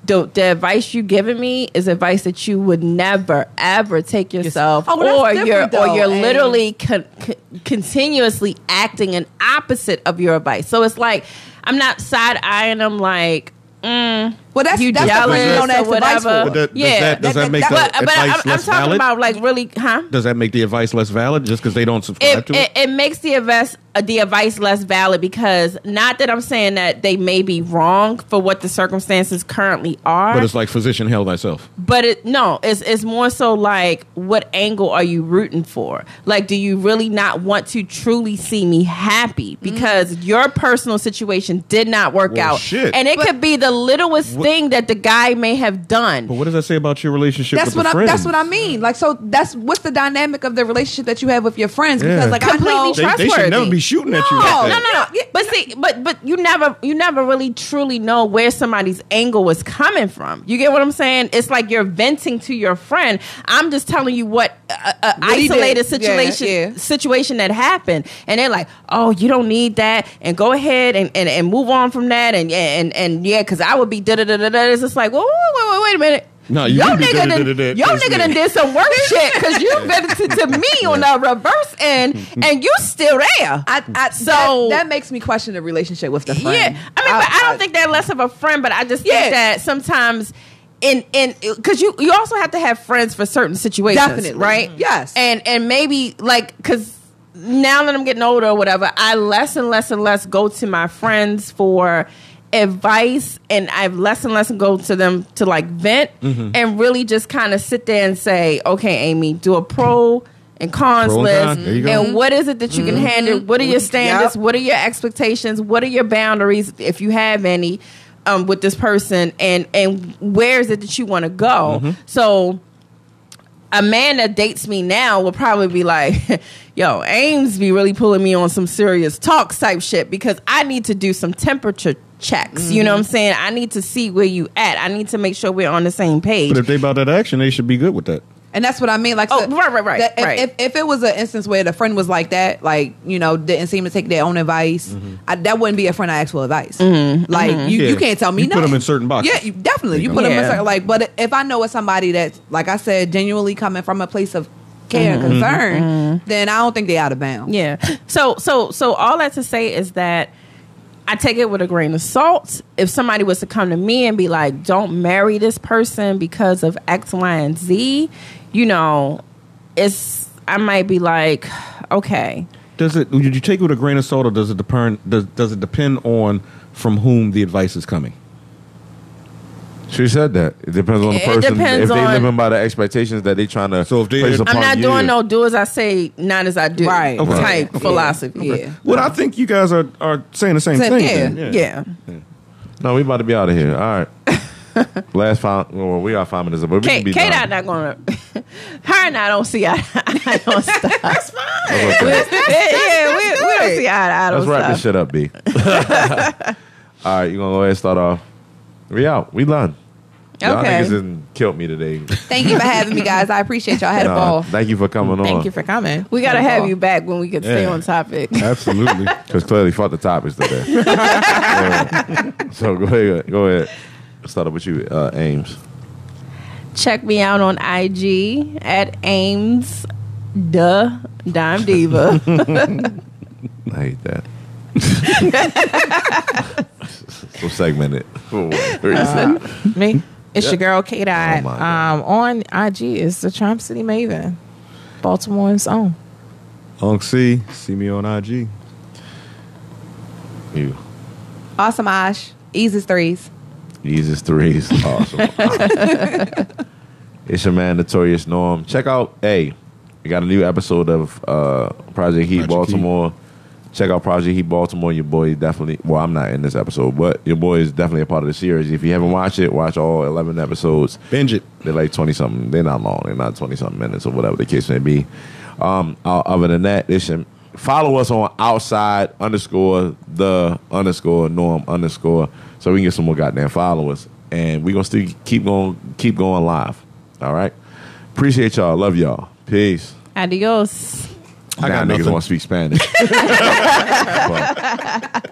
the, the advice you giving me is advice that you would never ever take yourself
Oh, well,
or
that's
you're
different,
or
though,
you're
and-
literally con- con- continuously acting in opposite of your advice so it's like i'm not side-eyeing them like mm,
Well, that's
You
that's the
jealous
person known
or
as the vice
whatever.
lord.
But that- does
Yeah,
that- does
that-
that make
that-
the
but-
but I'm, I'm
advice
talking
less valid?
about like really, huh?
Does that make the advice less valid just because they don't subscribe
it,
to it?
it, it makes the advice uh, the advice less valid because not that I'm saying that they may be wrong for what the circumstances currently are,
But it's like physician hell thyself.
but it no it's it's more so like what angle are you rooting for like do you really not want to truly see me happy because your personal situation did not work
Well,
out
shit.
and it could be the littlest thing that the guy may have done
But what does that say about your relationship
That's
with
what
the
I,
friend?
that's what I mean. Like, so that's what's the dynamic of the relationship that you have with your friends? Because
Yeah.
like
Completely
I know,
They,
true.
they should never
trustworthy.
be shooting at you.
No,
like
no,
that.
no, no. But see, but but you never you never really truly know where somebody's angle was coming from. You get what I'm saying? It's like you're venting to your friend. I'm just telling you what uh, uh,
What he
isolated
did. Yeah,
situation
yeah.
situation that happened, and they're like, "Oh, you don't need that," and go ahead and and, and move on from that, and and and yeah, because I would be da da da da da. It's just like, whoa, wait, wait, wait a minute.
No, you
your
would be
nigga done,
da-da-da-da-da,
your
that's
nigga
me.
done did some work shit because you vented to me on the reverse end, and you still there.
I, I, so
So-
that, that makes me question the relationship with the friend.
Yeah, I mean, but I don't think they're less of a friend. But I just
Yeah.
think that sometimes, in in because you you also have to have friends for certain situations,
Definitely.
right?
Mhm. Yes.
and and maybe like because now that I'm getting older or whatever, I less and less and less go to my friends for advice and I've less and less go to them to like vent
Mm-hmm.
and really just kind of sit there and say, okay, Amy, do a pro and cons
Pro and
list
con, there you go. Mm-hmm.
and what is it that you can handle? What are your standards?
Yep.
What are your expectations? What are your boundaries, if you have any, um, with this person? And and where is it that you want to go?
Mm-hmm.
So, a man that dates me now will probably be like, "Yo, Ames be really pulling me on some serious talks type shit because I need to do some temperature." checks you know what i'm saying i need to see where you at i need to make sure we're on the same page
But if they about that action, they should be good with that.
And that's what I mean. Like,
Oh, right, right, right,
that- if,
right.
If, if it was an instance where the friend was like that, like you know, didn't seem to take their own advice, I, that wouldn't be a friend I asked for advice.
Mm-hmm.
Like you,
Mm-hmm. Yeah.
you can't tell me
You put
nothing.
them in certain boxes.
Yeah, you, definitely. You put them in
Yeah.
certain like. But if I know it's somebody that's like I said, genuinely coming from a place of care
Mm-hmm.
and concern, then I don't think they out of bounds.
Yeah. So so so all that to say is that I take it with a grain of salt. If somebody was to come to me and be like, "Don't marry this person because of X, Y, and Z," you know, it's I might be like, "Okay,
Does it? Did you take it with a grain of salt, or does it depend? Does, does it depend on from whom the advice is coming?
She said that it depends on the
It
person.
depends
if they
on-
living by the expectations that they trying to
So if they-
place
I'm
upon
I'm not
you.
doing no do as I say, not as I do."
Right.
Type
Okay.
philosophy.
Yeah.
Well, I think you guys are, are saying the same
Same-
thing.
yeah,
then.
Yeah.
No, we about to be out of here. All right. Last five. Well, we are five minutes, up, but we
K
can be
K
done.
dot not gonna her and I don't see eye to eye on stuff. That's fine.
That's okay.
yeah, we, we don't see eye to eye on
Let's wrap
stuff.
this shit up, B. All right, you gonna go ahead and start off. We out. We done. Y'all
Okay.
niggas done killed me today.
Thank you for having me, guys. I appreciate y'all. I had a
Nah,
ball.
thank you for coming on.
Thank you for coming.
We gotta have you back when we can stay
Yeah.
on topic.
absolutely.
Because clearly, fuck the topics today. Yeah. So go ahead. Go ahead. Start up with you, uh, Ames.
Check me out on IG at Ames Duh Dime Diva.
I hate that. we'll segment it. For three seconds.
Me? It's your girl K
Oh,
Dot.
my God.
um, on IG is the Charm City Maven, Baltimore's own.
Unc C, see me on IG.
you.
Awesome, Ash. Easy's threes.
Jesus threes. Awesome. it's your man, Notorious Norm. Check out, hey, we got a new episode of uh, Project Heat
Project
Baltimore. Check out Project Heat Baltimore. Your boy definitely, well, I'm not in this episode, but your boy is definitely a part of the series. If you haven't watched it, watch all 11 episodes.
Binge it.
They're like 20 something. They're not long. They're not 20 something minutes or whatever the case may be. Um, o- other than that, they should follow us on outside underscore the underscore norm underscore so we can get some more goddamn followers. And we're going to still keep going, keep going live. All right. Appreciate y'all. Love y'all. Peace.
Adios.
I
got
niggas
nothing.
want to speak Spanish. But-